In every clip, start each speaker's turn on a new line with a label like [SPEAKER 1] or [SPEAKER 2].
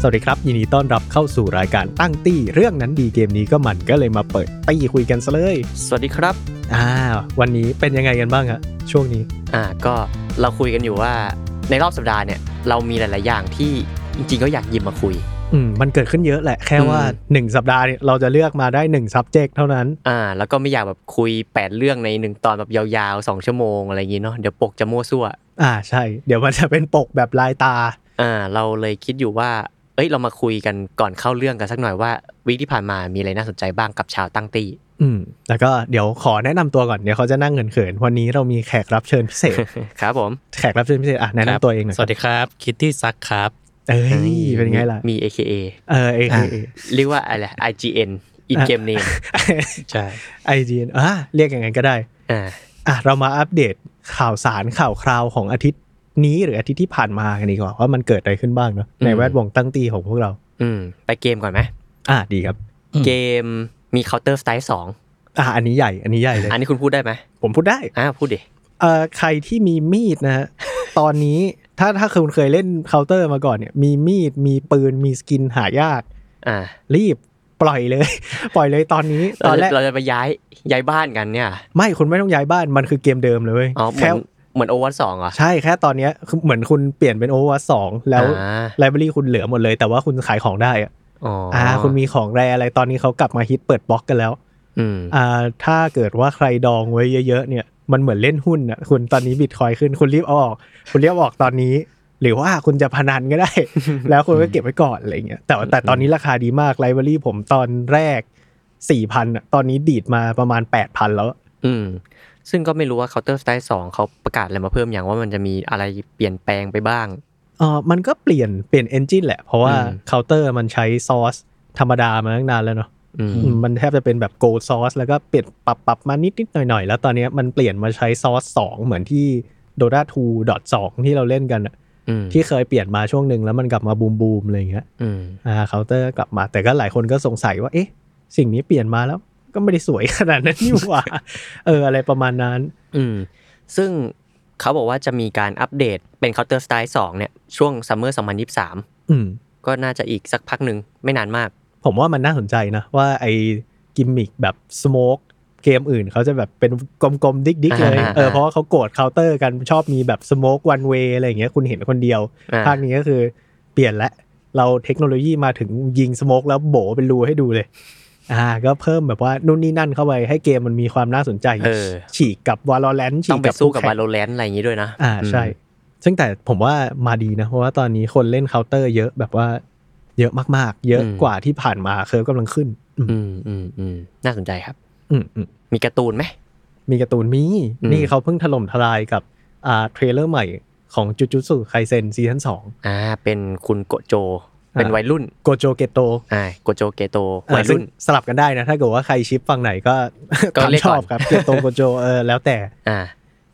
[SPEAKER 1] สวัสดีครับ ยินดีต้อนรับเข้าสู่รายการตั้งตี้เรื่องนั้นดีเกมนี้ก็มันก็เลยมาเปิดตี้คุยกันซะเลย
[SPEAKER 2] สวัสดีครับ
[SPEAKER 1] อ่าวันนี้เป็นยังไงกันบ้างฮะช่วงนี้
[SPEAKER 2] อ่า ก็เราคุยกันอยู่ว่าในรอบสัปดาห์เนี่ย เรามีหลาย ๆ อย่างที่จริง ๆ ก็อยากหยิบมาคุย
[SPEAKER 1] อืมมันเกิดขึ้นเยอะแหละแค่ว่า
[SPEAKER 2] อืม
[SPEAKER 1] 1 สัปดาห์เนี่ยเราจะเลือกมาได้ 1 subject เท่านั้น
[SPEAKER 2] อ่า แล้วก็ไม่อยากแบบคุย 8 เรื่องในหนึ่งตอนแบบยาวๆ 2 ชั่วโมงอะไรอย่างงี้เนาะ เดี๋ยวปกจะมั่วซั่ว
[SPEAKER 1] อ่าใช่ เดี๋ยวมันจะเป็นปกแบบลายตา
[SPEAKER 2] อ่า เราเลยคิดอยู่ว่า เอ้ย เรามาคุยกันก่อนเข้าเรื่องกันสักหน่อยว่าวีคที่ผ่านมามีอะไรน่าสนใจบ้างกับชาวตั้งตี้
[SPEAKER 1] อืมแล้วก็เดี๋ยวขอแนะนำตัวก่อนเดี๋ยวเขาจะนั่งเขินๆวันนี้เรามีแขกรับเชิญพิเศษ
[SPEAKER 2] ครับผม
[SPEAKER 1] แขกรับเชิญพิเศษอ่ะแนะนำตัวเองหน่อย
[SPEAKER 3] สวัสดีครับคิตตี้ซักครับ
[SPEAKER 1] เอ้ยเป็นไงล่ะ
[SPEAKER 2] มี AKA
[SPEAKER 1] เออเอเอ
[SPEAKER 2] เรียกว่าอะไร IGN in
[SPEAKER 1] อ่ะ
[SPEAKER 2] game name
[SPEAKER 3] ใช่
[SPEAKER 1] ไอจีอ่ะเรียกอย่างนั้นก็ได้
[SPEAKER 2] อ่า
[SPEAKER 1] อ่ะเรามาอัปเดตข่าวสารข่าวคราวของอาทิตย์นี้หรืออาทิตย์ที่ผ่านมากันดีกว่าว่ามันเกิดอะไรขึ้นบ้างเนาะ
[SPEAKER 2] อืม
[SPEAKER 1] ในแวดวงตั้งตีของพวกเรา
[SPEAKER 2] อืม ไปเกมก่อนไหม
[SPEAKER 1] อ่ะดีครับ
[SPEAKER 3] อืม
[SPEAKER 2] เกมมี Counter Strike 2
[SPEAKER 1] อ่ะอันนี้ใหญ่อันนี้ใหญ่เลย
[SPEAKER 2] อันนี้คุณพูดได้ไหม
[SPEAKER 1] ผมพูดได้
[SPEAKER 2] อ่าพูดดิ
[SPEAKER 1] เอ่อใครที่มีมีดนะฮะ ตอนนี้ถ้าถ้าคุณเคยเล่นเคาน์เตอร์มาก่อนเนี่ยมีมีดมีปืนมีสกินหายาก
[SPEAKER 2] อ่า
[SPEAKER 1] รีบปล่อยเลย ปล่อยเลยตอนนี้ต
[SPEAKER 2] เรา
[SPEAKER 1] อนแร
[SPEAKER 2] จะ
[SPEAKER 1] ก
[SPEAKER 2] เราจะไปย้ายย้ายบ้านกันเนี่ย
[SPEAKER 1] ไม่คุณไม่ต้องย้ายบ้านมันคือเกมเดิมเลยเว้ย
[SPEAKER 2] อ๋อเหมื
[SPEAKER 1] แค่
[SPEAKER 2] อนเหมือนโอวัตสองเหรอ
[SPEAKER 1] ใช่แค่ตอนเนี้ยคือเหมือนคุณเปลี่ยนเป็นโอว r สองแล้ว
[SPEAKER 2] อ่า
[SPEAKER 1] ไลบรารีคุณเหลือหมดเลย แต่ว่าคุณขายของได้อะ
[SPEAKER 2] อ๋ออ่
[SPEAKER 1] าคุณมีของแรอะไรตอนนี้เขากลับมาฮิตเปิดบล็อกกันแล้ว
[SPEAKER 2] อืม
[SPEAKER 1] อ่าถ้าเกิดว่าใครดองไว้เยอะๆเนี่ยมันเหมือนเล่นหุ้นอ่ะคุณตอนนี้บิตคอยขึ้นคุณรีบเอาออก คุณรีบเอาออกตอนนี้ หรือว่าคุณจะพนันก็ ได้ แล้วคุณก็เก็บไว้ก่อนอะไรเงี้ยแต่ว่าแต่ตอนนี้ราคาดีมากไลบรารีผมตอนแรกสี่พันตอนนี้ดีดมาประมาณแปดพันแล้ว
[SPEAKER 2] อืม ซึ่งก็ไม่รู้ว่า Counter Strike 2เขาประกาศอะไรมาเพิ่มอย่างว่ามันจะมีอะไรเปลี่ยนแปลงไปบ้าง
[SPEAKER 1] เออมันก็เปลี่ยนเปลี่ยนเอนจินแหละ เพราะว่า
[SPEAKER 2] อืม
[SPEAKER 1] เคาน์เตอร์มันใช้ซอสธรรมดามาตั้งนานแล้วเนาะ
[SPEAKER 2] อืม
[SPEAKER 1] อืมมันแทบจะเป็นแบบโกลซอสแล้วก็เปลี่ยนปรับปรับมานิดนิดหน่อยหน่อยๆ แล้วตอนเนี้ยมันเปลี่ยนมาใช้ซอส 2 เหมือนที่ Dota 2 2 ที่เราเล่นกันอะ
[SPEAKER 2] อืม
[SPEAKER 1] ที่เคยเปลี่ยนมาช่วงหนึ่งแล้วมันกลับมาบูมบูมๆอะไรอย่างเงี้ย
[SPEAKER 2] อืม
[SPEAKER 1] อ่าเคาน์เตอร์กลับมาแต่ก็หลายคนก็สงสัยว่าเอ๊ะ สิ่งนี้เปลี่ยนมาแล้วก็ไม่ได้สวย ขนาดนั้นนี่หว่า เอออะไรประมาณนั้น
[SPEAKER 2] อืม ซึ่งเขาบอกว่าจะมีการอัปเดตเป็น Counter Strike 2เนี่ย ช่วงซัมเมอร์2023
[SPEAKER 1] อืม
[SPEAKER 2] ก็น่าจะอีกสักพักหนึ่งไม่นานมาก
[SPEAKER 1] ผมว่ามันน่าสนใจนะ ว่าไอ้กิมมิกแบบสโมกเกมอื่นเขาจะแบบเป็นกลมๆ ดิ๊กๆ เลย
[SPEAKER 2] อ่าๆ
[SPEAKER 1] เออเพราะว่าเขาโกรธเคาน์เตอร์กันชอบมีแบบสโมกวันเวอะไรอย่างเงี้ยคุณเห็นคนเดียว
[SPEAKER 2] อ่า
[SPEAKER 1] ภาคนี้ก็คือเปลี่ยนละเราเทคโนโลยีมาถึงยิงสโมกแล้วโบเป็นรูให้ดูเลย อ่า ก็เพิ่มแบบว่านู่นนี่นั่นเข้าไปให้เกมมันมีความน่าสนใจ
[SPEAKER 2] เออ
[SPEAKER 1] ฉีกกับวอลเลนฉี
[SPEAKER 2] ต้อก งไป
[SPEAKER 1] กับ
[SPEAKER 2] สู้กับ
[SPEAKER 1] คู่แข่ง
[SPEAKER 2] Valorant อะไรอย่างงี้ด้วยนะ
[SPEAKER 1] อ่าใช่
[SPEAKER 2] อืม
[SPEAKER 1] ซึ่งแต่ผมว่ามาดีนะ เพราะว่าตอนนี้คนเล่นเคาน์เตอร์เยอะแบบว่าเยอะมากๆ เยอะ
[SPEAKER 2] อืม
[SPEAKER 1] กว่าที่ผ่านมาเคิร์ฟกำลังขึ้น อืม
[SPEAKER 2] อืมอืมอืมน่าสนใจครับ
[SPEAKER 1] อืมอืม
[SPEAKER 2] มีการ์ตูนไหม
[SPEAKER 1] มีการ์ตูนมี
[SPEAKER 2] อืม
[SPEAKER 1] นี่เขาเพิ่งถล่มทลายกับอ่าเทรลเลอร์ใหม่ของจุจุสุไคเซนซีซั่นสอง
[SPEAKER 2] อ่า เป็นคุณโกโจ เป็น
[SPEAKER 1] อ่า
[SPEAKER 2] วัยรุ่น
[SPEAKER 1] โกโจเกโต
[SPEAKER 2] อ่า โกโจเกโต วัยรุ่น
[SPEAKER 1] สลับกันได้นะ ถ้าเกิดว่าใครชิปฝั่งไหนก็
[SPEAKER 2] ก็
[SPEAKER 1] ตาม
[SPEAKER 2] เรียก
[SPEAKER 1] ช
[SPEAKER 2] ก่
[SPEAKER 1] อบ
[SPEAKER 2] อน
[SPEAKER 1] ครับเก โตโกโจเออแล้วแต่
[SPEAKER 2] อ่า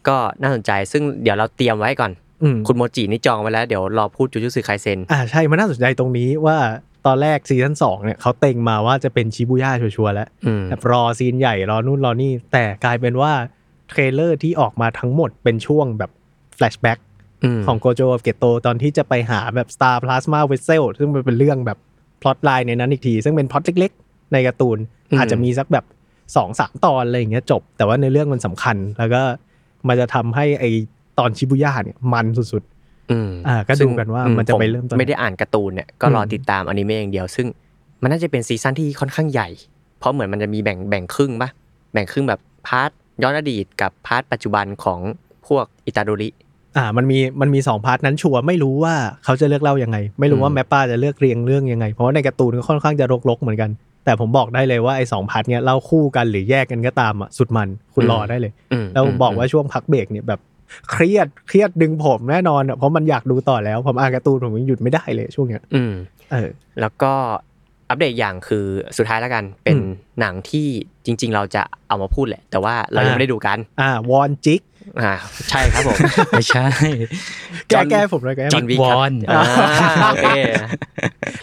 [SPEAKER 2] ก็น่าสนใจ ซึ่งเดี๋ยวเราเตรียมไว้ก่อน
[SPEAKER 1] อืม
[SPEAKER 2] คุณโมจินี่จองไว้แล้ว เดี๋ยวรอพูดจูจูสึไคเซน
[SPEAKER 1] อ่าใช่ มันน่าสนใจตรงนี้ว่าตอนแรกซีซั่นสองเนี่ยเขาเต็งมาว่าจะเป็นชิบูย่าชัวร์ๆแล้ว
[SPEAKER 2] อืม
[SPEAKER 1] แบบรอซีนใหญ่รอนู่นรอนี่ แต่กลายเป็นว่าเทรลเลอร์ที่ออกมาทั้งหมดเป็นช่วงแบบแฟลชแบ็ก
[SPEAKER 2] อืม
[SPEAKER 1] ของโกโจกับเกตโตตอนที่จะไปหาแบบ Star Plasma Vessel ซึ่งมันเป็นเรื่องแบบพล็อตไลน์ในนั้นอีกที ซึ่งเป็นพล็อตเล็กๆ ในการ์ตูน อาจจะมีสักแบบสองสามตอนอะไรอย่างเงี้ยจบ แต่ว่าในเรื่องมันสำคัญ แล้วก็มันจะทำให้ไอตอนชิบุย่าเนี่ยมันสุด
[SPEAKER 2] อืม
[SPEAKER 1] อ่าก็
[SPEAKER 2] ซึ่ง
[SPEAKER 1] ดูกันว่า
[SPEAKER 2] อื
[SPEAKER 1] มันจะไปเริ่มตอนไหน
[SPEAKER 2] ไม่ได้อ่านการ์ตูนเนี่ย ก็รออ
[SPEAKER 1] ม
[SPEAKER 2] ติดตามอนิเมะอย่างเดียว ซึ่งมันน่าจะเป็นซีซั่นที่ค่อนข้างใหญ่ เพราะเหมือนมันจะมีแบ่งแบ่งครึ่งปะแบ่งครึ่งแบบพาร์ทย้อนอดีตกับพาร์ทปัจจุบันของพวกอิตาโดริ
[SPEAKER 1] ๆ อ่ามันมีมันมีสองพาร์ทนั้นชัวร์ไม่รู้ว่าเขาจะเลือกเล่ายังไง ไม่รู้ว่า
[SPEAKER 2] อืม
[SPEAKER 1] แมปป้าจะเลือกเรียงเรื่องยังไง เพราะว่าในการ์ตูนก็ค่อนข้างจะรกๆเหมือนกัน แต่ผมบอกได้เลยว่าไอ้สองพาร์ทเนี้ยเล่าคู่กันหรือแยกกันก็ตามอ่ะสุดมันคุณรอได้เลย
[SPEAKER 2] อืม
[SPEAKER 1] แล้ว
[SPEAKER 2] ม
[SPEAKER 1] บอกว่าช่วงพักเบรกเนี่ยแบบเครียดเครียดดึงผมแน่นอนอ่ะเพราะมันอยากดูต่อแล้วผมอ่านการ์ตูนผมยังหยุดไม่ได้เลยช่วงเนี้ย
[SPEAKER 2] อืม
[SPEAKER 1] เออ
[SPEAKER 2] แล้วก็ อัปเดตอย่างคือสุดท้ายแล้วกันเป็นหนังที่จริง ๆ เราจะเอามาพูดแหละ แต่ว่าเรายังไม่ได้ดูกัน
[SPEAKER 1] อ่าวอนจิก
[SPEAKER 2] อ่าใช่ครับผม
[SPEAKER 3] ไม่ใช่
[SPEAKER 1] แก้
[SPEAKER 2] John-
[SPEAKER 1] แก้ผมเลยแก้
[SPEAKER 3] John-
[SPEAKER 2] วิกครับ
[SPEAKER 3] Warren
[SPEAKER 2] อ่าโอเค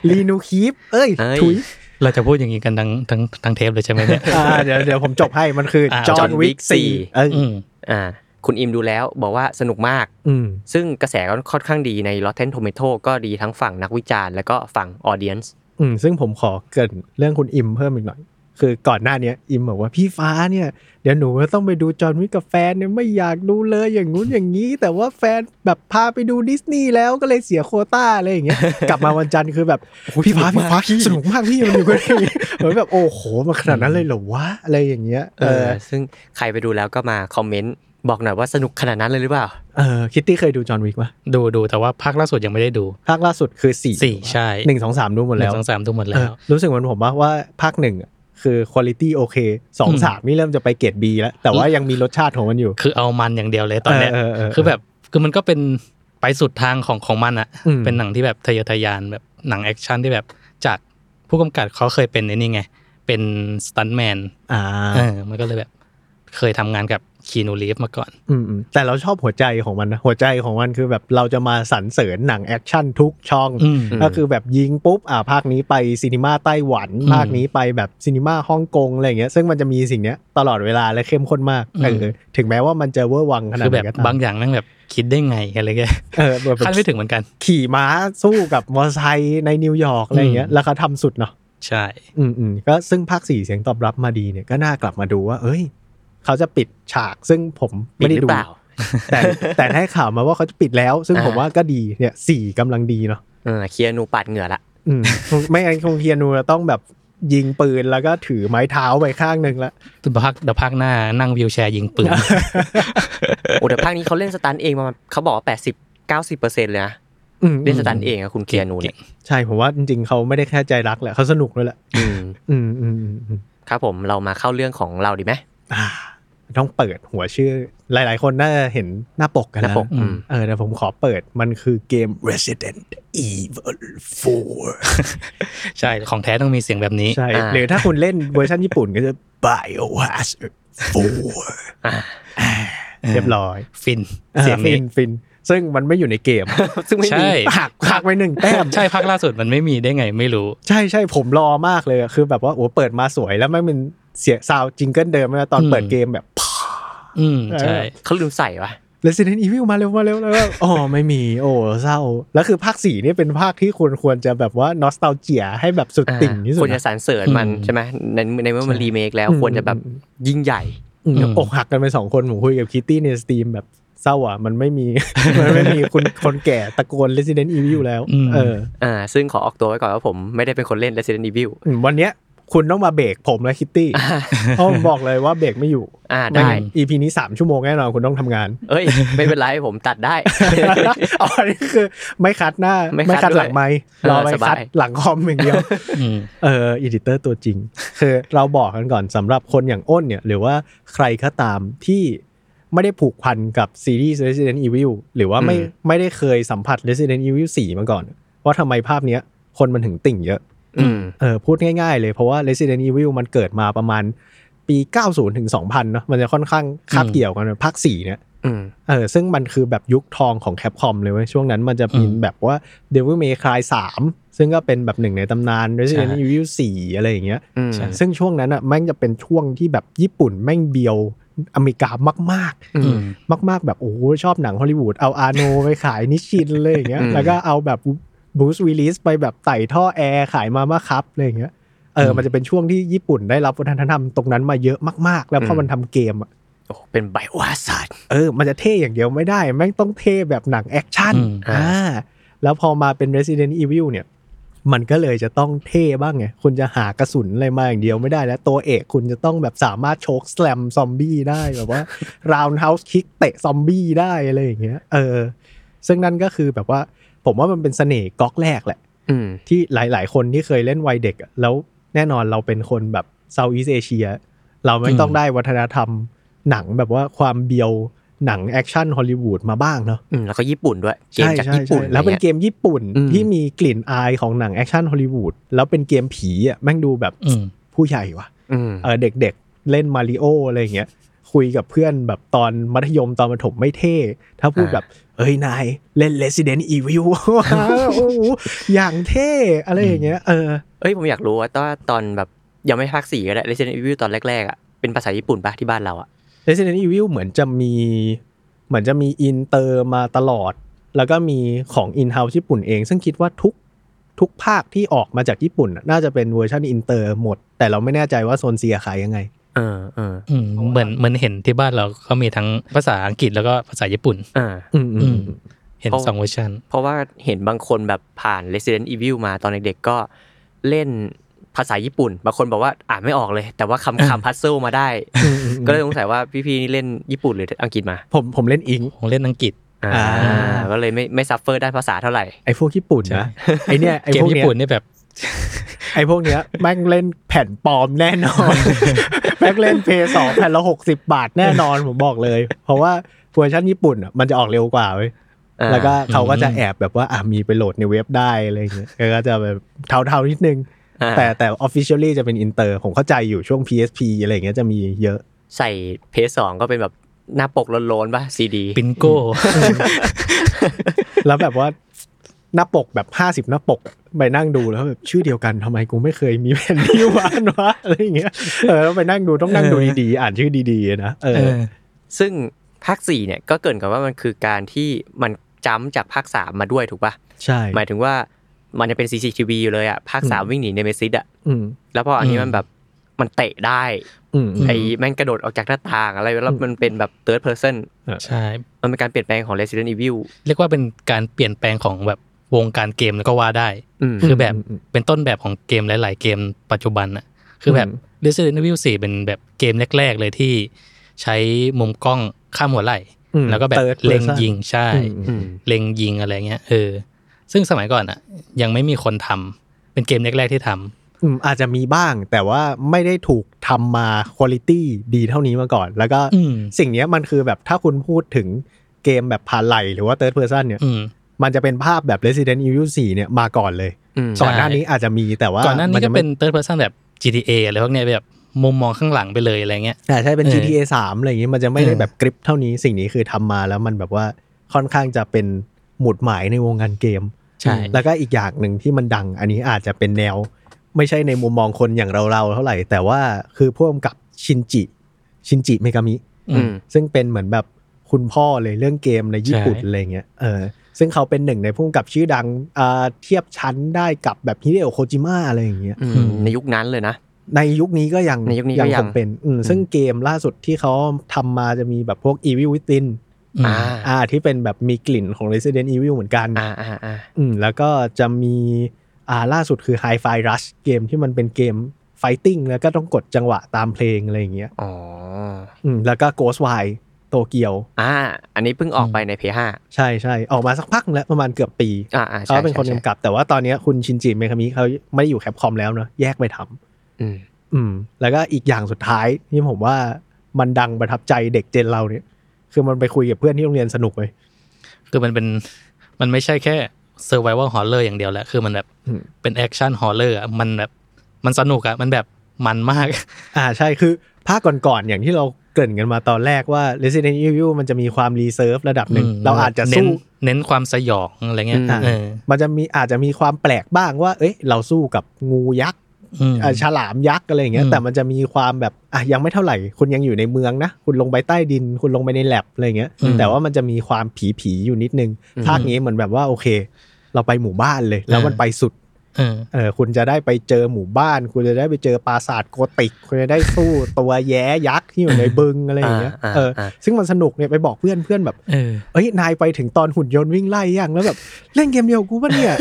[SPEAKER 1] รีนูคีฟเอ้ย
[SPEAKER 2] เอ้ย
[SPEAKER 1] ถุย
[SPEAKER 3] เราจะพูดอย่างนี้กันทั้งทั้งทั้งเทปเลยใช่ไหมเนี่ย
[SPEAKER 1] อ่าเดี๋ยวเดี๋ยวผมจบให้มันคือ
[SPEAKER 3] อ่า
[SPEAKER 1] จอ
[SPEAKER 2] John
[SPEAKER 1] ห์นวิ
[SPEAKER 2] Wick
[SPEAKER 1] กสี่
[SPEAKER 2] 4
[SPEAKER 1] เอ้ย
[SPEAKER 3] อืม
[SPEAKER 2] อ่าคุณอิมดูแล้วบอกว่าสนุกมาก
[SPEAKER 1] อืม
[SPEAKER 2] ซึ่งกระแสก็ค่อนข้างดีใน Rotten Tomato ก็ดีทั้งฝั่งนักวิจารณ์แล้วก็ฝั่ง Audience
[SPEAKER 1] อืมซึ่งผมขอเกรินเรื่องคุณอิมเพิ่มอีกหน่อย คือก่อนหน้าเนี้ยอิมบอกว่าพี่ฟ้าเนี่ย เดี๋ยวหนูต้องไปดูจอห์นวิกกับแฟนเนี่ยไม่อยากดูเลยอย่างงู้นอย่างนี้ แต่ว่าแฟนแบบพาไปดูดิสนีย์แล้วก็เลยเสียโควต้าอะไรอย่างเงี้ ย กลับมาวันจันทร์คือแบบพี่ฟ้าพี่ฟ้าสนุกมากพี่มันอยู่กันอย่างเงี้ยเหมือนแบบโอ้โหมาขนาดนั้นเลยเหรอวะอะไรอย่างเงี้ย
[SPEAKER 2] เอ
[SPEAKER 1] เอ
[SPEAKER 2] อ
[SPEAKER 1] อ
[SPEAKER 2] ซึ่งใครไปดูแล้วก็มาคอมเมนต์บอกหน่อยว่าสนุกขนาดนั้นเลยหรือเปล่า
[SPEAKER 1] เออคิตตี้เคยดูจอห์นวิกปะ
[SPEAKER 3] ดูดูแต่ว่าภาคล่าสุดยังไม่ได้ดู
[SPEAKER 1] ภาคล่าสุดคือสี่
[SPEAKER 3] สี่ใช่
[SPEAKER 1] หนึ่งสองสามดูหมด
[SPEAKER 3] หนึ่
[SPEAKER 1] แล้
[SPEAKER 3] ง
[SPEAKER 1] ว
[SPEAKER 3] สองสามดูหมดแล้
[SPEAKER 1] เออ
[SPEAKER 3] ว
[SPEAKER 1] รู้สึกเหมือนผมว่าว่าภาคหนึ่งอะคือคุณภาพโอเคสอง
[SPEAKER 3] อืม
[SPEAKER 1] สามนี่เริ่มจะไปเกรดบีแล้ว แต่ว่ายังมีรสชาติของมันอยู่
[SPEAKER 3] คือเอามันอย่างเดียวเลยตอนเนี้ย
[SPEAKER 1] เออเเ
[SPEAKER 3] คือแบบคือมันก็เป็นไปสุดทางของของมันอะ
[SPEAKER 1] อืม
[SPEAKER 3] เป็นหนังที่แบบทะเยอทะยานแบบหนังแอคชั่นที่แบบจากผู้กำกับเขาเคยเป็นในนี่ไง เป็นสตันแมน
[SPEAKER 1] อ่า
[SPEAKER 3] เออมันก็เลยแบบเคยทำงานกับคีนูรีฟมาก่อน
[SPEAKER 1] มอืมแต่เราชอบหัวใจของมันนะหัวใจของมันคือแบบเราจะมาสรรเสริญหนังแอคชั่นทุกช่อง
[SPEAKER 3] อืม
[SPEAKER 2] ม
[SPEAKER 1] ก็คือแบบยิงปุ๊บอ่าภาคนี้ไปซีนีมาไต้หวัน
[SPEAKER 3] อืม
[SPEAKER 1] ภาคนี้ไปแบบซีนีมาฮ่องกงอะไรอย่างเงี้ยซึ่งมันจะมีสิ่งเนี้ยตลอดเวลาและเข้มข้นมาก
[SPEAKER 3] อืม
[SPEAKER 1] เออถึงแม้ว่ามันจะเวอร์วังขนาด
[SPEAKER 3] คือ
[SPEAKER 1] ไหน
[SPEAKER 3] แบบ
[SPEAKER 1] ก็ตาม
[SPEAKER 3] บางอย่างแม่งแบบคิดได้ไงอะไรเงี้ย
[SPEAKER 1] เออแบบ
[SPEAKER 3] คาดไม่ถึงเหมือนกัน
[SPEAKER 1] ขี่ม้าสู้กับมอเตอร์ไซค์ในนิวยอร์กอะไรอย่างเงี้ย
[SPEAKER 3] อืม
[SPEAKER 1] แล้วเขาทำสุดเนาะ
[SPEAKER 3] ใช่
[SPEAKER 1] อืมอืมก็ซึ่งภาคสี่เสียงตอบรับมาดีเนี่ยก็น่ากลับมาดูว่า เอ้ย เขาจะปิดฉากซึ่งผมไม่ได้
[SPEAKER 2] หรื
[SPEAKER 1] ดู
[SPEAKER 2] อเปล่า
[SPEAKER 1] แต่แต่ให้ข่าวมาว่าเขาจะปิดแล้ว ซึ่ง
[SPEAKER 2] อ่า
[SPEAKER 1] ผมว่าก็ดีเนี่ยสี่กำลังดีเนาะ
[SPEAKER 2] เออเคียนูปาดเหงื่อละ
[SPEAKER 1] อืมไม่งั้นคงเฮียนูจะต้องแบบยิงปืนแล้วก็ถือไม้เท้าไปข้างหนึ่งละ
[SPEAKER 3] แต่ภาคเดี๋ยวภาคหน้านั่งวิวแชร์ยิงปืน
[SPEAKER 2] โอ้แต่ภาคนี้เขาเล่นสตันเองประมาณเขาบอกว่า 80 90เปอร์เซ็นต์เลยนะ
[SPEAKER 1] อืม
[SPEAKER 2] เล่นสตันเองอะคุณเคียนูเนี่ย
[SPEAKER 1] ใช่ผมว่าจริงๆเขาไม่ได้แค่ใจรักแหละเขาสนุกด้วยแหละ
[SPEAKER 2] อืม
[SPEAKER 1] อืมอืมอืมอืม
[SPEAKER 2] ครับผมเรามาเข้าเรื่องของเราดีไหม
[SPEAKER 1] อ่า ต้องเปิดหัวชื่อ หลาย ๆ คนน่าจะเห็นหน้าปกกัน
[SPEAKER 2] หน้า
[SPEAKER 1] แล้ว
[SPEAKER 2] ปก
[SPEAKER 3] อื
[SPEAKER 2] อื
[SPEAKER 3] ม
[SPEAKER 2] ม
[SPEAKER 1] เออแต่ผมขอเปิดมันคือเกม Resident Evil 4
[SPEAKER 3] ใช่ของแท้ต้องมีเสียงแบบนี้
[SPEAKER 1] ใช่ หรือถ้าคุณเล่นเวอร์ชันญี่ปุ่นก็จะ Biohazard 4
[SPEAKER 2] อ่า
[SPEAKER 1] เรียบร้อย
[SPEAKER 3] ฟินเสียง
[SPEAKER 1] ฟิ
[SPEAKER 3] นี้
[SPEAKER 1] นฟิน ซึ่งมันไม่อยู่ในเกม
[SPEAKER 2] ซึ่งไม่มี
[SPEAKER 3] ใช่
[SPEAKER 1] หักหักไปหนึ่งแต้ม
[SPEAKER 3] ใช่ภาคล่าสุดมันไม่มีได้ไงไม่รู้
[SPEAKER 1] ใช่ใช่ผมรอมากเลยอะคือแบบว่า โอ้เปิดมาสวยแล้วไม่เป็นเสียซาวจิงเกิลเดิมนะตอน
[SPEAKER 3] อืม
[SPEAKER 1] เปิดเกมแบบ
[SPEAKER 3] อืมใช่
[SPEAKER 2] เขาลืมใส่วะ
[SPEAKER 1] Resident Evil มาเร็วมาเร็วแล้วก็ อ๋อ ไม่มี โอ้เศร้า แล้วคือภาคสี่นี่เป็นภาคที่ควรควรจะแบบว่านอสตาเจียให้แบบสุด
[SPEAKER 2] อ่า
[SPEAKER 1] ติ่งที่สุ
[SPEAKER 2] คว
[SPEAKER 1] ด
[SPEAKER 2] ร
[SPEAKER 1] นะ
[SPEAKER 2] จะสรรเสริญมัน
[SPEAKER 3] อืม
[SPEAKER 2] ใช่ไหมในในเมื่อมันรีเมคแล้ว
[SPEAKER 1] อืม
[SPEAKER 2] ควรจะแบบยิ่งใหญ่
[SPEAKER 1] อืม
[SPEAKER 3] อืม
[SPEAKER 1] อกหักกันไปสองคนผมคุยกับคิตตี้ในสตรีมแบบเศร้าอ่ะ มันไม่มี มันไม่มีคนคนแก่ตะโกน Resident Evil แล้ว เออ
[SPEAKER 2] อ่า ซึ่งขอออกตัวไว้ก่อนว่าผมไม่ได้เป็นคนเล่น Resident Evil
[SPEAKER 1] อืมวันเนี้ยคุณต้องมาเบรกผมและคิต ตี้เพราะผมบอกเลยว่าเบรกไม่อยู่
[SPEAKER 2] อ่า
[SPEAKER 1] ม่
[SPEAKER 2] ได้
[SPEAKER 1] งั้น EP นี้ 3 ชั่วโมงแน่นอนคุณต้องทำงาน
[SPEAKER 2] เอ้ย ไม่เป็นไรผมตัด ได้
[SPEAKER 1] อ๋ออันนี้คือไม่คัดหน้า
[SPEAKER 2] ไม่คัด
[SPEAKER 1] คัด
[SPEAKER 2] ด้วย
[SPEAKER 1] หลังไม้
[SPEAKER 2] เออ
[SPEAKER 1] รอไป
[SPEAKER 2] สบาย
[SPEAKER 1] คัดหลังคอมอย่างเดียว
[SPEAKER 3] อืม
[SPEAKER 1] เอออีดิเตอร์ตัวจริง คือเราบอกกันก่อนสำหรับคนอย่างอ้นเนี่ย หรือว่าใครก็ตามที่ไม่ได้ผูกพันกับซีรีส์ Resident Evil หรือว่าไม่
[SPEAKER 2] อืม
[SPEAKER 1] ไม่ได้เคยสัมผัส Resident Evil 4 มาก่อน ว่าทำไมภาพเนี้ย คนมันถึงติ่งเยอะ
[SPEAKER 2] อืม
[SPEAKER 1] เออพูดง่ายๆเลยเพราะว่า Resident Evil มันเกิดมาประมาณปี 90 ถึง 2000เนอะมันจะค่อนข้างคาบ
[SPEAKER 3] อืม
[SPEAKER 1] เกี่ยวกันนะภาค 4 เนี่ย
[SPEAKER 2] อืม
[SPEAKER 1] เออซึ่งมันคือแบบยุคทองของแคปคอมเลยเว้ยช่วงนั้นมันจะมี
[SPEAKER 3] อืม
[SPEAKER 1] แบบว่า Devil May Cry 3 ซึ่งก็เป็นแบบหนึ่งในตำนาน Resident
[SPEAKER 3] ใช่
[SPEAKER 1] Evil 4 อะไรอย่างเงี้ย
[SPEAKER 2] อืม
[SPEAKER 3] ใช่
[SPEAKER 1] ซึ่งช่วงนั้นอ่ะแม่งจะเป็นช่วงที่แบบญี่ปุ่นแม่งเบียวอเมริกามาก
[SPEAKER 2] อื
[SPEAKER 3] อื
[SPEAKER 2] ม
[SPEAKER 3] ม
[SPEAKER 1] ๆ มาก ๆ แบบโอ้โหชอบหนังฮอลลีวูดเอาอาโน ไปขายนิชชินเลยอย่างเงี้ย
[SPEAKER 2] อืม
[SPEAKER 1] แล้วก็เอาแบบบูสวิลิสไปแบบไต่ท่อแอร์ขายมาม่าครับอะไรอย่างเงี้ยเอออ
[SPEAKER 3] ม
[SPEAKER 1] มันจะเป็นช่วงที่ญี่ปุ่นได้รับวัฒนธรรมตรงนั้นมาเยอะมาก ๆ แล้วพอมันทำเกมอะ
[SPEAKER 2] โอ้เป็นไบโอฮาซาร์ด
[SPEAKER 1] เออ มันจะเท่อย่างเดียวไม่ได้ แม่งต้องเท่แบบหนังแอคชั่น
[SPEAKER 3] อืม
[SPEAKER 1] อ่า แล้วพอมาเป็น Resident Evil เนี่ย มันก็เลยจะต้องเท่บ้างไง คุณจะหากระสุนอะไรมาอย่างเดียวไม่ได้ แล้วตัวเอกคุณจะต้องแบบสามารถโชกสแลมซอมบี้ได้ แบบว่า roundhouse kick เตะซอมบี้ได้อะไรอย่างเงี้ย เออ ซึ่งนั่นก็คือแบบว่า ผมว่ามันเป็นเสน่ห์ก๊อกแรกแหละ
[SPEAKER 2] อืม
[SPEAKER 1] ที่หลาย ๆ คนที่เคยเล่นวัยเด็กอะแล้วแน่นอนเราเป็นคนแบบเซาท์อีสเอเชีย เราไม่ต้องได้วัฒนธรรมหนังแบบว่าความเบียว หนังแอคชั่นฮอลลีวูดมาบ้างเนาะ
[SPEAKER 2] อืมแล้วก็ญี่ปุ่นด้วยเกมจากญี่ปุ่น
[SPEAKER 1] ใช่แล้วเป็น
[SPEAKER 2] อะไรงี้ย
[SPEAKER 1] เกมญี่ปุ่น
[SPEAKER 2] อืม
[SPEAKER 1] ที่มีกลิ่นอายของหนังแอคชั่นฮอลลีวูดแล้วเป็นเกมผีอ่ะแม่งดูแบบ
[SPEAKER 3] อืม
[SPEAKER 1] ผู้ใหญ่ว่ะ
[SPEAKER 2] อืม
[SPEAKER 1] เออเด็กๆ เล่นมาริโออะไรอย่างเงี้ยคุยกับเพื่อนแบบตอนมัธยมตอนประถมไม่เท่ ถ้าพูดแบบ เอ้ยนาย เล่น Resident Evil ว้าวโอ้โหอย่างเท่อะไรอย่างเงี้ยเออ
[SPEAKER 2] เอ้ยผมอยากรู้ว่าตอนตอนแบบยังไม่ภาคสี่ก็ได้ Resident Evil ตอนแรกๆอ่ะเป็นภาษาญี่ปุ่นปะที่บ้านเราอ่ะ
[SPEAKER 1] Resident Evil เหมือนจะมีเหมือนจะมีอินเตอร์มาตลอด แล้วก็มีของอินเฮาส์ญี่ปุ่นเอง ซึ่งคิดว่าทุกทุกภาคที่ออกมาจากญี่ปุ่นน่ะน่าจะเป็นเวอร์ชันอินเตอร์หมด แต่เราไม่แน่ใจว่าโซนเซียขายยังไง
[SPEAKER 2] เออเออ
[SPEAKER 3] อืมเหมือนเหมือนเห็นที่บ้านเราก็มีทั้งภาษาอังกฤษแล้วก็ภาษาญี่ปุ่น
[SPEAKER 2] เออ
[SPEAKER 1] อืมอืม
[SPEAKER 3] เห็น
[SPEAKER 2] เพราะ
[SPEAKER 3] สองเวอร์ชัน
[SPEAKER 2] เพราะว่าเห็นบางคนแบบผ่าน Resident Evil มาตอนเด็กๆก็เล่นภาษาญี่ปุ่น บางคนบอกว่าอ่านไม่ออกเลย แต่ว่าคำคำพัซเซิลมาได้
[SPEAKER 1] อืมอืม
[SPEAKER 2] ก็เลยสงสัยว่าพี่ๆนี่เล่นญี่ปุ่นหรืออังกฤษมา
[SPEAKER 1] ผมผมเล่นอิง
[SPEAKER 3] คงเล่นอังกฤษ
[SPEAKER 2] อ่า
[SPEAKER 1] อ่า
[SPEAKER 2] ก็เลยไม่ไม่ซัฟเฟอร์ด้านภาษาเท่าไหร่
[SPEAKER 1] ไอพวกญี่ปุ่นนะไอเนี้ยไอ
[SPEAKER 3] เก
[SPEAKER 1] พ
[SPEAKER 3] ม
[SPEAKER 1] วก
[SPEAKER 3] ญี่
[SPEAKER 1] เนี้ย
[SPEAKER 3] ปุ่นนี่แบบ
[SPEAKER 1] ไอพวกเนี้ยแม่งเล่นแผ่นปลอมแน่นอน แม่งเล่นเพย์สองแผ่นละหกสิบบาทแน่นอนผมบอกเลย เพราะว่าเวอร์ชันญี่ปุ่นอ่ะมันจะออกเร็วกว่าเว้ย
[SPEAKER 2] อ่า
[SPEAKER 1] แล้วก็เขาก็จะ
[SPEAKER 3] อืม
[SPEAKER 1] แอบแบบว่าอ่ะมีไปโหลดในเว็บได้อะไรอย่างเงี้ยแล้วก็จะแบบเทาๆนิดนึง
[SPEAKER 2] อ่า
[SPEAKER 1] แต่แต่ officially จะเป็นอินเตอร์ ผมเข้าใจอยู่ช่วง PSP อะไรอย่างเงี้ยจะมีเยอะ
[SPEAKER 2] ใส่เพย์สองก็เป็นแบบหน้าปกโลนๆป่ะซีดี
[SPEAKER 3] ปินโก้
[SPEAKER 1] แล้วแบบว่าหน้าปกแบบ 50 หน้าปกไปนั่งดูแล้วแบบชื่อเดียวกันทำไมกูไม่เคยมีแผ่นนี้วานวะอะไรอย่างเงี้ยเออแล้วไปนั่งดูต้องนั่งดูดีๆ อ่านชื่อดีๆ นะเอ
[SPEAKER 3] เอ
[SPEAKER 1] อ
[SPEAKER 3] อ
[SPEAKER 2] ซึ่งภาค4เนี่ยก็เกรินกับว่ามันคือการที่มันจ้ำจากภาค 3 มาด้วยถูกปะ
[SPEAKER 1] ใช่
[SPEAKER 2] ่ะ หมายถึงว่ามันจะเป็น CCTV อยู่เลยอะภาค 3 วิ่งหนีเนเมซิสอะ
[SPEAKER 1] อืม
[SPEAKER 2] แล้วพออันนี้
[SPEAKER 3] อืม
[SPEAKER 2] มันแบบมันเตะได้
[SPEAKER 1] อืม
[SPEAKER 2] ไอ้แม่งกระโดดออกจากหน้าต่างอะไรแล้วมันเป็นแบบ third person
[SPEAKER 3] ใช่
[SPEAKER 2] มันเป็นการเปลี่ยนแปลงของ Resident Evil
[SPEAKER 3] เรียกว่าเป็นการเปลี่ยนแปลงของแบบวงการเกมแล้วก็ว่าได้
[SPEAKER 2] อืม
[SPEAKER 3] คือแบบ
[SPEAKER 1] อืม
[SPEAKER 3] เป็นต้นแบบของเกมหลาย ๆ เกมปัจจุบันอะคือแบบ
[SPEAKER 1] อืม
[SPEAKER 3] Resident Evil 4 เป็นแบบเกมแรก ๆ เลยที่ใช้มุมกล้องข้ามหัวไหล่
[SPEAKER 1] อืม
[SPEAKER 3] แล้วก็แบบ
[SPEAKER 1] Third
[SPEAKER 3] เล็ง
[SPEAKER 1] person
[SPEAKER 3] ยิงใช่
[SPEAKER 1] อืม
[SPEAKER 2] อืม
[SPEAKER 3] เล็งยิงอะไรเงี้ยเออซึ่งสมัยก่อนอะยังไม่มีคนทำเป็นเกมแรก ๆ ที่ทำ
[SPEAKER 1] อืมอาจจะมีบ้างแต่ว่าไม่ได้ถูกทำมาคุณตี้ดีเท่านี้มาก่อน แล้วก็
[SPEAKER 3] อืม
[SPEAKER 1] สิ่งเนี้ยมันคือแบบถ้าคุณพูดถึงเกมแบบผ่านไหลหรือว่า Third Person เนี่ย
[SPEAKER 3] อืม
[SPEAKER 1] มันจะเป็นภาพแบบ Resident Evil 4 เนี่ยมาก่อนเลย
[SPEAKER 2] อืม
[SPEAKER 3] ใช่
[SPEAKER 1] ก่อนหน้านี้อาจจะมีแต่ว่า
[SPEAKER 3] ก่อนหน้า
[SPEAKER 1] มั
[SPEAKER 3] นี้
[SPEAKER 1] จะ
[SPEAKER 3] ก็
[SPEAKER 1] ไม่
[SPEAKER 3] เป็น third person แบบ GTA อะไรพวกเนี้ยแบบมุมมองข้างหลังไปเลยอะไรเงี้ย
[SPEAKER 1] อ่าใช่เป็น
[SPEAKER 3] เออ
[SPEAKER 1] GTA 3อะไรอย่างงี้มันจะไม่ได้
[SPEAKER 3] เออ
[SPEAKER 1] แบบกริปเท่านี้สิ่งนี้คือทำมาแล้วมันแบบว่าค่อนข้างจะเป็นหมุดหมายในวงการเกม
[SPEAKER 3] ใช่
[SPEAKER 1] แล้วก็อีกอย่างหนึ่งที่มันดัง อันนี้อาจจะเป็นแนว ไม่ใช่ในมุมมองคนอย่างเราๆเท่าไหร่ แต่ว่าคือพ่วงกับชินจิชินจิเมกามิ
[SPEAKER 3] อืม
[SPEAKER 1] ซึ่งเป็นเหมือนแบบคุณพ่อเลยเรื่องเกมในญี่ปุ่น
[SPEAKER 3] ใช่
[SPEAKER 1] อะไรเงี้ยเออซึ่งเขาเป็นหนึ่งในผู้กำกับชื่อดังอ่าเทียบชั้นได้กับแบบฮิเดโอโคจิมะอะไรอย่างเงี้ย
[SPEAKER 2] อืมในยุคนั้นเลยนะ
[SPEAKER 1] ในยุคนี้ก็ยัง
[SPEAKER 2] ในยุคนี้ก็ยัง
[SPEAKER 1] คงเป็นอืมซึ่งเกมล่าสุดที่เขาทำมาจะมีแบบพวก Evil Within
[SPEAKER 3] อืม
[SPEAKER 2] อ่า
[SPEAKER 1] อ่าที่เป็นแบบมีกลิ่นของ Resident Evil เหมือนกัน
[SPEAKER 2] อ่าอ่าอ่า
[SPEAKER 1] อืมแล้วก็จะมีอ่าล่าสุดคือ High Five Rush เกมที่มันเป็นเกมไฟติ้งแล้วก็ต้องกดจังหวะตามเพลงอะไรอย่างเงี้ย
[SPEAKER 2] อ๋อ
[SPEAKER 1] อืมแล้วก็ Ghostwire โตเกียว
[SPEAKER 2] อ่า อันนี้เพิ่งออกไปในเพย์ห้า
[SPEAKER 1] ใช่ใช่ออกมาสักพักแล้วประมาณเกือบปี
[SPEAKER 2] อ่าอ่า
[SPEAKER 1] เขา
[SPEAKER 2] ใช่
[SPEAKER 1] เป็นคน
[SPEAKER 2] ใช่ใช่
[SPEAKER 1] กำกับ แต่ว่าตอนเนี้ยคุณชินจิเมคามิเขาไม่ได้อยู่แคปคอมแล้วเนอะแยกไปทำ
[SPEAKER 2] อืม
[SPEAKER 1] อืม แล้วก็อีกอย่างสุดท้ายที่ผมว่ามันดังประทับใจเด็กเจนเราเนี่ย คือมันไปคุยกับเพื่อนที่โรงเรียนสนุกเลย
[SPEAKER 3] คือมันเป็นมันไม่ใช่แค่ survival horror อย่างเดียวแหละ คือมันแบบ
[SPEAKER 1] อืม
[SPEAKER 3] เป็น action horror อะมันแบบมันสนุกอะมันแบบมันมาก
[SPEAKER 1] อ่าใช่คือภาคก่อนๆอย่างที่เราเกริ่นกันมาตอนแรกว่า Resident Evil มันจะมีความรีเซิร์ฟระดับหนึ่ง
[SPEAKER 3] อืม
[SPEAKER 1] เราอาจจะ
[SPEAKER 3] เน้น
[SPEAKER 1] สู้
[SPEAKER 3] เน้นความสยองอะไรเงี้ย
[SPEAKER 2] อืม
[SPEAKER 3] เออ
[SPEAKER 1] มันจะมีอาจจะมีความแปลกบ้างว่า เอ้ยเราสู้กับงูยักษ์
[SPEAKER 3] อืม
[SPEAKER 1] เอ่อฉลามยักษ์อะไรอย่างเงี้ย
[SPEAKER 3] อืม
[SPEAKER 1] แต่มันจะมีความแบบอ่ะยังไม่เท่าไหร่ คุณยังอยู่ในเมืองนะ คุณลงไปใต้ดิน คุณลงไปในแลบอะไรอย่างเงี้ย
[SPEAKER 2] อืม
[SPEAKER 1] แต่ว่ามันจะมีความผีผีๆอยู่นิดนึง
[SPEAKER 2] อืม
[SPEAKER 1] ภาคนี้เหมือนแบบว่าโอเค เราไปหมู่บ้านเลย แล้วมันไปสุด
[SPEAKER 3] เออ
[SPEAKER 1] เออคุณจะได้ไปเจอหมู่บ้าน คุณจะได้ไปเจอปราสาทโกติก คุณจะได้สู้ ตัวแย้ยักษ์ที่อยู่ในบึงอะไรอย่างเงี้ย
[SPEAKER 2] อ่าอ่า
[SPEAKER 1] เอออา ซึ่งมันสนุกเนี่ยไปบอกเพื่อนเพื่อนแบบ
[SPEAKER 3] เออ
[SPEAKER 1] เอ้ยนายไปถึงตอนหุ่นยนต์วิ่งไล่ยังแล้วแบบเล่นเกมเดียวกูปะเนี่ย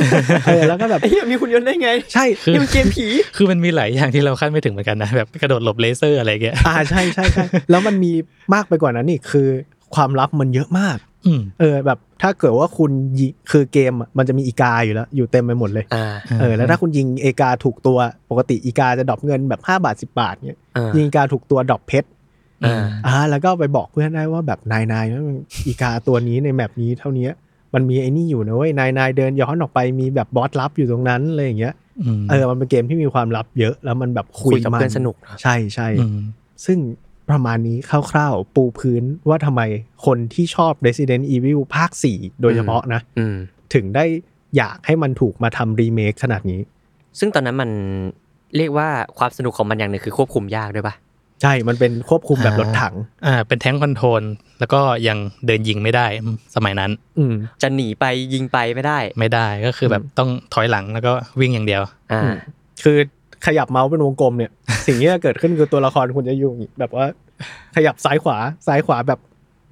[SPEAKER 1] เออแล้วก็แบบ
[SPEAKER 2] เฮ้ยมีคุณยนต์ได้ไง
[SPEAKER 1] ใช่
[SPEAKER 3] คือ
[SPEAKER 2] นี่มันเกมผี
[SPEAKER 3] คือมันมีหลายอย่างที่เราคาดไม่ถึงเหมือนกันนะ แบบกระโดดหลบเลเซอร์อะไรเงี้ย
[SPEAKER 1] อ่าใช่ใช่ใช่แล้วมันมีมากไปกว่านั้นอีกคือความลับมันเยอะมาก
[SPEAKER 3] อืม
[SPEAKER 1] เออแบบถ้าเกิดว่าคุณยิคือเกมอะมันจะมีอีกาอยู่แล้วอยู่เต็มไปหมดเลย
[SPEAKER 2] อ่า
[SPEAKER 1] เออแล้วถ้าคุณยิงเอกาถูกตัวปกติอีกาจะดรอปเงินแบบ5บาท10 บาทเนี่ย
[SPEAKER 2] อ่า
[SPEAKER 1] ยิงการถูกตัวดรอปเพชร
[SPEAKER 3] อ่า
[SPEAKER 1] อ่าแล้วก็ไปบอกเพื่อนได้ว่าแบบนายนายมันอีกาตัวนี้ในแมปนี้เท่านี้มันมีไอ้นี่อยู่นะเว้ยนายนายเดินย้อนออกไปมีแบบบอสลับอยู่ตรงนั้นอะไรอย่างเงี้ย
[SPEAKER 3] ม
[SPEAKER 1] เออมันเป็นเกมที่มีความลับเยอะ แล้วมันแบบคุ
[SPEAKER 2] คุยกับเพื่อน
[SPEAKER 1] มั
[SPEAKER 2] สนุกเนอะ
[SPEAKER 1] ใช่ใช่
[SPEAKER 3] ม
[SPEAKER 1] ซึ่งประมาณนี้คร่าวๆ ปูพื้นว่าทำไมคนที่ชอบ Resident Evil ภาค 4 โดยเฉพาะนะ
[SPEAKER 2] อืม
[SPEAKER 1] ถึงได้อยากให้มันถูกมาทำรีเมคขนาดนี้
[SPEAKER 2] ซึ่งตอนนั้นมันเรียกว่าความสนุกของมันอย่างหนึ่งคือควบคุมยากด้วยปะ
[SPEAKER 1] ใช่มันเป็นควบคุมแบบรถถัง
[SPEAKER 3] อ่า เป็นแท้งคอนโทรลแล้วก็ยังเดินยิงไม่ได้อืมสมัยนั้น
[SPEAKER 1] อืม
[SPEAKER 2] จะหนีไปยิงไปไม่ได้
[SPEAKER 3] ไม่ได้ก็คือแบบต้องถอยหลังแล้วก็วิ่งอย่างเดียว
[SPEAKER 2] อ่า
[SPEAKER 1] อืม คือขยับเมาส์เป็นวงกลมเนี่ย สิ่งที่จะเกิดขึ้นคือตัวละครคุณจะอยู่อย่างงี้แบบว่า ขยับซ้ายขวาซ้ายขวาแบบ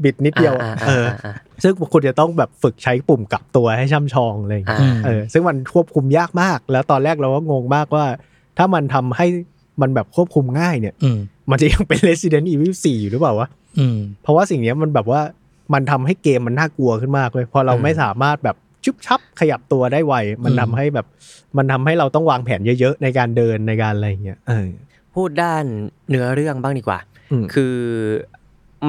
[SPEAKER 1] บิดนิดเดียว
[SPEAKER 2] อ่า
[SPEAKER 1] เออ
[SPEAKER 2] อ่าอ่า
[SPEAKER 1] ซึ่งคุณจะต้องแบบฝึกใช้ปุ่มกลับตัวให้ช่ำชองเลย
[SPEAKER 2] อ่า
[SPEAKER 3] อืม
[SPEAKER 1] เออซึ่งมันควบคุมยากมาก แล้วตอนแรกเราก็งงมากว่า ถ้ามันทำให้มันแบบควบคุมง่ายเนี่ย
[SPEAKER 3] อืม
[SPEAKER 1] มันจะยังเป็น Resident Evil 4 อยู่หรือเปล่าวะ
[SPEAKER 3] อืม
[SPEAKER 1] เพราะว่าสิ่งเนี้ยมันแบบว่ามันทำให้เกมมันน่ากลัวขึ้นมากเลยพอเรา
[SPEAKER 2] อืม
[SPEAKER 1] ไม่สามารถแบบชุบชับขยับตัวได้ไว มัน
[SPEAKER 3] อืม
[SPEAKER 1] ทำให้แบบ มันทำให้เราต้องวางแผนเยอะๆ ในการเดินในการอะไรอย่างเงี้ยเออ
[SPEAKER 2] พูดด้านเนื้อเรื่องบ้างดีกว่า
[SPEAKER 1] อืม
[SPEAKER 2] คือ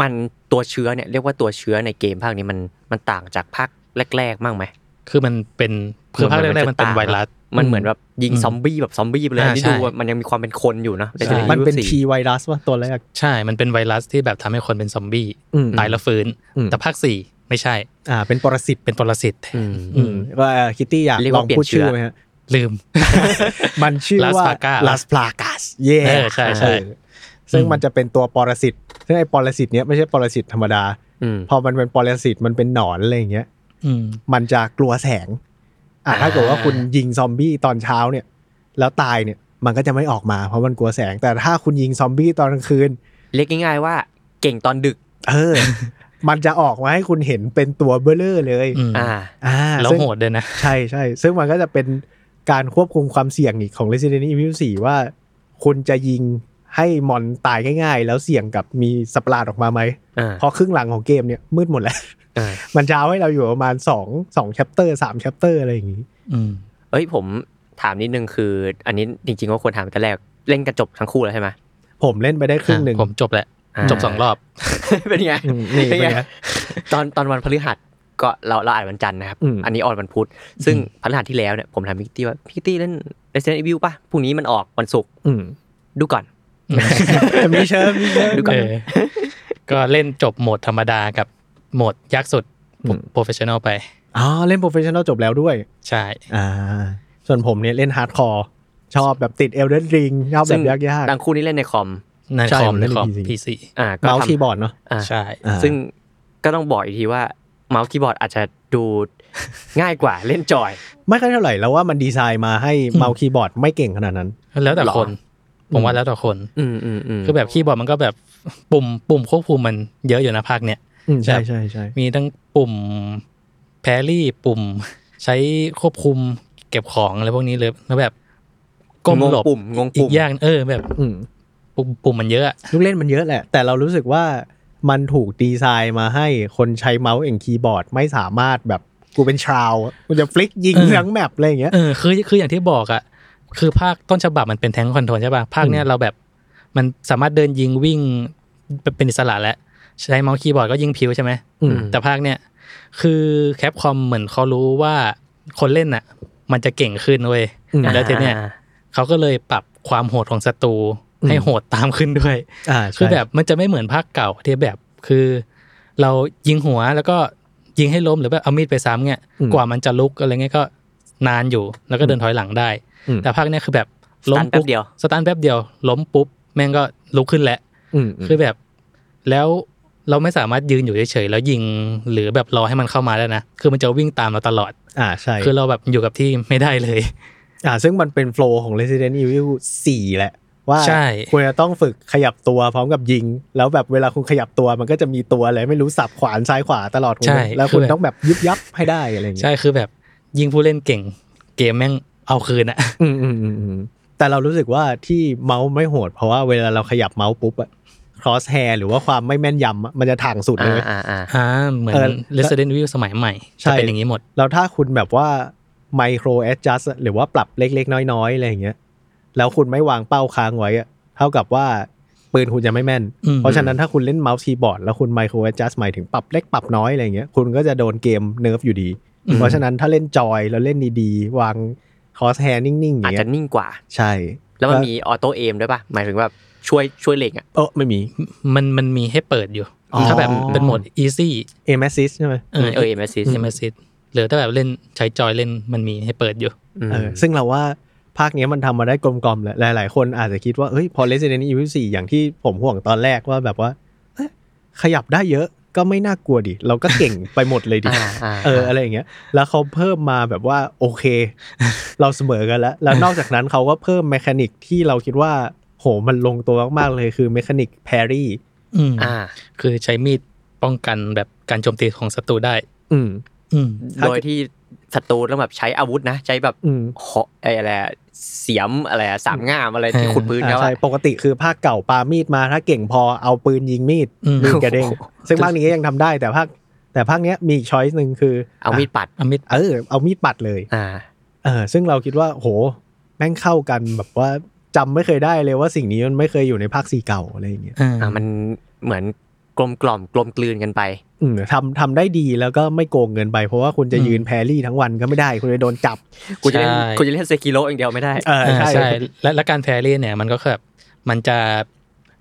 [SPEAKER 2] มันตัวเชื้อเนี่ยเรียกว่าตัวเชื้อในเกมภาคนี้มันมันต่างจากภาคแรกๆมากไหม
[SPEAKER 3] คือมันเป็นคือภาคแรกๆมันเป็นไวรัส
[SPEAKER 2] มันเหมือนแบบยิง
[SPEAKER 3] อืม
[SPEAKER 2] ซอมบี้แบบซอมบี้ไปเลย
[SPEAKER 3] อ่า
[SPEAKER 2] อันนี้
[SPEAKER 3] ใช่
[SPEAKER 2] ดูว่ามันยังมีความเป็นคนอยู่นะ
[SPEAKER 3] ใช่
[SPEAKER 2] ใ Resident
[SPEAKER 1] มันเป็น
[SPEAKER 2] Evil
[SPEAKER 1] ทีไวรัสว่าตัวแรก
[SPEAKER 3] ใช่ มันเป็นไวรัสที่แบบทำให้คนเป็นซอมบี้
[SPEAKER 1] อืม
[SPEAKER 3] ตายแล้วฟื้น
[SPEAKER 1] อืม
[SPEAKER 3] แต่ภาคสี่ไม่ใช่
[SPEAKER 1] อ่า เป็นปรสิต
[SPEAKER 3] เป็นปรสิตแทน
[SPEAKER 2] อืม
[SPEAKER 3] อืม
[SPEAKER 1] ว่าคิตตี้อยาก
[SPEAKER 2] เรียก
[SPEAKER 1] ล
[SPEAKER 2] ว่า
[SPEAKER 1] องพูด
[SPEAKER 2] เปลี่ยนเชื้
[SPEAKER 1] ชื่
[SPEAKER 2] อ
[SPEAKER 1] อไหมฮะ
[SPEAKER 3] ลืม
[SPEAKER 1] มันชื่อ
[SPEAKER 3] Las
[SPEAKER 1] ว่า
[SPEAKER 3] Plagas
[SPEAKER 1] ลาสพลากัสเย่
[SPEAKER 3] เออใช่ใช่
[SPEAKER 1] เออซึ่งมันจะเป็นตัวปรสิตซึ่งไอ้ปรสิตเนี้ยไม่ใช่ปรสิตธรรมดา
[SPEAKER 2] อืม
[SPEAKER 1] พอมันเป็นปรสิตมันเป็นหนอนอะไรอย่างเงี้ย
[SPEAKER 3] อืม
[SPEAKER 1] มันจะกลัวแสง อ่ะ
[SPEAKER 2] อ่า
[SPEAKER 1] ถ้าเกิดว่าคุณยิงซอมบี้ตอนเช้าเนี่ย แล้วตายเนี่ย มันก็จะไม่ออกมาเพราะมันกลัวแสง แต่ถ้าคุณยิงซอมบี้ตอนกลางคืน
[SPEAKER 2] เรียกง่ายๆว่าเก่งตอนดึก
[SPEAKER 1] เออ มันจะออกมาให้คุณเห็นเป็นตัวเบลเลอร์เลย
[SPEAKER 3] อืม
[SPEAKER 2] อ่า
[SPEAKER 1] อ่า
[SPEAKER 3] แล้ว
[SPEAKER 1] ซึ่ง
[SPEAKER 3] โหดด้วยนะ
[SPEAKER 1] ใช่ใช่ ซึ่งมันก็จะเป็นการควบคุมความเสี่ยงอีกของ Resident Evil 4 ว่า คุณจะยิงให้มอนตายง่ายๆ แล้วเสี่ยงกับมีสตว์ปาร์ดออกมาไหม
[SPEAKER 2] อ่า
[SPEAKER 1] เพราะครึ่งหลังของเกมเนี่ยมืดหมดแล้ว
[SPEAKER 2] อ่า
[SPEAKER 1] มันจะเอาให้เราอยู่ประมาณสองสองแชปเตอร์สามแชปเตอร์อะไรอย่างงี้
[SPEAKER 3] อืม
[SPEAKER 2] เอ้ยผมถามนิดนึงคือ อันนี้จริงๆก็ควรถามแต่แรกเล่นกันจบทั้งคู่แล้วใช่ไหม
[SPEAKER 1] ผมเล่นไปได้ครึ่งหนึ่ง
[SPEAKER 3] ผมจบแหละ
[SPEAKER 2] า
[SPEAKER 3] จบสองรอบ
[SPEAKER 2] เป็นไง
[SPEAKER 1] อืมนี่เป็นไง
[SPEAKER 2] ตอนตอนวันพฤหัสก็เราเราอ่านวันจันทร์นะครับ
[SPEAKER 1] อืม
[SPEAKER 2] อันนี้ออนวันพุธซึ่งพฤหัสที่แล้วเนี่ยผมถามพี่ตี้ว่าพี่ตี้เล่น Resident Evil ป่ะพรุ่งนี้มันออกวันศุกร์
[SPEAKER 1] อืม
[SPEAKER 2] ดูก่อน
[SPEAKER 1] มีเชิญมีเชิญ
[SPEAKER 2] ดูก่อน
[SPEAKER 3] เออก็เล่นจบโหมดธรรมดากับโหมดยักษ์สุด
[SPEAKER 1] อืม
[SPEAKER 3] โปรเฟชชั่นอลไป
[SPEAKER 1] อ๋อ เล่นโปรเฟชชั่น a ลจบแล้วด้วย
[SPEAKER 3] ใช่
[SPEAKER 1] อ่า ส่วนผมเนี่ยเล่นฮาร์ดคอร์ชอบแบบติดเอลเดนริงชอบแบ
[SPEAKER 2] ซึ่ง
[SPEAKER 1] บยากๆ
[SPEAKER 2] ดังคู่นี้เล่นในคอม
[SPEAKER 3] ใน
[SPEAKER 1] ใช่
[SPEAKER 3] คอม
[SPEAKER 1] ผมเล่
[SPEAKER 3] ใน
[SPEAKER 1] น
[SPEAKER 3] คอม
[SPEAKER 1] ใน PC
[SPEAKER 3] พีซี
[SPEAKER 2] อ่าก็
[SPEAKER 1] เมาส์
[SPEAKER 2] ทำ
[SPEAKER 1] คีย์บอร์ดเนาะ
[SPEAKER 2] อ่า
[SPEAKER 3] ใช่
[SPEAKER 1] อ่า
[SPEAKER 2] ซึ่งก็ต้องบอกอีกทีว่าเมาส์คีย์บอร์ดอาจจะดู ง่ายกว่า เล่นจอย
[SPEAKER 1] ไม่ค่อยเท่าไหร่แล้วว่ามันดีไซน์มาให้เมาส์คีย์บอร์ดไม่เก่งขนาดนั้น
[SPEAKER 3] แล้วแต่
[SPEAKER 2] หรอ
[SPEAKER 3] คน ผมว่าแล้วแต่คน
[SPEAKER 2] อืมอืมอืม
[SPEAKER 3] คือแบบคีย์บอร์ดมันก็แบบปุ่มปุ่มควบคุมมันเยอะอยู่นะภาคเนี้ย
[SPEAKER 1] อืม ใช่
[SPEAKER 3] ครับ
[SPEAKER 1] ใช่ใช่
[SPEAKER 3] มีทั้งปุ่มแพรรี่ปุ่ม ใช้ควบคุมเก็บของอะไรพวกนี้เลยแล้วแบบก้ม
[SPEAKER 2] งง
[SPEAKER 3] หลบ
[SPEAKER 2] ปุ่มงง
[SPEAKER 3] อี
[SPEAKER 2] ปุ่
[SPEAKER 3] ก
[SPEAKER 2] ม
[SPEAKER 3] อย่างเออ แบบ
[SPEAKER 1] อืม
[SPEAKER 3] ปุ่มปุ่มมันเยอะอะ
[SPEAKER 1] ลูกเล่นมันเยอะแหละ แต่เรารู้สึกว่ามันถูกดีไซน์มาให้คนใช้เมาส์เองคีย์บอร์ดไม่สามารถแบบกูเป็นชราวกูจะฟลิกยิงทั้งแมปอะไรอย่างเงี้ย
[SPEAKER 3] เออคือคืออย่างที่บอกอะคือภาคต้นฉบับมันเป็นแทงคอนโทรลใช่ป่ะภาคเนี้ยเราแบบมันสามารถเดินยิงวิ่งเป็นเป็นอิสระแล้วใช้เมาส์คีย์บอร์ดก็ยิงผิวใช่ไหม
[SPEAKER 1] อืม
[SPEAKER 3] แต่ภาคเนี้ยคือแคปคอมเหมือนเขารู้ว่าคนเล่นน่ะ มันจะเก่งขึ้นเว้ย
[SPEAKER 1] อืม
[SPEAKER 3] แล้วทีเนี้ยเขาก็เลยปรับความโหดของศัตรูให้โหดตามขึ้นด้วย
[SPEAKER 1] อ่าใช่
[SPEAKER 3] คือแบบมันจะไม่เหมือนภาคเก่าที่แบบคือ เรายิงหัวแล้วก็ยิงให้ล้มหรือแบบเอามีดไปซ้ำเงี้ย
[SPEAKER 1] อืม
[SPEAKER 3] กว่ามันจะลุกอะไรเงี้ยก็นานอยู่ แล้วก็เดินถอยหลังได้
[SPEAKER 1] อืม
[SPEAKER 3] แต่ภาคเนี้ยคือแบบ
[SPEAKER 2] ส
[SPEAKER 3] ล้ม
[SPEAKER 2] ตันแป๊
[SPEAKER 3] ปุ๊
[SPEAKER 2] บบ เดียว
[SPEAKER 3] สตันแป๊บเดียว ล้มปุ๊บแม่งก็ลุกขึ้นแหละ
[SPEAKER 1] อืม
[SPEAKER 3] คือแบบแล้วเราไม่สามารถยืนอยู่เฉยๆแล้วยิงหรือแบบรอให้มันเข้ามาได้นะ คือมันจะวิ่งตามเราตลอด
[SPEAKER 1] อ่าใช่
[SPEAKER 3] คือเราแบบอยู่กับที่ไม่ได้เลย
[SPEAKER 1] อ่าซึ่งมันเป็นโฟลว์ของ Resident Evil 4 แหละ ว่า
[SPEAKER 3] ใช่
[SPEAKER 1] คุณจะต้องฝึกขยับตัวพร้อมกับยิง แล้วแบบเวลาคุณขยับตัวมันก็จะมีตัวอะไรไม่รู้สับขวานซ้ายขวาตลอดคุณ
[SPEAKER 3] ใช่
[SPEAKER 1] แล้วคุณ
[SPEAKER 3] คือแบบ
[SPEAKER 1] ต้องแบบยุบยับให้ได้อะไรอย่างเงี้
[SPEAKER 3] ใช่
[SPEAKER 1] ย
[SPEAKER 3] คือแบบยิงผู้เล่นเก่ง เกมแม่งเอาคืนอะ
[SPEAKER 1] อืมอืมอืมอืมแต่เรารู้สึกว่าที่เมาส์ไม่โหด เพราะว่าเวลาเราขยับเมาส์ปุ๊บอะ cross hair หรือว่าความไม่แม่นยำอะมันจะถ่างสุดเลย
[SPEAKER 2] อ่าอ่าอ่า
[SPEAKER 3] อ่าเหมือน
[SPEAKER 1] เออ
[SPEAKER 3] Resident Evil สมัยใหม่
[SPEAKER 1] ใช่
[SPEAKER 3] จะเป็นอย่างนี้หมด
[SPEAKER 1] แล้วถ้าคุณแบบว่า micro adjust อะหรือว่าปรับเล็กๆ น้อยๆอะไรอย่างเงี้ยแล้วคุณไม่วางเป้าค้างไว้อะเท่ากับว่า ปืนคุณจะไม่แม่น
[SPEAKER 3] อืม
[SPEAKER 1] เพราะฉะนั้นถ้าคุณเล่นเมาส์คีย์บอร์ดแล้วคุณไมโครแอดจัสหมายถึงปรับเล็กปรับน้อยอะไรเงี้ยคุณก็จะโดนเกมเนิร์ฟอยู่ดี
[SPEAKER 3] อืม
[SPEAKER 1] เพราะฉะนั้นถ้าเล่นจอยแล้วเล่นดีๆ วางคอสแฮร์นิ่งๆอย่า
[SPEAKER 2] อา
[SPEAKER 1] ง
[SPEAKER 2] จ
[SPEAKER 1] เงี้
[SPEAKER 2] จะ
[SPEAKER 1] ย
[SPEAKER 2] นิ่งกว่า
[SPEAKER 1] ใช่
[SPEAKER 2] แล้วมันมีออโต้เอมด้วยป่ะ หมายถึงแบบช่วยช่วยเล็งอ่ะ
[SPEAKER 1] เออไม่มี
[SPEAKER 3] มันมันมีให้เปิดอยู่
[SPEAKER 1] อ๋อ
[SPEAKER 3] ถ้าแบบเป็นโหมด easy
[SPEAKER 1] เอม s ซิสใช่ไหม
[SPEAKER 3] เออ
[SPEAKER 2] เออ aim assist
[SPEAKER 3] เอมซิสหรือถ้าแบบเล่นใช้จอยเล่นมันมีให้เปิดอยู่
[SPEAKER 2] อืม
[SPEAKER 1] เออซึ่งเราว่าภาคเนี้ยมันทำมาได้กลมกล่อมแหละหลาย ๆ คนอาจจะคิดว่าเฮ้ยพอ Resident Evil 4 อย่างที่ผมห่วงตอนแรกว่าแบบว่าเอ๊ะขยับได้เยอะก็ไม่น่ากลัวดิ เราก็เก่ง ไปหมดเลยดิ
[SPEAKER 2] อ่าอ่า
[SPEAKER 1] เอออะไรอย่างเงี้ย แล้วเขาเพิ่มมาแบบว่าโอเค เราเสมอกันแล้ว แล้วนอกจากนั้นเขาก็เพิ่มแมคานิกที่เราคิดว่า โหมันลงตัวมาก ๆ เลยคือแมคานิกแพรี่
[SPEAKER 3] อืม
[SPEAKER 2] อ่า
[SPEAKER 3] คือใช้มีดป้องกันแบบการโจมตีของศัตรูได้
[SPEAKER 1] อืม
[SPEAKER 3] อืม
[SPEAKER 2] โดยที่ศัตรูต้องแบบใช้อาวุธนะ ใช้แบบ
[SPEAKER 1] อืม
[SPEAKER 2] เหาะไอ้อะไรอะเสียมอะไรอะสามง่ามอะไรที่ขุดพื้น
[SPEAKER 1] อ่า
[SPEAKER 2] แล้ว
[SPEAKER 1] ใช่
[SPEAKER 2] อะ
[SPEAKER 1] ปกติคือภาคเก่าปามีดมาถ้าเก่งพอเอาปืนยิงมีด
[SPEAKER 3] อืม
[SPEAKER 1] มีดกระเด้ง
[SPEAKER 2] โอ้โห
[SPEAKER 1] ซึ่งภาคนี้ก็ยังทำได้แต่ภาคแต่ภาคเนี้ยมีอีกช้อยส์หนึ่งคือ
[SPEAKER 2] เอามีดปัด
[SPEAKER 3] เอามิด
[SPEAKER 1] เออเอามีดปัดเลย
[SPEAKER 2] อ่า
[SPEAKER 1] เออซึ่งเราคิดว่าโหแม่งเข้ากันแบบว่าจำไม่เคยได้เลยว่าสิ่งนี้มันไม่เคยอยู่ในภาคซีเก่าอะไรอย่างเงี้ย
[SPEAKER 3] อ่า
[SPEAKER 2] อ่ามันเหมือนกลมกล่อมกลมกลืนกันไป
[SPEAKER 1] อืมทำทำได้ดีแล้วก็ไม่โกงเงินไปเพราะว่าคุณจะยืนแพรรี่ทั้งวันก็ไม่ได้คุณจะโดนจับ
[SPEAKER 2] กูจะเล่น
[SPEAKER 3] ใช่
[SPEAKER 2] กูจะเล่นเซกิโลอย่างเดียวไม่ได้
[SPEAKER 1] เออ
[SPEAKER 3] อ่า
[SPEAKER 1] ใช่
[SPEAKER 3] ใช่และและการแพรรี่เนี่ยมันก็คือแบบมันจะ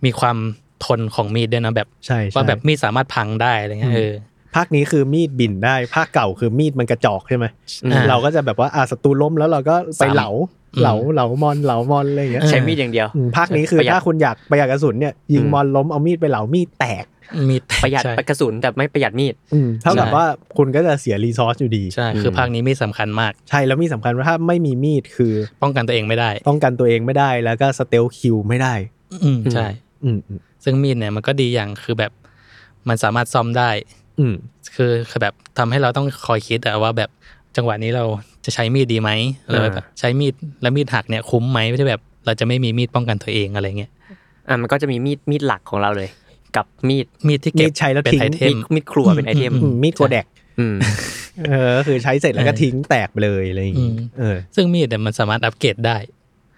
[SPEAKER 3] มีความทนของมีดด้วยนะแบบ
[SPEAKER 1] ใช่
[SPEAKER 3] ว่า
[SPEAKER 1] ใช่
[SPEAKER 3] แบบมีดสามารถพังได้อะไรเงี้
[SPEAKER 1] อืม
[SPEAKER 3] ยเออ
[SPEAKER 1] ภาคนี้คือมีดบินได้ภาคเก่าคือมีดมันกระจอกใช่ไหม
[SPEAKER 2] อืม
[SPEAKER 3] อ่า
[SPEAKER 1] เราก็จะแบบว่าอ่ะศัตรูล้มแล้วเราก็ไป
[SPEAKER 2] ซ้ำ
[SPEAKER 1] เหลา
[SPEAKER 3] อืม
[SPEAKER 1] เหลาเหลามอนเหลามอนอะไรอย่างเงี้ย
[SPEAKER 3] เออ
[SPEAKER 2] ใช้มีดอย่างเดียว
[SPEAKER 1] มภาคนี้คือ
[SPEAKER 2] ประหยัด
[SPEAKER 1] ถ้าคุณอยากประหยัดกระสุนเนี่ยยิง
[SPEAKER 2] อืม
[SPEAKER 1] มอนล้มเอามีดไปเหลามีดแตก
[SPEAKER 3] มีด
[SPEAKER 2] ประหยัด
[SPEAKER 3] ใช่
[SPEAKER 2] กระสุนแต่ไม่ประหยัดมีด
[SPEAKER 1] อืมเท่ากับ
[SPEAKER 2] ใช่
[SPEAKER 1] ว่าคุณก็จะเสียรีซอสอยู่ดี
[SPEAKER 3] ใช่ คือภาคนี้มีดสำคัญมาก
[SPEAKER 1] ใช่แล้วมีดสำคัญว่าถ้าไม่มีมีดคือ
[SPEAKER 3] ป้องกันตัวเองไม่ได้
[SPEAKER 1] ป้องกันตัวเองไม่ได้แล้วก็สเตลคิวไม่ได้
[SPEAKER 3] อืมใช่
[SPEAKER 1] อืมอืม
[SPEAKER 3] ซึ่งมีดเนี่ยมันก็ดีอย่างคือแบบมันสามารถซ่อมได้
[SPEAKER 1] อืม
[SPEAKER 3] คือคือแบบทำให้เราต้องคอยคิดอะว่าแบบจังหวะนี้เราจะใช้มีดดีไหมหรือว่าแบบใช้มีดแล้วมีดหักเนี่ยคุ้มไหมไม่ใช่แบบ เราจะไม่มีมีดป้องกันตัวเองอะไรเงี้ย
[SPEAKER 2] อ่ามันก็จะมีมีดมีดหลักของเราเลย กับมีด
[SPEAKER 3] มีดที่
[SPEAKER 1] มี
[SPEAKER 3] เก็บ
[SPEAKER 1] ดใช้แล้ว
[SPEAKER 3] เป็น
[SPEAKER 1] ทิ้ง
[SPEAKER 3] ไอเท
[SPEAKER 2] มี
[SPEAKER 3] ม
[SPEAKER 2] ดมีดครัวเป็นไอเทม
[SPEAKER 1] อืมมีดโกแดก
[SPEAKER 2] อืม
[SPEAKER 1] เออก็คือใช้เสร็จแล้วก็ทิ้งแตกไปเลยอะไรอย่างงี้
[SPEAKER 3] อืม
[SPEAKER 1] เออ
[SPEAKER 3] ซึ่งมีดเนี่ยมันสามารถอัปเกรดได้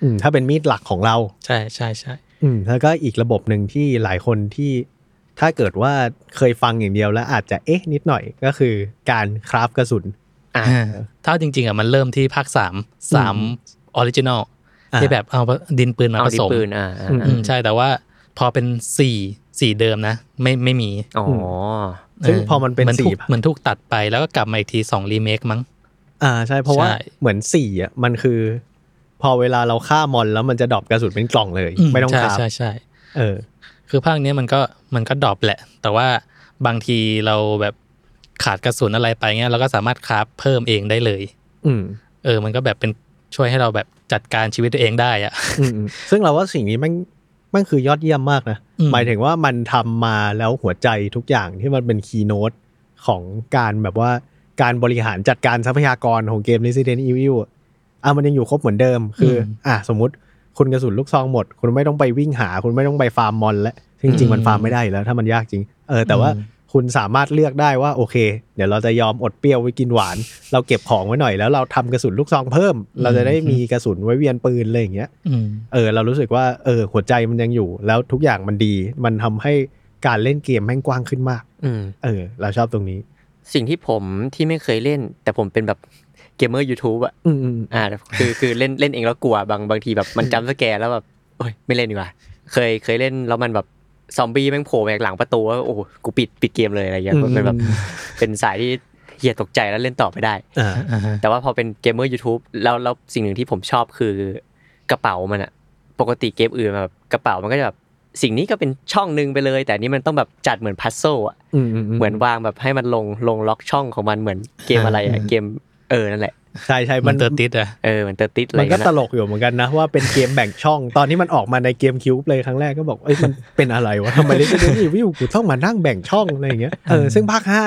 [SPEAKER 1] อืมถ้าเป็นมีดหลักของเรา
[SPEAKER 3] ใช่ใช่ใช่
[SPEAKER 1] อืมแล้วก็อีกระบบหนึ่งที่หลายคนที่ถ้าเกิดว่าเคยฟังอย่างเดียวแล้วอาจจะเอ๊ะนิดหน่อยก็คือการคราฟกระสุน
[SPEAKER 2] อ่า
[SPEAKER 3] อ่าถ้าจริงๆอ่ะมันเริ่มที่ภาคสามสามออริจินอล
[SPEAKER 1] อ่า
[SPEAKER 3] ที่แบบเอาดินปืนมา
[SPEAKER 2] เอา
[SPEAKER 3] ผ
[SPEAKER 2] ดิ
[SPEAKER 3] สม
[SPEAKER 2] ปืนอ่าอ่า
[SPEAKER 3] อืมใช่แต่ว่าพอเป็นสี่สี่เดิมนะ ไม่ไม่มี
[SPEAKER 2] อ๋อ
[SPEAKER 1] ซึ่งพอมันเป็น
[SPEAKER 3] หถูก
[SPEAKER 1] สี่ปะ
[SPEAKER 3] เหมือนถูกตัดไปแล้วก็กลับมาอีกทีสองรีเมคมั้ง
[SPEAKER 1] อ่าใช่เพราะว่า
[SPEAKER 3] ใช่
[SPEAKER 1] เหมือนสี่อ่ะมันคือ พอเวลาเราฆ่ามอนแล้วมันจะดรอปกระสุนเป็นกล่องเลย
[SPEAKER 3] ม
[SPEAKER 1] ไม่ต้อง
[SPEAKER 3] ใช่
[SPEAKER 1] คราฟ
[SPEAKER 3] ใช่ใช่
[SPEAKER 1] เออ
[SPEAKER 3] คือภาคเนี้ยมันก็มันก็ดรอปแหละ แต่ว่าบางทีเราแบบขาดกระสุนอะไรไปเงี้ยเราก็สามารถคราฟเพิ่มเองได้เลย
[SPEAKER 1] อืม
[SPEAKER 3] เออ มันก็แบบเป็นช่วยให้เราแบบจัดการชีวิตตัวเองได้อะ
[SPEAKER 1] อืมอืมซึ่งเราว่าสิ่งนี้มันมันคือยอดเยี่ยมมากนะ
[SPEAKER 3] อืม
[SPEAKER 1] หมายถึงว่ามันทำมาแล้วหัวใจทุกอย่างที่มันเป็นคีย์โน้ตของการแบบว่าการบริหารจัดการทรัพยากรของเกม Resident Evil อะอ่ะมันยังอยู่ครบเหมือนเดิม คือออ่ะสมมติคุณกระสุนลูกซองหมด คุณไม่ต้องไปวิ่งหา คุณไม่ต้องไปฟาร์มมอนแล้วซึ่งจริงๆมันฟาร์มไม่ได้อยู่แล้ว ถ้ามันยากจริงเออแต่ว่า คุณสามารถเลือกได้ว่าโอเค เดี๋ยวเราจะยอมอดเปรี้ยวไว้กินหวาน เราเก็บของไว้หน่อยแล้วเราทำกระสุนลูกซองเพิ่ม เราจะได้มีกระสุนไว้เวียนปืนอะไรอย่างเงี้ย
[SPEAKER 3] อืม
[SPEAKER 1] เออเรารู้สึกว่าเออหัวใจมันยังอยู่ แล้วทุกอย่างมันดี มันทำให้การเล่นเกมแม่งกว้างขึ้นมาก
[SPEAKER 2] อืม
[SPEAKER 1] เออ เราชอบตรงนี้
[SPEAKER 2] สิ่งที่ผมที่ไม่เคยเล่น แต่ผมเป็นแบบเกมเมอร์ยูทูบอะ
[SPEAKER 1] อืมอืม
[SPEAKER 2] อ่าคือคือเล่นเล่นเองแล้วกลัวบางบางทีแบบมันจำสแกร์แล้วแบบโอ้ยไม่เล่นดีกว่า เคยเคยเล่นแล้วมันแบบซอมบี้แม่งโผล่มาจากหลังประตูว่าโอ้โหกูปิดปิดเกมเลยอะไรอย่างเงี้ยเป็นแบบเป็นสายที่เฮียตกใจแล้วเล่นต่อไม่ได้
[SPEAKER 1] อ่า
[SPEAKER 3] อ่าฮะ
[SPEAKER 2] แต่ว่าพอเป็นเกมเมอร์ YouTube แล้วแล้วสิ่งหนึ่งที่ผมชอบคือกระเป๋ามันอะปกติเกมอื่นแบบกระเป๋ามันก็จะแบบสิ่งนี้ก็เป็นช่องหนึ่งไปเลย แต่อันนี่มันต้องแบบจัดเหมือนพัซโซอะ
[SPEAKER 1] อืมอืม
[SPEAKER 2] เหมือนวางแบบให้มันลงลงล็อกช่องของมันเหมือนเกมอะไรอะเกมเออนั่นแหละ
[SPEAKER 1] ใช่ใช่
[SPEAKER 3] มั
[SPEAKER 1] มัน น
[SPEAKER 3] เตอร์ติดอะ
[SPEAKER 2] เออเหมือนเตอร์ติสอะไร
[SPEAKER 1] มันก็
[SPEAKER 2] เงี้ย
[SPEAKER 1] ตลกอยู่เหมือนกันนะว่าเป็นเกมแบ่งช่อง ตอนที่มันออกมาในเกมคิวบ์เลยครั้งแรกก็บอกเอ้ยมันเป็นอะไรวะทำไมเล่นเกมนี้วิวกูต้องมานั่งแบ่งช่องอะไรอย่างเงี้ยเออซึ่งภาคห้า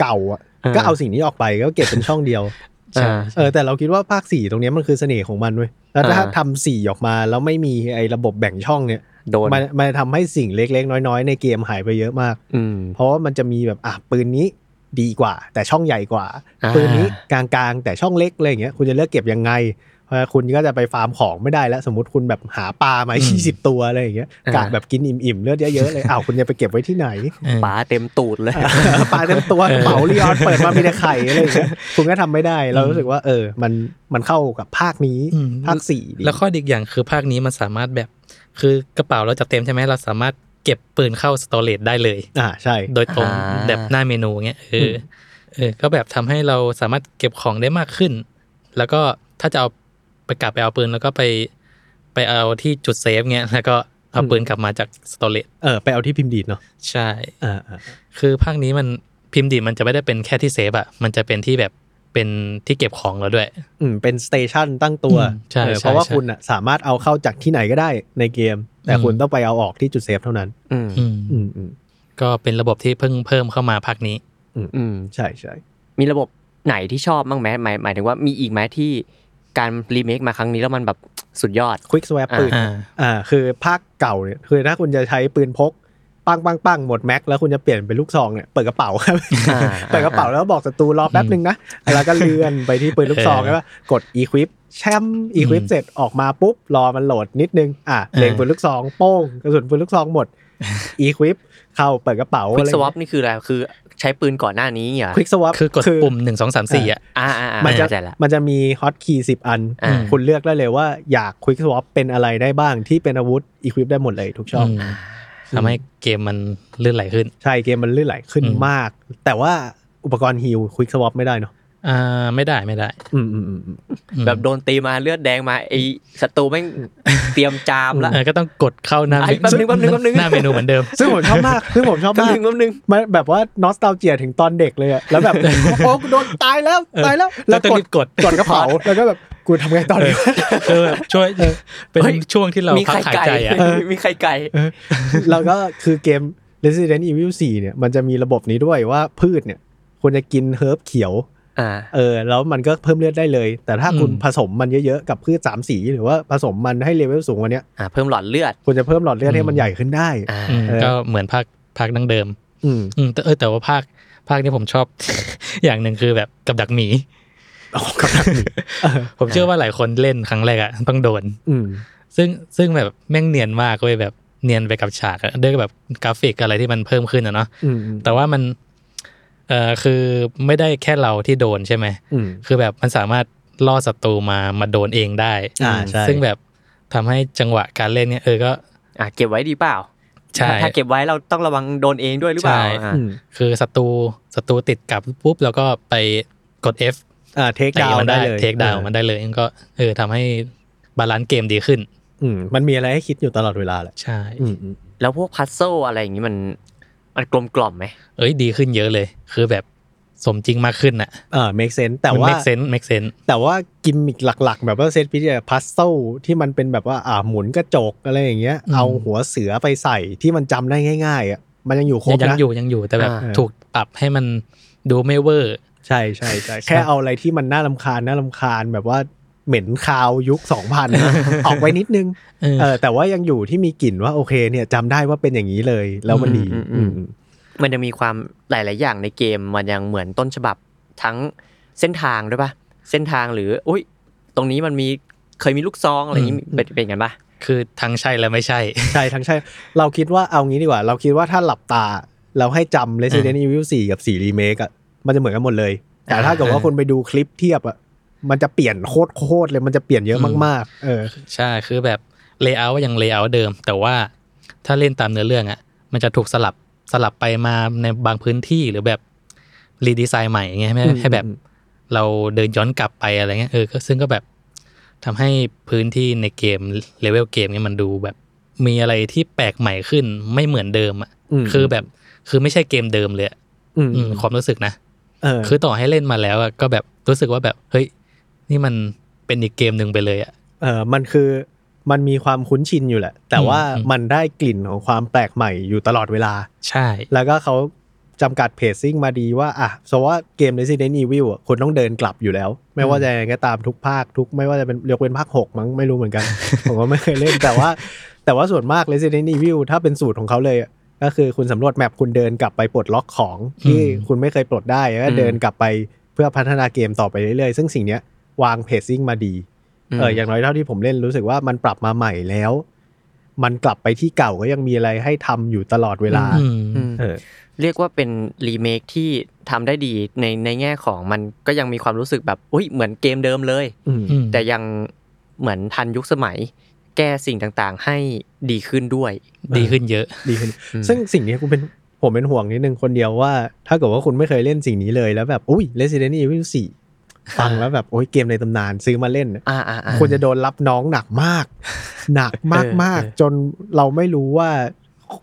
[SPEAKER 1] เก่าอะ ก็เอาสิ่งนี้ออกไปก็เก็บเป็นช่องเดียว
[SPEAKER 2] ใช่า
[SPEAKER 1] เออแต่เราคิดว่าภาคสี่ตรงเนี้ยมันคือเสน่ห์ของมันเว้ยแล้วถ้า
[SPEAKER 2] อ่า
[SPEAKER 1] ทำสี่ออกมาแล้วไม่มีไอ้ระบบแบ่งช่องเนี่ย
[SPEAKER 2] โดน
[SPEAKER 1] มันมันทำให้สิ่งเล็ก ๆ น้อย ๆ ในเกมหายไปเยอะมาก
[SPEAKER 2] อืม
[SPEAKER 1] เพราะว่ามันจะมีแบบอ่ะปืนนี้ดีกว่า แต่ช่องใหญ่กว่า
[SPEAKER 2] อ่า
[SPEAKER 1] ปืนนี้กลางๆแต่ช่องเล็กอะไรอย่างเงี้ยคุณจะเลือกเก็บยังไง เพราะคุณก็จะไปฟาร์มของไม่ได้แล้ว สมมติคุณแบบหาปลามา 20 ตัวอะไรอย่างเงี้ย
[SPEAKER 2] อ่า
[SPEAKER 1] กะแบบกินอิ่มๆเลือดเยอะๆเลยอ้าวคุณจะไปเก็บไว้ที่ไหน
[SPEAKER 3] เออ
[SPEAKER 2] ป๋าเต็มตูดเลย
[SPEAKER 1] ปลาเต็มตัว
[SPEAKER 3] เออ
[SPEAKER 1] กระเป๋าลีออนเปิดมามีแต่ไข่อะไรอย่างเงี้ยคุณก็ทำไม่ได้เรารู้สึกว่า เออ มันมันเข้ากับภาคนี้
[SPEAKER 3] อืม
[SPEAKER 1] ภาคสี่ดี
[SPEAKER 3] แล้วข้อดีอีกอย่างคือภาคนี้มันสามารถแบบ คือกระเป๋าเราจะเต็มใช่ไหมเราสามารถเก็บปืนเข้าสตอเรจได้เลย
[SPEAKER 1] อ่าใช่
[SPEAKER 3] โดยตรง
[SPEAKER 2] อ่า
[SPEAKER 3] แบบหน้าเมนูเงี้ยเอออเออ ก็แบบทำให้เราสามารถเก็บของได้มากขึ้น แล้วก็ถ้าจะเอาไปกลับไปเอาปืนแล้วก็ไป ไปเอาที่จุดเซฟเงี้ยแล้วก็เอา
[SPEAKER 1] อืม
[SPEAKER 3] ปืนกลับมาจากสตอเรจ
[SPEAKER 1] เออไปเอาที่พิมพ์ดีดเนาะ
[SPEAKER 3] ใช่
[SPEAKER 1] อ่าอ่า
[SPEAKER 3] คือภาคนี้มันพิมพ์ดีดมันจะไม่ได้เป็นแค่ที่เซฟอะมันจะเป็นที่แบบเป็นที่เก็บของเราด้วย
[SPEAKER 1] อืมเป็นสเตชันตั้งตัว
[SPEAKER 3] อืมใช่
[SPEAKER 1] เออ
[SPEAKER 3] ใช่
[SPEAKER 1] เพราะว่า
[SPEAKER 3] ใช่
[SPEAKER 1] คุณอ่ะสามารถเอาเข้าจากที่ไหนก็ได้ในเกม แต่
[SPEAKER 3] อืม
[SPEAKER 1] คุณต้องไปเอาออกที่จุดเซฟเท่านั้น
[SPEAKER 2] อืม
[SPEAKER 3] อืม
[SPEAKER 1] อืมอืม
[SPEAKER 3] ก็เป็นระบบที่เพิ่งเพิ่มเข้ามาภาคนี้
[SPEAKER 2] อืม
[SPEAKER 1] ใช่ใช่
[SPEAKER 2] มีระบบไหนที่ชอบบ้างไหมหมายหมายถึงว่ามีอีกไหมที่การรีเมคมาครั้งนี้แล้วมันแบบสุดยอด
[SPEAKER 1] ควิกสวปปืน
[SPEAKER 3] อ่า
[SPEAKER 1] อ่าคือภาคเก่าเนี่ยคือถ้าคุณจะใช้ปืนพก ปังปังปังหมดแม็กแล้วคุณจะเปลี่ยนเป็นลูกซองเนี่ยเปิดกระเป๋าครับ
[SPEAKER 2] อ่า
[SPEAKER 1] เปิดกระเป๋าแล้วบอกศัตรูรอแป๊บนึงนะแล้วก็เลื่อนไปที่ปืนลูกซอง
[SPEAKER 3] เออ
[SPEAKER 1] ใช่ปะกด equip แชม equip
[SPEAKER 3] อืม
[SPEAKER 1] เสร็จออกมาปุ๊บรอมันโหลดนิดนึงอ่ะ
[SPEAKER 3] เออ
[SPEAKER 1] เล็งปืนลูกซองโป้งกระสุนปืนลูกซองหมด equip เข้าเปิดกระเป๋า
[SPEAKER 2] ค
[SPEAKER 1] อะ
[SPEAKER 2] วิก
[SPEAKER 1] ไร
[SPEAKER 2] สวอปนี่คืออะไร คือใช้ปืนก่อนหน้านี้เหรอ
[SPEAKER 1] ควิกสวอป
[SPEAKER 3] คือกดปุ่มหนึ่งสองสามสี่อะ
[SPEAKER 2] อ่าอ่าอ่า
[SPEAKER 1] มันจะ
[SPEAKER 2] เข้าใจละ
[SPEAKER 1] มันจะมีฮอตคีย์สิบอัน
[SPEAKER 2] อ่า
[SPEAKER 1] คุณเลือกได้เลยว่าอยากควิกสวอปเป็นอะไรได้บ้างที่เป็นอาวุธอีควิปได้หมดเลยทุกช่อง
[SPEAKER 3] มทำให้เกมมันลื่นไหลขึ้น
[SPEAKER 1] ใช่เกมมันลื่นไหลขึ้น
[SPEAKER 3] อืม
[SPEAKER 1] มาก แต่ว่าอุปกรณ์ฮิลควิกสวอปไม่ได้เนาะ
[SPEAKER 3] อ่าไม่ได้ไม่ได้
[SPEAKER 1] อืมอืมอืมอืม
[SPEAKER 3] อืม
[SPEAKER 2] แบบโดนตีมาเลือดแดงมาไอศัตรูแม่งเตรียมจามละ
[SPEAKER 3] เออก็ต้องกดเข้าหน้า
[SPEAKER 2] ไอ้แป๊บนึงแป๊บนึงแป๊บนึง
[SPEAKER 3] หน้าเมนูเหมือนเดิม
[SPEAKER 1] ซึ่งผมชอบ มาก ซึ่งผมชอบ
[SPEAKER 2] แป๊บ
[SPEAKER 1] มาก
[SPEAKER 2] นึงแป๊บนึง
[SPEAKER 1] มันแบบว่านอสตาเจียถึงตอนเด็กเลยอะแล้วแบบ โอ้กูโดนตายแล้ว
[SPEAKER 3] เออ
[SPEAKER 1] ตายแล้ว แล้ว
[SPEAKER 3] ต้อง
[SPEAKER 1] ก
[SPEAKER 3] รี
[SPEAKER 1] ด
[SPEAKER 3] บกด
[SPEAKER 1] กดกระเป๋า แล้วก็แบบกูทำไงตอนนี้
[SPEAKER 3] เออแบบช่วยเป็น
[SPEAKER 2] เฮ้ย
[SPEAKER 3] ช่วงที่เรา
[SPEAKER 2] มี
[SPEAKER 3] พัก
[SPEAKER 2] ไข่
[SPEAKER 3] หาย
[SPEAKER 2] ไก่
[SPEAKER 3] ใจอ่ะ
[SPEAKER 1] เออ
[SPEAKER 2] มีไข่ไก่
[SPEAKER 1] แล้วก็คือเกม Resident Evil 4 เนี่ย มันจะมีระบบนี้ด้วยว่าพืชเนี่ยควรจะกินเฮิร์บเขียว
[SPEAKER 2] อ่า
[SPEAKER 1] เออแล้วมันก็เพิ่มเลือดได้เลย แต่ถ้าคุณ
[SPEAKER 3] อืม
[SPEAKER 1] ผสมมันเยอะๆกับพืชสามสี หรือว่าผสมมันให้เลเวลสูงกว่าเนี้ย
[SPEAKER 2] อ่า เพิ่มหลอดเลือด
[SPEAKER 1] คุณจะเพิ่มหลอดเลือดให้มันใหญ่ขึ้นได้
[SPEAKER 2] อ่า
[SPEAKER 3] ม
[SPEAKER 1] เออ
[SPEAKER 3] ก็เหมือนภาคภาคดั้งเดิม
[SPEAKER 1] อืม
[SPEAKER 3] อืมแต่เออแต่ว่าภาคภาคนี้ผมชอบ อย่างหนึ่งคือแบบกับดักหมี
[SPEAKER 1] กับดักหมีเออ
[SPEAKER 3] ผมเชื่อว่าหลายคนเล่นครั้งแรกอ่ะต้องโดน
[SPEAKER 1] อืม
[SPEAKER 3] ซึ่งซึ่งแบบแม่งเนียนมากเว้ยแบบเนียนไปกับฉากอะด้วยแบบกราฟิกอะไรที่มันเพิ่มขึ้นอะเนาะ
[SPEAKER 1] อืม อืม
[SPEAKER 3] แต่ว่ามันเออคือไม่ได้แค่เราที่โดนใช่ไหม
[SPEAKER 1] อืม
[SPEAKER 3] คือแบบมันสามารถล่อศัตรูมามาโดนเองได้
[SPEAKER 1] อ่าใช่
[SPEAKER 3] ซึ่งแบบทำให้จังหวะการเล่นเนี่ยเออก็
[SPEAKER 2] อ่า เก็บไว้ดีเปล่า
[SPEAKER 3] ใช่
[SPEAKER 2] ถ้าถ้าเก็บไว้เราต้องระวังโดนเองด้วยหรือเปล่า
[SPEAKER 3] ใช่
[SPEAKER 2] อ่า
[SPEAKER 1] อืม
[SPEAKER 3] คือศัตรูศัตรูติดกับปุ๊บแล้วก็ไปกด F
[SPEAKER 1] อ่าเทค
[SPEAKER 3] ตี
[SPEAKER 1] ดาว
[SPEAKER 3] มัน
[SPEAKER 1] ได้
[SPEAKER 3] ได้
[SPEAKER 1] เลย
[SPEAKER 3] เทคดาวมันได้เลยมันก็เออทำให้บาลานซ์เกมดีขึ้น
[SPEAKER 1] อืมมันมีอะไรให้คิดอยู่ตลอดเวลาแหละ
[SPEAKER 3] ใช่
[SPEAKER 1] อืมอืม
[SPEAKER 2] แล้วพวกพัซโซอะไรอย่างนี้มัน มันกลมกล่อมไหม
[SPEAKER 3] เอ้ยดีขึ้นเยอะเลย คือแบบสมจริงมากขึ้นอ่ะ
[SPEAKER 1] อ่า make sense แต่ว่า
[SPEAKER 3] เมกเซนเมกเซน
[SPEAKER 1] แต่ว่ากิมมิกหลัก ๆ แบบว่าเซตพิเศษพัซเซิลที่มันเป็นแบบว่าอ่าหมุนกระจกอะไรอย่างเงี้ย เอาหัวเสือไปใส่ที่มันจำได้ง่าย ๆอ่ะมันยังอยู่ครบ
[SPEAKER 3] ยัง
[SPEAKER 1] นะ
[SPEAKER 3] อยู่ยังอยู่แต่แบบ
[SPEAKER 2] อ่า
[SPEAKER 3] ถูกปรับให้มันดูไม่เวอร์
[SPEAKER 1] ใช่ใช่ใช่แค่เอาอะไรที่มันน่าลำคาญน่าลำคาญแบบว่าเหม็นคาวยุคสองพัน ออกไว้นิดนึง
[SPEAKER 3] เออ
[SPEAKER 1] เออแต่ว่ายังอยู่ที่มีกลิ่นว่าโอเคเนี่ยจำได้ว่าเป็นอย่างนี้เลยแล้วมันดี
[SPEAKER 2] อืมอื
[SPEAKER 1] อื
[SPEAKER 2] ม
[SPEAKER 1] ม
[SPEAKER 2] อืม มันจะมีความหลาย ๆ อย่างในเกมมันยังเหมือนต้นฉบับทั้งเส้นทางด้วยปะเส้นทางหรืออุ้ยตรงนี้มันมีเคยมีลูกซองอะไรอย่างนี้เป็นเป็นกันปะ
[SPEAKER 3] คือทั้งใช่และไม่ใช่
[SPEAKER 1] ใช่ทั้งใช่ เราคิดว่าเอางี้ดีกว่า เราคิดว่าถ้าหลับตา เราให้จำ Resident Evil 4 กับ 4 Remake อะมันจะเหมือนกันหมดเลย แต่ถ้าเกิดว่า
[SPEAKER 3] อ่า
[SPEAKER 1] คนไปดูคลิปเทียบอะมันจะเปลี่ยนโคตรโคตรๆเลยมันจะเปลี่ยนเยอะมากๆ เออ
[SPEAKER 3] ใช่ คือแบบเลเยอร์ยังเลเยอร์เดิม แต่ว่าถ้าเล่นตามเนื้อเรื่องอะ่ะ มันจะถูกสลับสลับไปมาในบางพื้นที่หรือแบบรีดีไซน์ใหม่ไงให้
[SPEAKER 1] อืม
[SPEAKER 3] ให้แบบ
[SPEAKER 1] อืม
[SPEAKER 3] เราเดินย้อนกลับไปอะไรเงี้ย เออก็ซึ่งก็แบบทำให้พื้นที่ในเกมเลเวลเกมเนี่ยมันดูแบบมีอะไรที่แปลกใหม่ขึ้นไม่เหมือนเดิมอะ่ะ คือแบบคือไม่ใช่เกมเดิมเลยอะ
[SPEAKER 1] อืม
[SPEAKER 3] อืมความรู้สึกนะ
[SPEAKER 1] เออ
[SPEAKER 3] คือต่อให้เล่นมาแล้วอะก็แบบรู้สึกว่าแบบเฮ้ยนี่มันเป็นอีกเกมหนึ่งไปเลยอ่ะ
[SPEAKER 1] เออมันคือมันมีความคุ้นชินอยู่แหละ แต่ว่า
[SPEAKER 3] อืม
[SPEAKER 1] มันได้กลิ่นของความแปลกใหม่อยู่ตลอดเวลา
[SPEAKER 3] ใช่
[SPEAKER 1] แล้วก็เขาจำกัดเพจซิ่งมาดีว่า อ่ะสมมติว่าเกม Resident Evil อ่ะคนต้องเดินกลับอยู่แล้ว ไม่ว่าจะยังไงก็ตามทุกภาคทุกไม่ว่าจะเป็นยกเว้นภาค 6 มั้งไม่รู้เหมือนกัน ผมก็ไม่เคยเล่นแต่ว่า แต่ว่าส่วนมาก Resident Evil ถ้าเป็นสูตรของเขาเลยอ่ะก็คือคุณสำรวจแมปคุณเดินกลับไปปลดล็อกของที่
[SPEAKER 3] อืม
[SPEAKER 1] คุณไม่เคยปลดได้แล้วก็เดินกลับไปเพื่อพัฒนาเกมต่อไปเรื่อยๆ ซึ่งสิ่งเนี้ยวางเพจซิ่งมาดี
[SPEAKER 2] ม
[SPEAKER 1] เอออย่างน้อยเท่าที่ผมเล่นรู้สึกว่ามันปรับมาใหม่แล้ว มันกลับไปที่เก่าก็ยังมีอะไรให้ทำอยู่ตลอดเวลา
[SPEAKER 3] อืม
[SPEAKER 2] อืม
[SPEAKER 1] เออ
[SPEAKER 2] เรียกว่าเป็นรีเมคที่ทำได้ดีในในแง่ของมันก็ยังมีความรู้สึกแบบอุ้ยเหมือนเกมเดิมเลย
[SPEAKER 1] อืม
[SPEAKER 3] อืม
[SPEAKER 2] แต่ยังเหมือนทันยุคสมัย แก้สิ่งต่างๆ ให้ดีขึ้นด้วย
[SPEAKER 3] ดีขึ้นเยอะ
[SPEAKER 1] ดีขึ้น
[SPEAKER 2] อืม
[SPEAKER 1] ซึ่งสิ่งนี้กูเป็นผมเป็นห่วงนิดนึงคนเดียวว่า ถ้าเกิดว่าคุณไม่เคยเล่นสิ่งนี้เลยแล้วแบบ อุ้ย Resident Evil 4 ฟังแล้วแบบ โอ้ยเกมในตำนานซื้อมาเล่น
[SPEAKER 2] อ่าอ่าอ่า
[SPEAKER 1] คุณจะโดนรับน้องหนักมาก หนักมากมาก
[SPEAKER 2] เออ
[SPEAKER 1] จนเราไม่รู้ว่า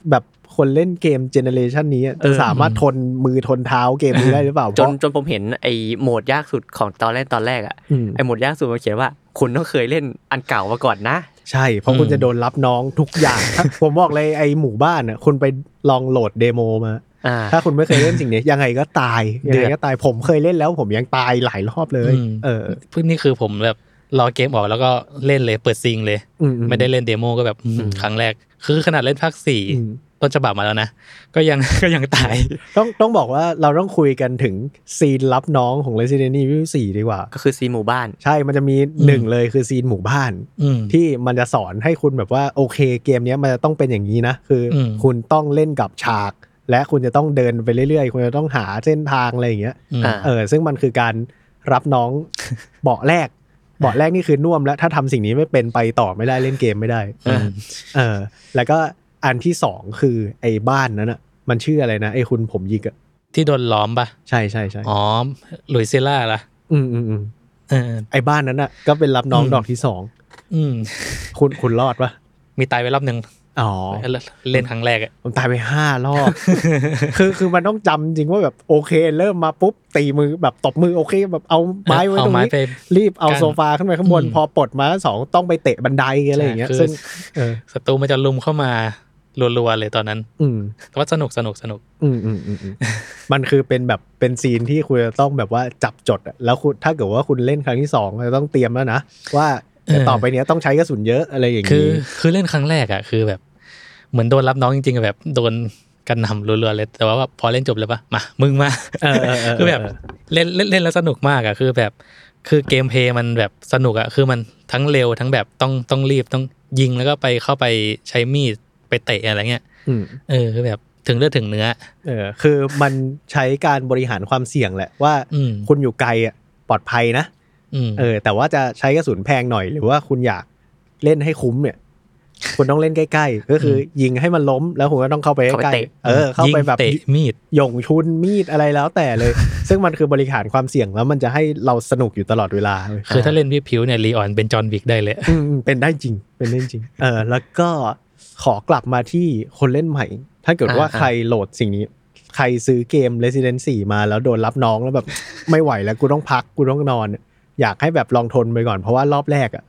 [SPEAKER 1] แบบคนเล่นเกมเจเนเรชันนี้อะ
[SPEAKER 2] เออ
[SPEAKER 1] จะสามารถทนมือทนเท้าเกมนี้ได้หรือเปล่า
[SPEAKER 2] จน
[SPEAKER 1] เพราะ
[SPEAKER 2] จนผมเห็นไอ้โหมดยากสุดของตอนแรกตอนแรกอ่ะ
[SPEAKER 1] อืม
[SPEAKER 2] ไอ้โหมดยากสุดมันเขียนว่า คุณต้องเคยเล่นอันเก่ามาก่อนนะ
[SPEAKER 1] ใช่ เพราะคุณ
[SPEAKER 3] อืม
[SPEAKER 1] จะโดนรับน้องทุกอย่าง ถ้าผมบอกเลยไอหมู่บ้านอ่ะคุณไปลองโหลดเดโมมา
[SPEAKER 2] อ่า
[SPEAKER 1] ถ้าคุณไม่เคยเล่นสิ่งนี้ยังไงก็ ตายยังไงก็ตายผมเคยเล่นแล้ว ผมยังตายหลายรอบเลย
[SPEAKER 3] อืม
[SPEAKER 1] เออ
[SPEAKER 3] พวกนี้คือผมแบบรอเกมออกแล้วก็เล่นเลยเปิดซิงเลย
[SPEAKER 1] อื
[SPEAKER 3] ไม่ได้เล่นเดโมก็แบบอืม
[SPEAKER 2] อืม
[SPEAKER 3] ครั้งแรก คือขนาดเล่นภาคสี่
[SPEAKER 1] อืม
[SPEAKER 3] ต้นฉบับมาแล้วนะ ก็ยัง ก็ยังตาย
[SPEAKER 1] ต้องต้องบอกว่าเราต้องคุยกันถึงซีนรับน้องของ Resident Evil 4 ดีกว่า
[SPEAKER 2] ก็คือซีนหมู่บ้าน
[SPEAKER 1] ใช่ มันจะมีหนึ่งเลยคือซีนหมู่บ้าน
[SPEAKER 3] อืม
[SPEAKER 1] ที่มันจะสอนให้คุณแบบว่าโอเคเกมเนี้ยมันจะต้องเป็นอย่างนี้นะ คืออ
[SPEAKER 3] ม
[SPEAKER 1] คุณต้องเล่นกับฉาก และคุณจะต้องเดินไปเรื่อยๆ คุณจะต้องหาเส้นทางอะไรอย่างเงี้ย
[SPEAKER 3] ม
[SPEAKER 2] อ่า
[SPEAKER 1] เออซึ่งมันคือการรับน้อง เบาะแรก เบาะแรกนี่คือน่วมแล้ว ถ้าทำสิ่งนี้ไม่เป็นไปต่อไม่ได้เล่นเกมไม่ได้
[SPEAKER 3] อืม
[SPEAKER 1] เออ แล้วก็อันที่สองคือไอ้บ้านนั้นอ่ะ มันชื่ออะไรนะไอ้คุณผมหยิกอ่ะ
[SPEAKER 3] ที่โดนล้อมปะ
[SPEAKER 1] ใช่ใช่ใช่
[SPEAKER 3] อ๋อหลุยเซล่าล่ะ
[SPEAKER 1] อืมอืมอืม
[SPEAKER 3] เออ
[SPEAKER 1] ไอ้บ้านนั้นอ่ะ ก็เป็นรับน้อง
[SPEAKER 3] อืม
[SPEAKER 1] ดอกที่สอง
[SPEAKER 3] อืม
[SPEAKER 1] คุณคุณรอดปะ
[SPEAKER 3] มีตายไปรอบหนึ่ง
[SPEAKER 1] อ๋ อ
[SPEAKER 3] เล่นครั้งแรกอะ
[SPEAKER 1] ผมตายไปห้ารอบ คือคือมันต้องจำจริงว่าแบบโอเค เริ่มมาปุ๊บตีมือแบบตบมือโอเค แบบเอาไม้ไว้ตรง
[SPEAKER 3] เอาไม้
[SPEAKER 1] นี้
[SPEAKER 3] ไป
[SPEAKER 1] รีบเอา
[SPEAKER 3] กั้น
[SPEAKER 1] โซฟาขึ้นไปข้างบน
[SPEAKER 3] อืม
[SPEAKER 1] พอปลดมาสองต้องไปเตะบันไดอะไรอย่างเงี้ย
[SPEAKER 3] ใช่คื
[SPEAKER 1] ซึ่งเออ
[SPEAKER 3] ศัตรูมันจะลุมเข้ามารัวๆเลยตอนนั้น
[SPEAKER 1] อืม
[SPEAKER 3] แต่ว่าสนุกสนุกสนุก
[SPEAKER 1] อืมอืมอืมอื มมันคือเป็นแบบเป็นซีนที่คุณจะต้องแบบว่าจับจดอะแล้วคุณถ้าเกิดว่าคุณเล่นครั้งที่สองจะต้องเตรียมแล้วนะว่า
[SPEAKER 3] เออ
[SPEAKER 1] ต่อไปเนี้ยต้องใช้กระสุนเยอะอะไรอย่าง
[SPEAKER 3] คือ
[SPEAKER 1] นี้
[SPEAKER 3] คือเล่นครั้งแรกอะคือแบบ เหมือนโดนรับน้องจริงๆอะแบบโดนกันนำรัวๆเลยแต่ว่าแบบพอเล่นจบเลยปะมามึงมา
[SPEAKER 1] เออเเ
[SPEAKER 3] คือแบบเล่นเล่นเล่นแล้วสนุกมากอะคือแบบคือเกมเพลย์มันแบบสนุกอะคือมันทั้งเร็วทั้งแบบต้องต้องรีบต้องยิงแล้วก็ไปเข้าไปใช้มีดไปเตะอะไรเงี้ย
[SPEAKER 1] อืม
[SPEAKER 3] เออคือแบบถึงเลือดถึงเนื้อ
[SPEAKER 1] เออคือมันใช้การบริหารความเสี่ยงแหละว่า
[SPEAKER 3] อืม
[SPEAKER 1] คุณอยู่ไกลอ่ะปลอดภัยนะ
[SPEAKER 3] อืม
[SPEAKER 1] เออ แต่ว่าจะใช้กระสุนแพงหน่อย หรือว่าคุณอยากเล่นให้คุ้มเนี่ย คุณต้องเล่นใกล้ๆ ก็คือยิงให้มันล้มแล้วคุณก็ต้องเข้าไป
[SPEAKER 2] เข้า
[SPEAKER 1] ใกล้
[SPEAKER 2] ไปเตะ
[SPEAKER 1] ๆเออ เข้าไปแบบ
[SPEAKER 3] ยิงเตะมีด
[SPEAKER 1] หยงชุนมีดอะไรแล้วแต่เลย ซึ่งมันคือบริหารความเสี่ยงแล้วมันจะให้เราสนุกอยู่ตลอดเวลาเว้ย
[SPEAKER 3] คือถ้าเล่นพี่ผิวๆเนี่ยรีออนเป็นจอห์นวิกได้เลย
[SPEAKER 1] อืมอืมเป็นได้จริง เป็นได้จริง เออ แล้วก็ขอกลับมาที่คนเล่นใหม่ ถ้าเกิดว่า
[SPEAKER 2] อ่า
[SPEAKER 1] ใครโหลดสิ่งนี้ ใครซื้อเกม Resident 4 มาแล้วโดนรับน้องแล้วแบบ ไม่ไหวแล้วกูต้องพักกูต้องนอน อยากให้แบบลองทนไปก่อนเพราะว่ารอบแรกอ่ะ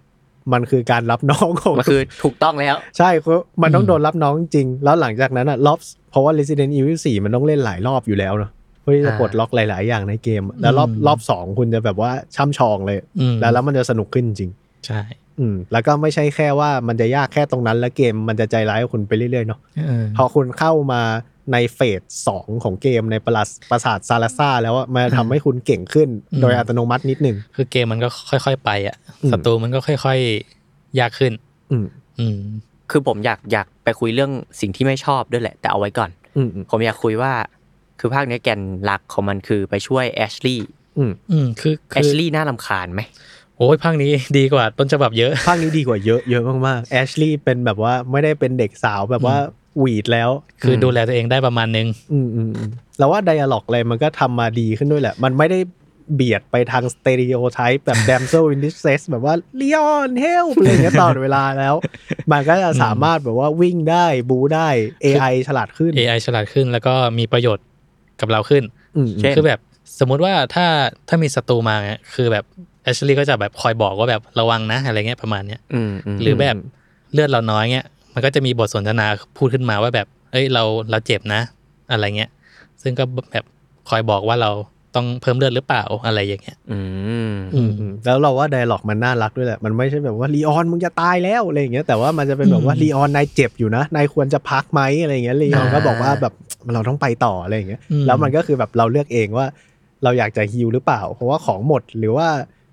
[SPEAKER 1] มันคือการรับน้อง ของ
[SPEAKER 2] มันคือถูกต้องแล้ว
[SPEAKER 1] ใช่คือมันต้อง
[SPEAKER 3] อืม
[SPEAKER 1] โดนรับน้องจริง แล้วหลังจากนั้นอ่ะรอบเพราะว่า Resident Evil 4 มันต้องเล่นหลายรอบอยู่แล้วเนาะเพื่อที่จะปลดล็อกหลาย ๆ อย่างในเกม แล้วรอบรอบสองคุณจะแบบว่าช่ำชองเลย
[SPEAKER 3] อืม
[SPEAKER 1] แล้วแล้วมันจะสนุกขึ้นจริง
[SPEAKER 3] ใช่
[SPEAKER 1] อืมแล้วก็ไม่ใช่แค่ว่ามันจะยากแค่ตรงนั้น แล้วเกมมันจะใจร้ายกับคุณไปเรื่อยๆเนาะ
[SPEAKER 3] เออ
[SPEAKER 1] พอคุณเข้ามาในเฟสสองของเกมในปราสปราสาทซาลาซ่าแล้วอะมันทำให้คุณเก่งขึ้น โดยอัตโนมัตินิดหนึง
[SPEAKER 3] คือเกมมันก็ค่อยๆไปอ่ะ
[SPEAKER 1] อืม
[SPEAKER 3] ศัตรูมันก็ค่อยๆ ยากขึ้น
[SPEAKER 1] อืม
[SPEAKER 3] อืม
[SPEAKER 2] คือผมอยากอยากไปคุยเรื่องสิ่งที่ไม่ชอบด้วยแหละ แต่เอาไว้ก่อน
[SPEAKER 1] อืมอืม
[SPEAKER 2] ผมอยากคุยว่า คือภาคเนี้ยแกนหลักของมันคือไปช่วยแอชลีย์
[SPEAKER 1] อืม
[SPEAKER 3] อืมคือ
[SPEAKER 2] แอ
[SPEAKER 3] คือ
[SPEAKER 2] ชลีย์น่าลำคาญไหม
[SPEAKER 3] โอ้ยภาคนี้ดีกว่าต้นฉบับเยอะ
[SPEAKER 1] ภาคนี้ดีกว่าเยอะเยอะมากๆแอชลีย์เป็นแบบว่าไม่ได้เป็นเด็กสาวแบบว่าหวีดแล้ว
[SPEAKER 3] คืออ
[SPEAKER 2] ม
[SPEAKER 3] ดูแลตัวเองได้ประมาณนึง
[SPEAKER 1] อืมอืมอืมแล้วว่าไดอะล็อกอะไรมันก็ทำมาดีขึ้นด้วยแหละ มันไม่ได้เบียดไปทางสเต r ร o โอไทป์แบบแดมเซลวินดิเซสแบบว่าเลียนเฮลอะไรอย่างเงี้ยตลอดเวลาแล้ว มันก็จะสามารถแบบว่าวิ่งได้บูได้ AI ฉลาดขึ้น
[SPEAKER 3] AI ฉลาดขึ้นแล้วก็มีประโยชน์กับเราขึ้น
[SPEAKER 1] อืม
[SPEAKER 2] เช่น
[SPEAKER 3] คือแบบสมมุติว่าถ้าถ้ามีศัตรูมาเนี่ยคือแบบแอชลีก็จะแบบคอยบอกว่าแบบระวังนะอะไรเงี้ยประมาณเนี้ย
[SPEAKER 2] อืมม
[SPEAKER 3] หรือแบบเลือดเราน้อยเงี้ย มันก็จะมีบทสนทนาพูดขึ้นมาว่าแบบ เอ้ยเราเราเจ็บนะ อะไรเงี้ย ซึ่งก็แบบคอยบอกว่าเราต้องเพิ่มเลือดหรือเปล่าอะไรอย่างเงี้ย
[SPEAKER 2] อืม
[SPEAKER 1] อืมอืมแล้วเราว่าไดอะล็อกมันน่ารักด้วยแหละ มันไม่ใช่แบบว่าลีออนมึงจะตายแล้วอะไรอย่างเงี้ยแต่ว่ามันจะเป็นแบบว่า
[SPEAKER 3] อืม
[SPEAKER 1] ลีออนนายเจ็บอยู่นะนายควรจะพักไหมอะไรอย่างเงี้ยลีออนก็บอกว่าแบบเราต้องไปต่ออะไรอย่างเงี้ย
[SPEAKER 3] อื
[SPEAKER 1] แล้วมันก็คือแบบเราเลือกเองว่า เราอยากจะฮิลหรือเปล่า เพราะว่าของหมดหรือว่า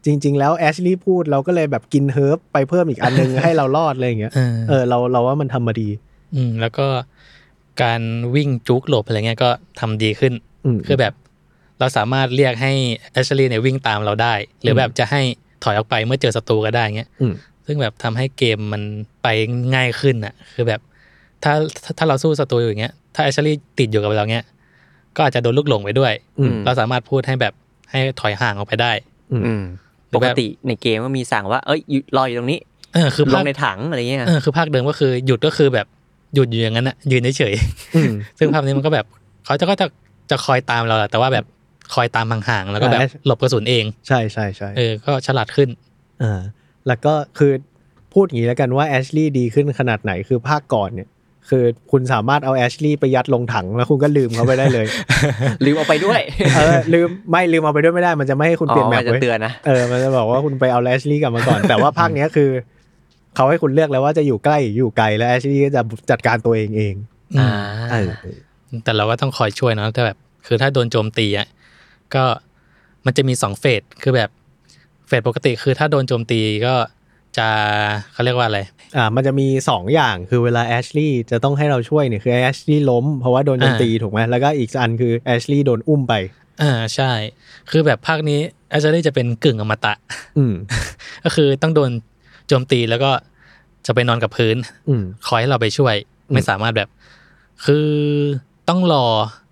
[SPEAKER 1] จริง ๆ แล้วแอชลี่พูดเราก็เลยแบบกินเฮิร์บไปเพิ่มอีกอันนึง ให้เรารอดอะไรอย่างเงี้ย
[SPEAKER 3] เออ
[SPEAKER 1] เออเราเราว่ามันทำมาดี
[SPEAKER 3] ืมแล้วก็การวิ่งจุกหลบอะไรเงี้ยก็ทำดีขึ้น
[SPEAKER 1] อืม
[SPEAKER 3] คือแบบเราสามารถเรียกให้แอชลีเนี่ยวิ่งตามเราได้ หรือแบบจะให้ถอยออกไปเมื่อเจอศัตรูก็ได้เงี้ย
[SPEAKER 1] อืม
[SPEAKER 3] ซึ่งแบบทำให้เกมมันไปง่ายขึ้นอ่ะ คือแบบถ้าถ้าถ้าเราสู้ศัตรูอยู่อย่างเงี้ยถ้าแอชลีติดอยู่กับเราเงี้ยก็อาจจะโดนลูกหลงไปด้วย
[SPEAKER 1] อืม
[SPEAKER 3] เราสามารถพูดให้แบบให้ถอยห่างออกไปได้
[SPEAKER 2] อืม
[SPEAKER 3] หรื
[SPEAKER 2] ป
[SPEAKER 3] อก แบบ
[SPEAKER 2] ติในเกมก็มีสั่งว่า เอ้ยอยู่รออยู่ตรงนี้
[SPEAKER 3] เออคือ
[SPEAKER 2] ล
[SPEAKER 3] ภาง ค
[SPEAKER 2] ในถังอะไรเงี้ย
[SPEAKER 3] เออคือภาคเดิมก็คือหยุดก็คือแบบหยุดอยู่อย่างนั้นอ่ะยืนเฉยๆ
[SPEAKER 1] อืม
[SPEAKER 3] ซึ่งภาพนี้มันก็แบบเขาจะก็จะจะคอยตามเราแหละแต่ว่าแบบคอยตามห่างๆแล้วก็แบบ
[SPEAKER 1] ใช่
[SPEAKER 3] หลบกระสุนเอง
[SPEAKER 1] ใช่ใช่ใช่
[SPEAKER 3] เออ ก็ฉลาดขึ้น
[SPEAKER 1] อ่าแล้วก็คือพูดอย่างนี้แล้วกันว่าแอชลี่ดีขึ้นขนาดไหนคือภาคก่อนเนี่ย คือคุณสามารถเอาแอชลี่ไปยัดลงถังแล้วคุณก็ลืมเขาไปได้เลย
[SPEAKER 2] ลืมเอาไปด้วย
[SPEAKER 1] เออลืมไม่ลืมเอาไปด้วยไม่ได้มันจะไม่ให้คุณเปลี่ยนแมป
[SPEAKER 2] อ๋อจะ
[SPEAKER 1] เว้ย
[SPEAKER 2] เตือนนะ
[SPEAKER 1] เออ มันจะบอกว่าคุณไปเอาแอชลี่กลับมาก่อน แต่ว่าภาคเนี้ยคือ เขาให้คุณเลือกแล้วว่าจะอยู่ใกล้หรืออยู่ไกลแล้วแอชลี่ก็จะจัดการตัวเองเอง
[SPEAKER 3] อ่า
[SPEAKER 2] อ่า
[SPEAKER 1] เออ
[SPEAKER 3] แต่เราก็ต้องคอยช่วยเนอะแต่แบบ คือถ้าโดนโจมตีอ่ะก็มันจะมีสองเฟสคือแบบเฟสปกติคือถ้าโดนโจมตีก็จะเขาเรียกว่าอะไร
[SPEAKER 1] อ่า มันจะมี 2 อย่างคือเวลาแอชลี่จะต้องให้เราช่วยเนี่ยคือแอชลี่ล้มเพราะว่าโดนโจมตีถูกไหมแล้วก็อีกอันคือแอชลี่โดนอุ้มไป
[SPEAKER 3] อ่าใช่ คือแบบภาคนี้อาจจะได้จะเป็นกึ่งอมตะ
[SPEAKER 1] อืม
[SPEAKER 3] ก็คือต้องโดนโจมตีแล้วก็จะไปนอนกับพื้น
[SPEAKER 1] อืม
[SPEAKER 3] คอยให้เราไปช่วย
[SPEAKER 1] อืม
[SPEAKER 3] ไม่สามารถแบบ คือต้องรอ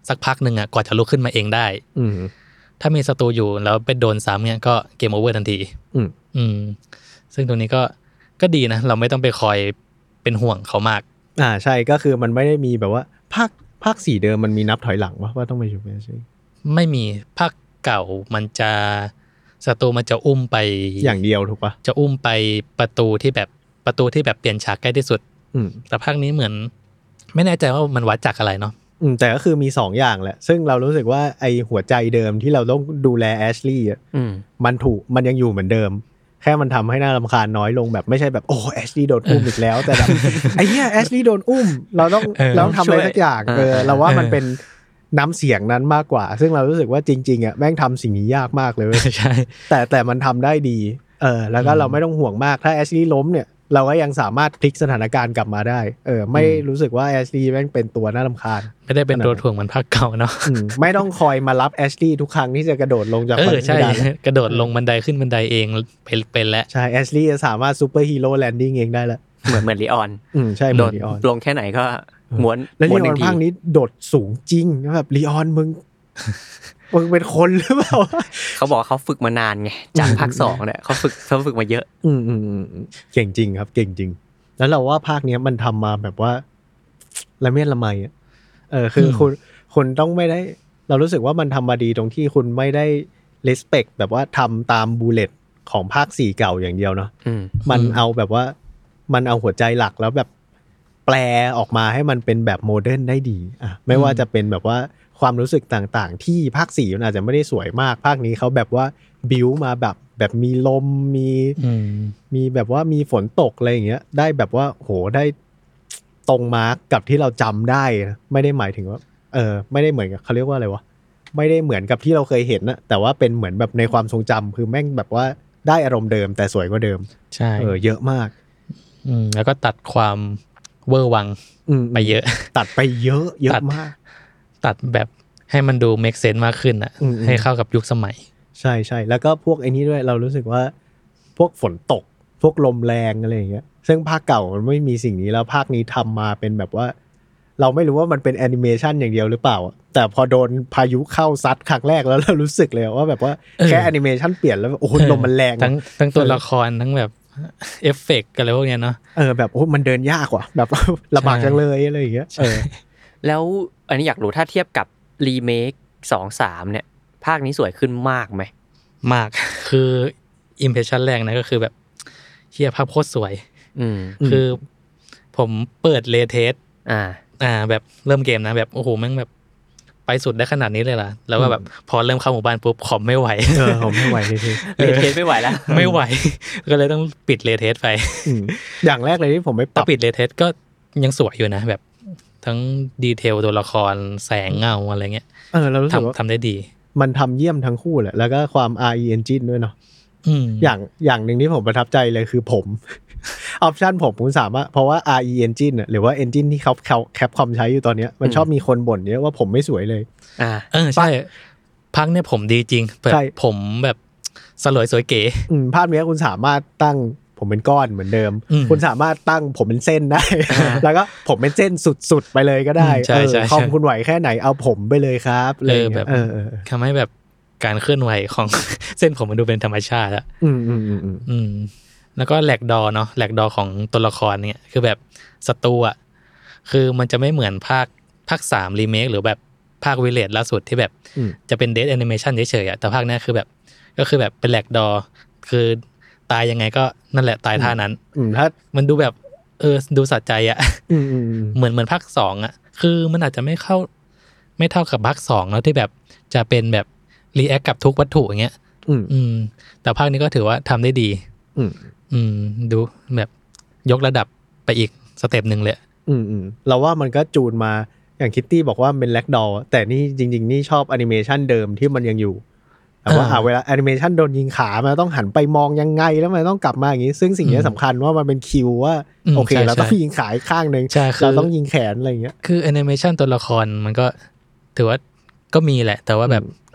[SPEAKER 3] สักพักหนึ่งอ่ะกว่าจะลุกขึ้นมาเองได้
[SPEAKER 1] อืม
[SPEAKER 3] ถ้ามีศัตรูอยู่แล้วไปโดนซ้ำเนี่ยก็เกมโอเวอร์ทันที
[SPEAKER 1] อืม
[SPEAKER 3] อืม ซึ่งตรงนี้ก็ก็ดีนะ เราไม่ต้องไปคอยเป็นห่วงเขามาก
[SPEAKER 1] อ่าใช่ก็คือมันไม่ได้มีแบบว่า ภาคภาคสี่เดิมมันมีนับถอยหลังวะว่าต้องไปอยู่แอชลี่
[SPEAKER 3] ไม่มีภาคเก่ามันจะศัตรูมันจะอุ้มไป
[SPEAKER 1] อย่างเดียวถูกปะ
[SPEAKER 3] จะอุ้มไปประตูที่แบบประตูที่แบบเปลี่ยนฉากใกล้ที่สุด
[SPEAKER 1] อืม
[SPEAKER 3] แต่ภาคนี้เหมือน ไม่แน่ใจว่ามันวัดจากอะไรเนาะ
[SPEAKER 1] อืมแต่ก็คือมี 2 อย่างแหละ ซึ่งเรารู้สึกว่าไอหัวใจเดิมที่เราต้องดูแลแอชลี่อ่ะ
[SPEAKER 2] อืม
[SPEAKER 1] มันถูกมันยังอยู่เหมือนเดิม แค่มันทำให้น่ารำคาญน้อยลงแบบไม่ใช่แบบโอ้แอชลี่โดนอุ้มอีกแล้ว แต่แบบ ไอ้เนี้ยแอชลี่โดนอุ้ม เราต้อง
[SPEAKER 3] เออ
[SPEAKER 1] เราต้องทำอะไรสักอย่าง
[SPEAKER 2] ช่วย
[SPEAKER 1] เออ
[SPEAKER 2] เออ
[SPEAKER 1] เราว่า
[SPEAKER 3] เออ
[SPEAKER 1] มันเป็นน้ำเสียงนั้นมากกว่า ซึ่งเรารู้สึกว่าจริงๆอ่ะแม่งทำสิ่งนี้ยากมากเลยเว้ย
[SPEAKER 3] ใช่
[SPEAKER 1] แต่แต่มันทำได้ดีเออแล้วก็
[SPEAKER 3] อืม
[SPEAKER 1] เราไม่ต้องห่วงมากถ้าแอชลี่ล้มเนี่ยเราก็ยังสามารถพลิกสถานการณ์กลับมาได้เออไม่รู้สึกว่าแอชลี่แม่งเป็นตัวน่ารำคาญ
[SPEAKER 3] ไม่ได้เป็นตัวถ่วงเหมือนภาคเก่าเนาะ
[SPEAKER 1] อืมไม่ต้องคอยมารับแอชลี่ทุกครั้งที่จะกระโดดลงจาก
[SPEAKER 3] เอ
[SPEAKER 1] บัน
[SPEAKER 3] อ
[SPEAKER 1] ได
[SPEAKER 3] ใช่
[SPEAKER 1] ได้แล้ว
[SPEAKER 3] กระโดด
[SPEAKER 1] เออ
[SPEAKER 3] ลงบันไดขึ้นบันไดเองเป็นเป็นแล้ว
[SPEAKER 1] ใช่แอชลี่จะสามารถซูเปอร์ฮีโร่แลนดิ้งเองได้แล้ว
[SPEAKER 2] เหมือนเหมือนลีออน
[SPEAKER 1] อืมใช่เห
[SPEAKER 2] โด
[SPEAKER 1] มือน นลีออน
[SPEAKER 2] ลงแค่ไหนก็ม้วน
[SPEAKER 1] แล้ว
[SPEAKER 2] ม้ว
[SPEAKER 1] ลีออ
[SPEAKER 2] นหนึ่
[SPEAKER 1] น
[SPEAKER 2] งที
[SPEAKER 1] ภาคนี้โดดสูงจริงแล้วแบบลีออน มึง มึงเป็นคนหรือเปล่า
[SPEAKER 2] เขาบอกว่าเขาฝึกมานานไง จากภาคสองเนี่ยเขาฝึกเขาฝึกมาเยอะ
[SPEAKER 1] อืมอืมอืมอืมเก่งจริงครับ เก่งจริง แล้วเราว่าภาคเนี้ยมันทำมาแบบว่าละเมียดละไมอ่ะเออคืออ
[SPEAKER 3] ม
[SPEAKER 1] คุณคุณต้องไม่ได้ เรารู้สึกว่ามันทำมาดีตรงที่คุณไม่ได้ respect แบบว่าทำตามบูเลตของภาคสี่เก่าอย่างเดียวเนาะ
[SPEAKER 2] อืม
[SPEAKER 1] มัน
[SPEAKER 3] อืม
[SPEAKER 1] เอาแบบว่ามันเอาหัวใจหลักแล้วแบบแปลออกมาให้มันเป็นแบบโมเดิร์นได้ดีอ่ะไม่ว่าจะเป็นแบบว่าความรู้สึกต่างๆ ที่ภาคสี่มันอาจจะไม่ได้สวยมาก ภาคนี้เขาแบบว่าบิวมาแบบแบบมีลมมี
[SPEAKER 3] อืม
[SPEAKER 1] มีแบบว่ามีฝนตกอะไรอย่างเงี้ย ได้แบบว่าโหได้ตรงมาร์กกับที่เราจำได้นะไม่ได้หมายถึงว่า เออ ไม่ได้เหมือนกับเขาเรียกว่าอะไรวะไม่ได้เหมือนกับที่เราเคยเห็นนะแต่ว่าเป็นเหมือนแบบในความทรงจำคือแม่งแบบว่าได้อารมณ์เดิม แต่สวยกว่าเดิม
[SPEAKER 3] ใช่
[SPEAKER 1] เออเยอะมาก
[SPEAKER 3] อืมแล้วก็ตัดความเวอร์วัง
[SPEAKER 1] อืม
[SPEAKER 3] ไปเยอะ
[SPEAKER 1] ตัดไปเยอะ เย
[SPEAKER 3] ตั
[SPEAKER 1] อะ
[SPEAKER 3] ด
[SPEAKER 1] มาก
[SPEAKER 3] ตัดแบบให้มันดูเมคเซน s e มากขึ้นอ่ะ
[SPEAKER 1] อืม
[SPEAKER 3] ให้เข้ากับยุคสมัย
[SPEAKER 1] ใช่ใช่แล้วก็พวกไอ้นี้ด้วยเรารู้สึกว่า พวกฝนตก พวกลมแรงอะไรอย่างเงี้ยซึ่งภาคเก่ามันไม่มีสิ่งนี้แล้วภาคนี้ทำมาเป็นแบบว่า เราไม่รู้ว่ามันเป็นแอนิเมชันอย่างเดียวหรือเปล่า แต่พอโดนพายุเข้าซัดครั้งแรกแล้วเรารู้สึกเลยว่าแบบว่า
[SPEAKER 3] เออ
[SPEAKER 1] แค่แอนิเมชันเปลี่ยนแล้วแบบโอ้โหลมมันแรง
[SPEAKER 3] ทั้งทั้งตัวละครทั้งแบบเอฟเฟกต์อะไรพวกเนี้ยเนาะ
[SPEAKER 1] เออแบบโอ้โหมันเดินยากว่ะแบบ ลำบากจังเลยอะไรอย่างเงี้ยเออ
[SPEAKER 2] แล้วอันนี้อยากรู้ถ้าเทียบกับรีเมคสองสามเนี่ย ภาคนี้สวยขึ้นมากไหม
[SPEAKER 3] มาก คืออิมเพรสชันแรกนะก็คือแบบเฮียภาพโคตรสวย
[SPEAKER 2] อืม
[SPEAKER 3] คือผมเปิดเลเทส
[SPEAKER 2] อ่า
[SPEAKER 3] อ่าแบบเริ่มเกมนะแบบโอ้โหแม่งแบบไปสุดได้ขนาดนี้เลยล่ะ แล้วก็แบบพอเริ่มเข้าหมู่บ้านปุ๊บคอมไม่ไหว
[SPEAKER 1] เออผมไม่ไหวเลยที
[SPEAKER 2] เลนเท นไม่ไหวแล้ว
[SPEAKER 3] ไม่ไหว ก็เลยต้องปิดเลเทสไป
[SPEAKER 1] อืมอย่างแรกเลยที่ผมไม่ป
[SPEAKER 3] ถ้า
[SPEAKER 1] รับ
[SPEAKER 3] ปิดเลเทสก็ยังสวยอยู่นะ แบบทั้งดีเทลตัวละครแสงเงาอะไรเงี้ย
[SPEAKER 1] เออเรารู้สึกว่า
[SPEAKER 3] ทำทำได้ดี
[SPEAKER 1] มันทำเยี่ยมทั้งคู่แหละ แล้วก็ความ RE engine ด้วยเนาะ
[SPEAKER 3] อืม
[SPEAKER 1] อย่างอย่างหนึ่งที่ผมประทับใจเลยคือผม ออปชันผมผมสามารถเพราะว่า RE engine น่ะหรือว่า engine ที่เขาเขาแคปคอมใช้อยู่ตอนเนี้ยมันชอบมีคนบ่นเยอะว่าผมไม่สวยเลย
[SPEAKER 2] อ่า
[SPEAKER 3] เออใช่ พักเนี่ยผมดีจริงแบบ
[SPEAKER 1] ใช่
[SPEAKER 3] ผมแบบสลวยสวยเก๋
[SPEAKER 1] อืมภาพเนี้ยคุณสามารถตั้งผมเป็นก้อนเหมือนเดิม
[SPEAKER 3] อืม
[SPEAKER 1] คุณสามารถตั้งผมเป็นเส้น ได้
[SPEAKER 2] อ่า
[SPEAKER 1] แล้วก็ผมเป็นเส้นสุดๆไปเลยก็ได้
[SPEAKER 3] อืมใช่
[SPEAKER 1] เออ
[SPEAKER 3] ใช่
[SPEAKER 1] คอม
[SPEAKER 3] ใช่
[SPEAKER 1] คุณไหวแค่ไหนเอาผมไปเลยครับะไรย่างงี้ย
[SPEAKER 3] เอ
[SPEAKER 1] เอ
[SPEAKER 3] อ
[SPEAKER 1] อ
[SPEAKER 3] แบบ
[SPEAKER 1] เออ
[SPEAKER 3] ทำให้แบบการเคลื่อนไหวของ เส้นผมมันดูเป็นธรรมชาติอะ
[SPEAKER 1] อืมอืมอืมอืม
[SPEAKER 3] อืมแล้วก็แหลกดอเนาะแหลกดอของตัวละครเนี่ย คือแบบศัตรูอ่ะคือมันจะไม่เหมือนภาคภาคสามรีเมคหรือแบบภาควิเลตล่าสุดที่แบบ
[SPEAKER 1] อืม
[SPEAKER 3] จะเป็นเดทแอนิเมชันเฉยๆอะแต่ภาคเนี้ยคือแบบก็คือแบบเป็นแหลกดอ คือตายยังไงก็นั่นแหละตายท่านั้น
[SPEAKER 1] อืมถ้า
[SPEAKER 3] มันดูแบบเออดูสะใจอะ
[SPEAKER 1] อืมอืมอืม
[SPEAKER 3] เหมือนเหมือนภาคสองอะคือมันอาจจะไม่เข้าไม่เท่ากับภาคสองแล้วที่แบบจะเป็นแบบรีแอคกับทุกวัตถุอย่างเงี้ย
[SPEAKER 1] อืม
[SPEAKER 3] อืม แต่ภาคนี้ก็ถือว่าทำได้ดี
[SPEAKER 1] อืม
[SPEAKER 3] อืม ดูแบบยกระดับไปอีกสเต็ปหนึ่งเลย
[SPEAKER 1] อืมอืมเราว่ามันก็จูนมาอย่างคิตตี้บอกว่าเป็นแล็กดอลแต่นี่จริง ๆ นี่ชอบแอนิเมชันเดิมที่มันยังอยู่แต่ว่า
[SPEAKER 3] อ่า
[SPEAKER 1] อ่าเวลาแอนิเมชันโดนยิงขามันต้องหันไปมองยังไงแล้วมันต้องกลับมาอย่างนี้ ซึ่งสิ่งเนี้ย
[SPEAKER 3] อืม
[SPEAKER 1] สำคัญว่ามันเป็นคิวว่า
[SPEAKER 3] อืม
[SPEAKER 1] โอเค
[SPEAKER 3] ใช่
[SPEAKER 1] เราต้อง
[SPEAKER 3] ใช่
[SPEAKER 1] ยิงขาอีกข้างหนึ่ง
[SPEAKER 3] ใช่คือ
[SPEAKER 1] เราต้องยิงแขนอะไรอย่างเงี้ย
[SPEAKER 3] คือแอนิเมชันตัวละครมันก็ถือว่าก็มีแหละ แต่ว่าแบบ
[SPEAKER 1] อืม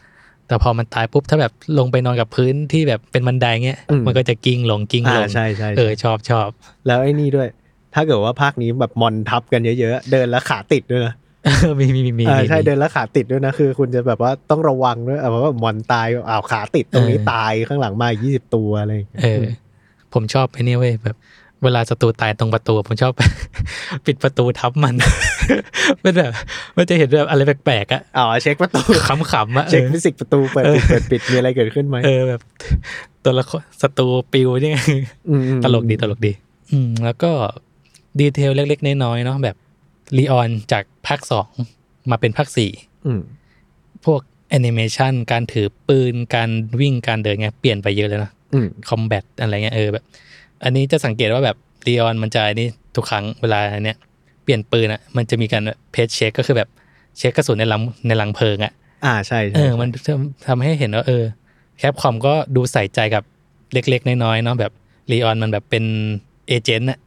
[SPEAKER 3] แต่พอมันตายปุ๊บ ถ้าแบบลงไปนอนกับพื้นที่แบบเป็นบันไดเงี้ย
[SPEAKER 1] อืม
[SPEAKER 3] มันก็จะกิ้งลงกิ้งล
[SPEAKER 1] อ่าง ใช่ใช่
[SPEAKER 3] เออ
[SPEAKER 1] ใช่
[SPEAKER 3] ชอบชอบ
[SPEAKER 1] แล้วไอ้นี่ด้วย ถ้าเกิดว่าภาคนี้แบบมอนทับกันเยอะๆเดินแล้วขาติดด้วยนะ
[SPEAKER 3] มีมีมีมี
[SPEAKER 1] อ่าใช่
[SPEAKER 3] มี
[SPEAKER 1] เดินแล้วขาติดด้วยนะคือ คุณจะแบบว่าต้องระวังด้วยอ่ะเพราะว่ามอนตายอ้าวขาติดตรงนี้
[SPEAKER 3] เออ
[SPEAKER 1] ตายข้างหลังมายี่สิบตัวอะไรอย่างเงี้ย
[SPEAKER 3] เออ ผมชอบไอ้นี่เว้ยแบบ เวลาศัตรูตายตรงประตู ผมชอบ ปิดประตูทับมัน มันแบบมันจะเห็นแบบอะไรแปลกๆอะ
[SPEAKER 1] อ๋อเช็คประตู
[SPEAKER 3] ขำๆอะ
[SPEAKER 1] เช็ค
[SPEAKER 3] ออ
[SPEAKER 1] ฟิสิกส์ประตูเปิดปิดเปิดปิดมีอะไรเกิดขึ้นไหม
[SPEAKER 3] เออแบบตัวละครศัตรูปิวเนี่ย
[SPEAKER 1] มอืม
[SPEAKER 3] ตลกดีตลกดี อืม แล้วก็ดีเทลเล็ก ๆ น้อยๆเนาะแบบรีออนจากภาคสองมาเป็นภาคสี่
[SPEAKER 1] อืม
[SPEAKER 3] พวกแอนิเมชันการถือปืน การวิ่งการเดินเงี้ยเปลี่ยนไปเยอะเลยนะ
[SPEAKER 1] อืม
[SPEAKER 3] คอมแบทอะไรเงี้ยเออแบบ อันนี้จะสังเกตว่าแบบรีออนมันจะไอ้นี่ทุกครั้งเวลาเนี้ยเปลี่ยนปืนอะมันจะมีการเพจเช็คก็คือแบบเช็คกระสุนในลังในลังเพลิงอะ
[SPEAKER 1] อ่าใช่
[SPEAKER 3] เอ
[SPEAKER 1] ใช่
[SPEAKER 3] อ มันทำทำให้เห็นว่าเออ แคปคอมก็ดูใส่ใจกับเล็กๆ น้อยๆ เนาะแบบรีออนมันแบบเป็นเอเจนต์อะ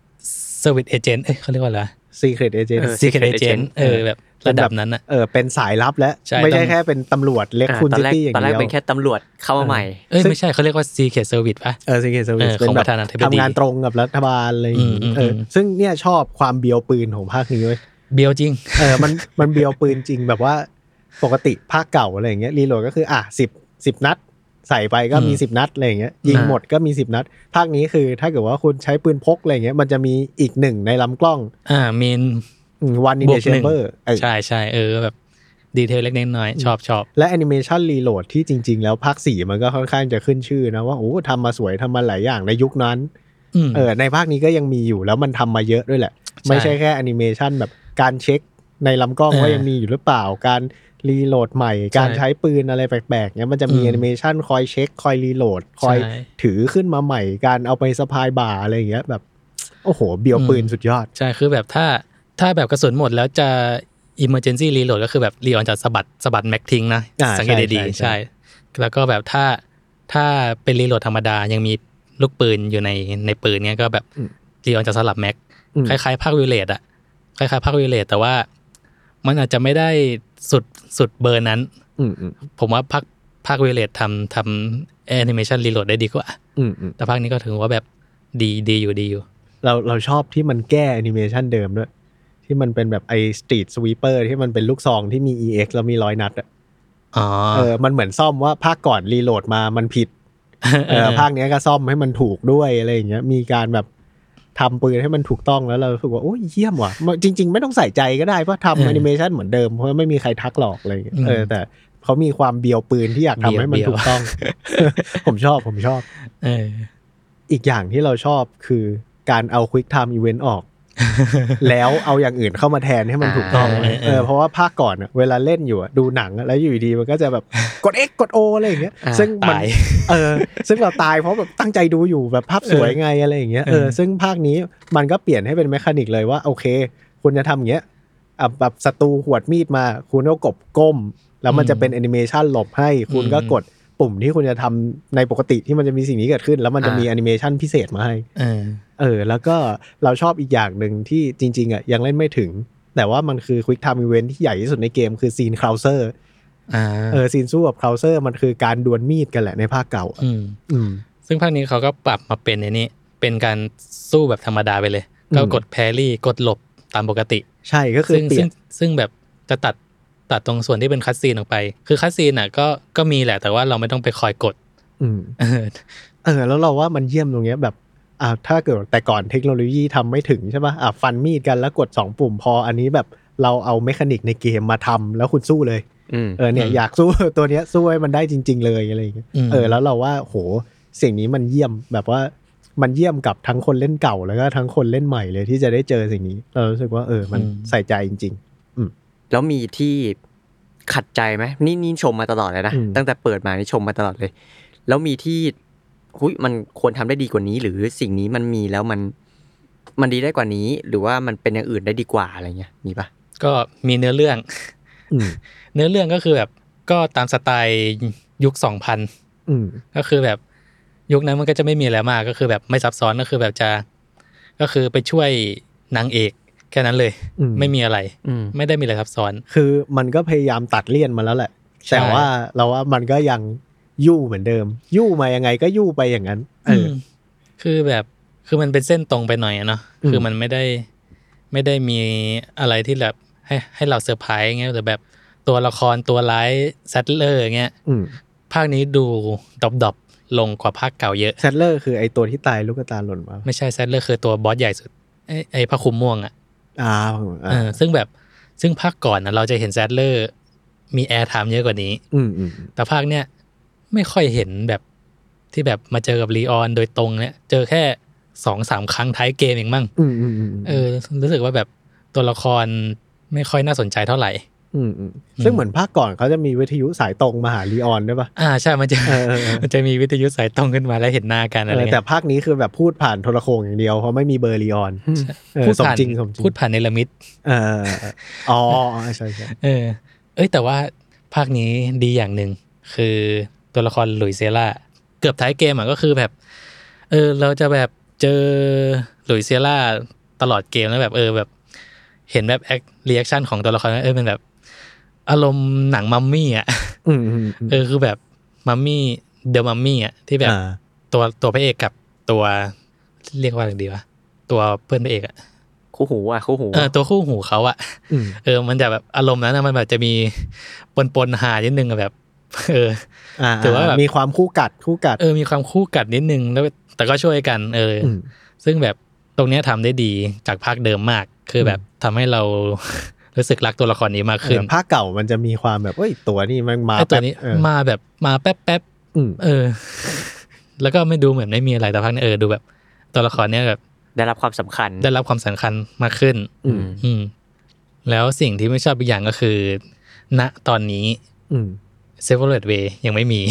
[SPEAKER 3] เซอร์วิสเอเจนต์เอ้ยเขาเรียกว่าอะไร
[SPEAKER 1] ซีเครตเอเจน
[SPEAKER 2] เออ
[SPEAKER 3] ซีเค
[SPEAKER 2] secret
[SPEAKER 3] เอเจน
[SPEAKER 2] agent
[SPEAKER 3] ต์เออ แบบระดับนั้นอะ
[SPEAKER 1] เออเป็นสายลับแล้ว
[SPEAKER 3] ใช่
[SPEAKER 1] ไม่
[SPEAKER 3] ต้
[SPEAKER 1] ใช่
[SPEAKER 3] อง
[SPEAKER 1] แค่เป็นตำรวจเล็ก
[SPEAKER 2] อ่า
[SPEAKER 1] คุณ
[SPEAKER 2] ตอน
[SPEAKER 1] ซิ
[SPEAKER 2] แรก
[SPEAKER 1] ตี้อย่าง
[SPEAKER 2] ตอนแร
[SPEAKER 1] เดีย
[SPEAKER 2] ก
[SPEAKER 1] ว
[SPEAKER 2] เป็นแค่ตำรวจเข้ามาใหม่
[SPEAKER 3] เอ้ย ไม่ใช่เขาเรียกว่าซีเคเซอร์วิสป่ะ
[SPEAKER 1] เออซีเครตเซอร์วิ
[SPEAKER 3] เอ
[SPEAKER 1] ส
[SPEAKER 3] อ
[SPEAKER 1] เป็น
[SPEAKER 3] ของ
[SPEAKER 1] แบบ
[SPEAKER 3] ประธานาธิบดี
[SPEAKER 1] ทำงานตรงกับรัฐบาลอะไรอย่างงี้
[SPEAKER 3] อืมอืม
[SPEAKER 1] เอออ
[SPEAKER 3] ม
[SPEAKER 1] ซึ่งเนี่ยชอบความเบียวปืนของภาคนี้เว้ย
[SPEAKER 3] เบียวจริง
[SPEAKER 1] เออมันมันเบียวปืนจริงแบบว่าปกติภาคเก่าอะไรอย่างเงี้ยรีโหลดก็คืออ่ะสิบสิบนัด ใส่ไปก็มี
[SPEAKER 3] อืม
[SPEAKER 1] สิบนัดอะไรอย่างเงี้ยยิง
[SPEAKER 2] อ่า
[SPEAKER 1] หมดก็มีสิบนัด ภาคนี้คือถ้าเกิดว่าคุณใช้ปืนพกอะไรอย่างเงี้ยมันจะมีอีกหนึ่งในลำกล้อง
[SPEAKER 3] อ่าเมน
[SPEAKER 1] วันอิน
[SPEAKER 3] บว
[SPEAKER 1] เด
[SPEAKER 3] ก
[SPEAKER 1] เชมเบอ
[SPEAKER 3] หนึ่
[SPEAKER 1] ร์
[SPEAKER 3] ง ใช่ใช่เออ แบบดีเทลเล็กๆน้อยๆชอบชอบ
[SPEAKER 1] และแอนิเมชันรีโหลดที่จริง ๆ แล้วภาคสี่มันก็ค่อนข้างจะขึ้นชื่อนะว่าโอ้ทำมาสวยทำมาหลายอย่างในยุคนั้น
[SPEAKER 3] อืม
[SPEAKER 1] เออในภาคนี้ก็ยังมีอยู่แล้วมันทำมาเยอะด้วยแหละ
[SPEAKER 3] ใช่
[SPEAKER 1] ไม่ใช่แค่แอนิเมชันแบบการเช็คในลำกล้อง
[SPEAKER 3] เออ
[SPEAKER 1] ว่ายังมีอยู่หรือเปล่า การรีโหลดใหม่ การใช้ปืนอะไรแปลกๆเนี้ยมันจะมี
[SPEAKER 3] อืม
[SPEAKER 1] แอนิเมชันคอยเช็คคอยรีโหลดคอย
[SPEAKER 3] ใช่
[SPEAKER 1] ถือขึ้นมาใหม่ การเอาไปสะพายบ่าอะไรอย่างเงี้ยแบบโอ้โหเบียวปืนสุดยอด
[SPEAKER 3] ใช่ คือแบบถ้าถ้าแบบกระสุนหมดแล้วจะ Emergency Reload ก็คือแบบรีออนจะสะบัดสะบัดแม็กทิ้งนะ
[SPEAKER 1] อ่า
[SPEAKER 3] สังเกตดี
[SPEAKER 1] ใช่
[SPEAKER 3] ๆ
[SPEAKER 1] ใช่
[SPEAKER 3] ใช่ แล้วก็แบบถ้าถ้าเป็นรีโหลดธรรมดายังมีลูกปืนอยู่ในในปืนเนี้ยก็แบบรีออนจะสลับแม็ก
[SPEAKER 1] อืม
[SPEAKER 3] คล้ายๆ ภาควิเลตอะคล้ายๆ ภาควิเลตแต่ว่ามันอาจจะไม่ได้สุดสุดเบอร์นั้น
[SPEAKER 1] อืมอืม
[SPEAKER 3] ผมว่าภาคภาควิเลตทำทำแอนิเมชันรีโหลดได้ดีกว่า
[SPEAKER 1] อืมอืม
[SPEAKER 3] แต่ภาคนี้ก็ถือว่าแบบดีดีอยู่ดีอยู่
[SPEAKER 1] เราเราชอบที่มันแก้แอนิเมชันเดิมด้วย ที่มันเป็นแบบไอ้สตรีทสวีเปอร์ที่มันเป็นลูกซองที่มี EX แล้วมีร้อยนัดอะ
[SPEAKER 3] อ๋อ
[SPEAKER 1] เออมันเหมือนซ่อมว่าภาคก่อนรีโหลดมามันผิดเออภาคเนี้ยก็ซ่อมให้มันถูกด้วยอะไรอย่างเงี้ยมีการแบบทำปืนให้มันถูกต้องแล้วเรารู้สึกว่าโอ้ยเยี่ยมว่ะมันจริง ๆ ไม่ต้องใส่ใจก็ได้เพราะทำแอนิเมชันเหมือนเดิมเพราะไม่มีใครทักหลอกอะไรอย่างเงี้ยเออแต่เขามีความเบียวปืนที่อยากทำให้มันถูกต้อง ผมชอบผมชอบ
[SPEAKER 3] เออ
[SPEAKER 1] อีกอย่างที่เราชอบคือการเอา Quick Time Event ออก แล้วเอาอย่างอื่นเข้ามาแทนให้มันถูกต้อง
[SPEAKER 3] อ่า
[SPEAKER 1] เว้ย
[SPEAKER 3] เออเออ
[SPEAKER 1] เออเพราะว่าภาคก่อนอะเวลาเล่นอยู่อะดูหนังอะแล้วอยู่ดีๆมันก็จะแบบ กด X กด O อะไรอย่างเงี้ย
[SPEAKER 2] อ่า
[SPEAKER 1] ซึ่งมัน
[SPEAKER 3] ตาย
[SPEAKER 1] เออซึ่งเราตายเพราะแบบตั้งใจดูอยู่แบบภาพสวยไงอะไรอย่างเงี้ยเอ
[SPEAKER 3] เอ
[SPEAKER 1] อ
[SPEAKER 3] อ
[SPEAKER 1] ซึ่งภาคนี้มันก็เปลี่ยนให้เป็นแมคานิกเลยว่า โอเค คุณจะทำอย่างเงี้ยอ่ะแบบศัตรูหวดมีดมา คุณก็กบก้ม แล้วมันจะเป็นแอนิเมชันหลบให้คุณก็กด ปุ่มที่คุณจะทำในปกติที่มันจะมีสิ่งนี้เกิดขึ้น แล้วมันจะมีแอนิเมชันพิเศษมาให้
[SPEAKER 3] เออ
[SPEAKER 1] เออ แล้วก็เราชอบอีกอย่างหนึ่งที่จริง ๆอ่ะยังเล่นไม่ถึง แต่ว่ามันคือ Quick Time Event ที่ใหญ่ที่สุดในเกมคือซีนคลาวเซอร์
[SPEAKER 3] อ่า
[SPEAKER 1] เออซีนสู้กับคลาวเซอร์มันคือการดวลมีดกันแหละในภาคเก่าอะ
[SPEAKER 3] อืม
[SPEAKER 1] อืม
[SPEAKER 3] ซึ่งภาคนี้เขาก็ปรับมาเป็นในนี้ เป็นการสู้แบบธรรมดาไปเลย
[SPEAKER 1] อืม
[SPEAKER 3] ก็กดแพรรี่กดหลบตามปกติ
[SPEAKER 1] ใช่ก็คือ
[SPEAKER 3] ซึ่ง
[SPEAKER 1] เปลี่
[SPEAKER 3] ซึ่
[SPEAKER 1] ย
[SPEAKER 3] ง
[SPEAKER 1] น
[SPEAKER 3] ซึ่งแบบจะตัดตัดตรงส่วนที่เป็นคัสซีนออกไป คือคัสซีนอ่ะก็ก็มีแหละแต่ว่าเราไม่ต้องไปคอยกด
[SPEAKER 1] อืม
[SPEAKER 3] เออ
[SPEAKER 1] เออแล้วเราว่ามันเยี่ยมตรงเนี้ยแบบอ่าถ้าเกิดแต่ก่อนเทคโนโลยีทำไม่ถึงใช่ปะอ่ะฟันมีดกันแล้วกด 2 ปุ่มพออันนี้แบบเราเอาเมคานิกในเกมมาทำแล้วคุณสู้เลย
[SPEAKER 2] อืม
[SPEAKER 1] เออเนี่ย
[SPEAKER 3] อืม
[SPEAKER 1] อยากสู้ ตัวเนี้ยสู้ให้มันได้จริง ๆ เลยอะไรอย่างเงี้ย
[SPEAKER 3] อืม
[SPEAKER 1] เออแล้วเราว่าโหสิ่งนี้มันเยี่ยมแบบว่ามันเยี่ยมกับทั้งคนเล่นเก่าแล้วก็ทั้งคนเล่นใหม่เลยที่จะได้เจอสิ่งนี้เรารู้สึกว่าเออมันใส่ใจจริง
[SPEAKER 2] แล้วมีที่ขัดใจไหมนี่นี่ชมมาตลอดเลยนะ
[SPEAKER 1] อืม
[SPEAKER 2] ตั้งแต่เปิดมานี่ชมมาตลอดเลย แล้วมีที่หุยมันควรทำได้ดีกว่านี้ หรือสิ่งนี้มันมีแล้วมัน มันดีได้กว่านี้ หรือว่ามันเป็นอย่างอื่นได้ดีกว่าอะไรเงี้ยมีปะ
[SPEAKER 3] ก็มีเนื้อเรื่อง
[SPEAKER 1] ๆ อืม
[SPEAKER 3] เนื้อเรื่องก็คือแบบก็ตามสไตล์ยุคสองพัน
[SPEAKER 1] อืม
[SPEAKER 3] ก็คือแบบยุคนั้นมันก็จะไม่มีอะไรมากก็คือแบบไม่ซับซ้อนก็คือแบบจะก็คือไปช่วยนางเอกแค่นั้นเลย
[SPEAKER 1] อื
[SPEAKER 3] ไม่มีอะไร
[SPEAKER 2] อืม
[SPEAKER 3] ไม่ได้มีอะไรซับซ้อน
[SPEAKER 1] คือมันก็พยายามตัดเลี่ยนมาแล้วแหละ
[SPEAKER 3] ใช่
[SPEAKER 1] แต่ว่าเราว่ามันก็ยังยู่เหมือนเดิม ยู่มายังไงก็ยู่ไปอย่างนั้นเออ
[SPEAKER 3] มคือแบบคือมันเป็นเส้นตรงไปหน่อยอะเนาะ
[SPEAKER 1] อืม
[SPEAKER 3] คือมันไม่ได้ไม่ได้มีอะไรที่แบบให้ให้เราเซอร์ไพรส์เงี้ยหรือแบบตัวละครตัวร้ายซัตเลอร์เงี้ย
[SPEAKER 1] อืม
[SPEAKER 3] ภาคนี้ดูดอบดอบๆลงกว่าภาคเก่าเยอะ
[SPEAKER 1] แซดเลอร์คือไอตัวที่ตายลูกตาหล่นมา
[SPEAKER 3] ไม่ใช่ซัตเลอร์คือตัวบอสใหญ่สุดไอ้ไอ้พระคุมม่วงอ่ะ
[SPEAKER 1] อ่า
[SPEAKER 3] เออซึ่งแบบซึ่งภาคก่อนนะเราจะเห็นซัตเลอร์มีแอร์ไทม์เยอะกว่านี้
[SPEAKER 1] อืมอืมอืม
[SPEAKER 3] แต่ภาคเนี้ยไม่ค่อยเห็นแบบที่แบบมาเจอกับลีออนโดยตรงเนี่ยเจอแค่สองสามครั้งท้ายเกมเองมั่ง
[SPEAKER 1] อืมอืมอืม
[SPEAKER 3] เออรู้สึกว่าแบบตัวละครไม่ค่อยน่าสนใจเท่า ไหร่
[SPEAKER 1] อืมอืมซึ่งเหมือนภาคก่อนเขาจะมีวิทยุสายตรงมาหาลีออนด้วยปะ
[SPEAKER 3] อ่าใช่มันจะ
[SPEAKER 1] เออเออเออ
[SPEAKER 3] มันจะมีวิทยุสายตรงขึ้นมาแล้วเห็นหน้ากันอะไร
[SPEAKER 1] เออแต่
[SPEAKER 3] เงี้ย
[SPEAKER 1] ภาคนี้คือแบบพูดผ่านโทรโขงอย่างเดียวเพราะไม่มีเบอร์ลีออนเออ
[SPEAKER 3] พูด
[SPEAKER 1] สม
[SPEAKER 3] ผ่าน
[SPEAKER 1] จริงสมจริง
[SPEAKER 3] พูดผ่านเนลมิด
[SPEAKER 1] เออเอออ๋อใช่ใช่
[SPEAKER 3] เออ เอ้ยแต่ว่าภาคนี้ดีอย่างหนึ่งคือตัวละครหลุยเซล่าเกือบท้ายเกมอ่ะก็คือแบบ เออเราจะแบบเจอหลุยเซล่าตลอดเกมแล้วแบบเออแบบ เห็นแบบแอคเรีแอคชั่นของตัวละครเออเป็นแบบอารมณ์หนังมัมมี่อ่ะ
[SPEAKER 1] อืมอืมอืม
[SPEAKER 3] เออคือแบบมัมมี่เดอะมัมมี่อ่ะที่แบบ
[SPEAKER 1] อ่า
[SPEAKER 3] ตัวตัวพระเอกกับตัวเรียกว่าอะไรดีวะตัวเพื่อนพระเอกอ่ะ
[SPEAKER 2] คู่หูอ่ะคู่หู
[SPEAKER 3] เออตัวคู่หูเขาอ่ะ
[SPEAKER 1] อืม
[SPEAKER 3] เออมันจะแบบอารมณ์นั้นนะมันแบบจะมีปนปนๆหานิดนึงอะแบบ เออ
[SPEAKER 1] อ่า
[SPEAKER 3] ถือว่าแบบ
[SPEAKER 1] มีความคู่กัดคู่กัด
[SPEAKER 3] เออมีความคู่กัดนิดนึงแล้วแต่ก็ช่วยกัน เอออ
[SPEAKER 1] ม
[SPEAKER 3] ซึ่งแบบตรงเนี้ยทำได้ดีจากภาคเดิมมาก คือแบบทำให้เรา รู้สึกรักตัวละครนี้มากขึ้น
[SPEAKER 1] เออภาคเก่ามันจะมีความแบบเอ้ยตัวนี้มันมา
[SPEAKER 3] ไอ้ตัว
[SPEAKER 1] แป๊บ
[SPEAKER 3] นี้
[SPEAKER 1] เออ
[SPEAKER 3] มาแบบมาแป๊บแป๊บๆ
[SPEAKER 1] อืม
[SPEAKER 3] เออ แล้วก็ไม่ดูเหมือนไม่มีอะไรแต่พักนี้เออดูแบบ ตัวละครเนี้ยแบบ
[SPEAKER 2] ได้รับความสำคัญ
[SPEAKER 3] ได้รับความสำคัญมากขึ้น
[SPEAKER 1] อืม
[SPEAKER 3] อืม แล้วสิ่งที่ไม่ชอบอีกอย่างก็คือ ณตอนนี้
[SPEAKER 1] อืม
[SPEAKER 3] s e v e r a t Way ยังไม่มี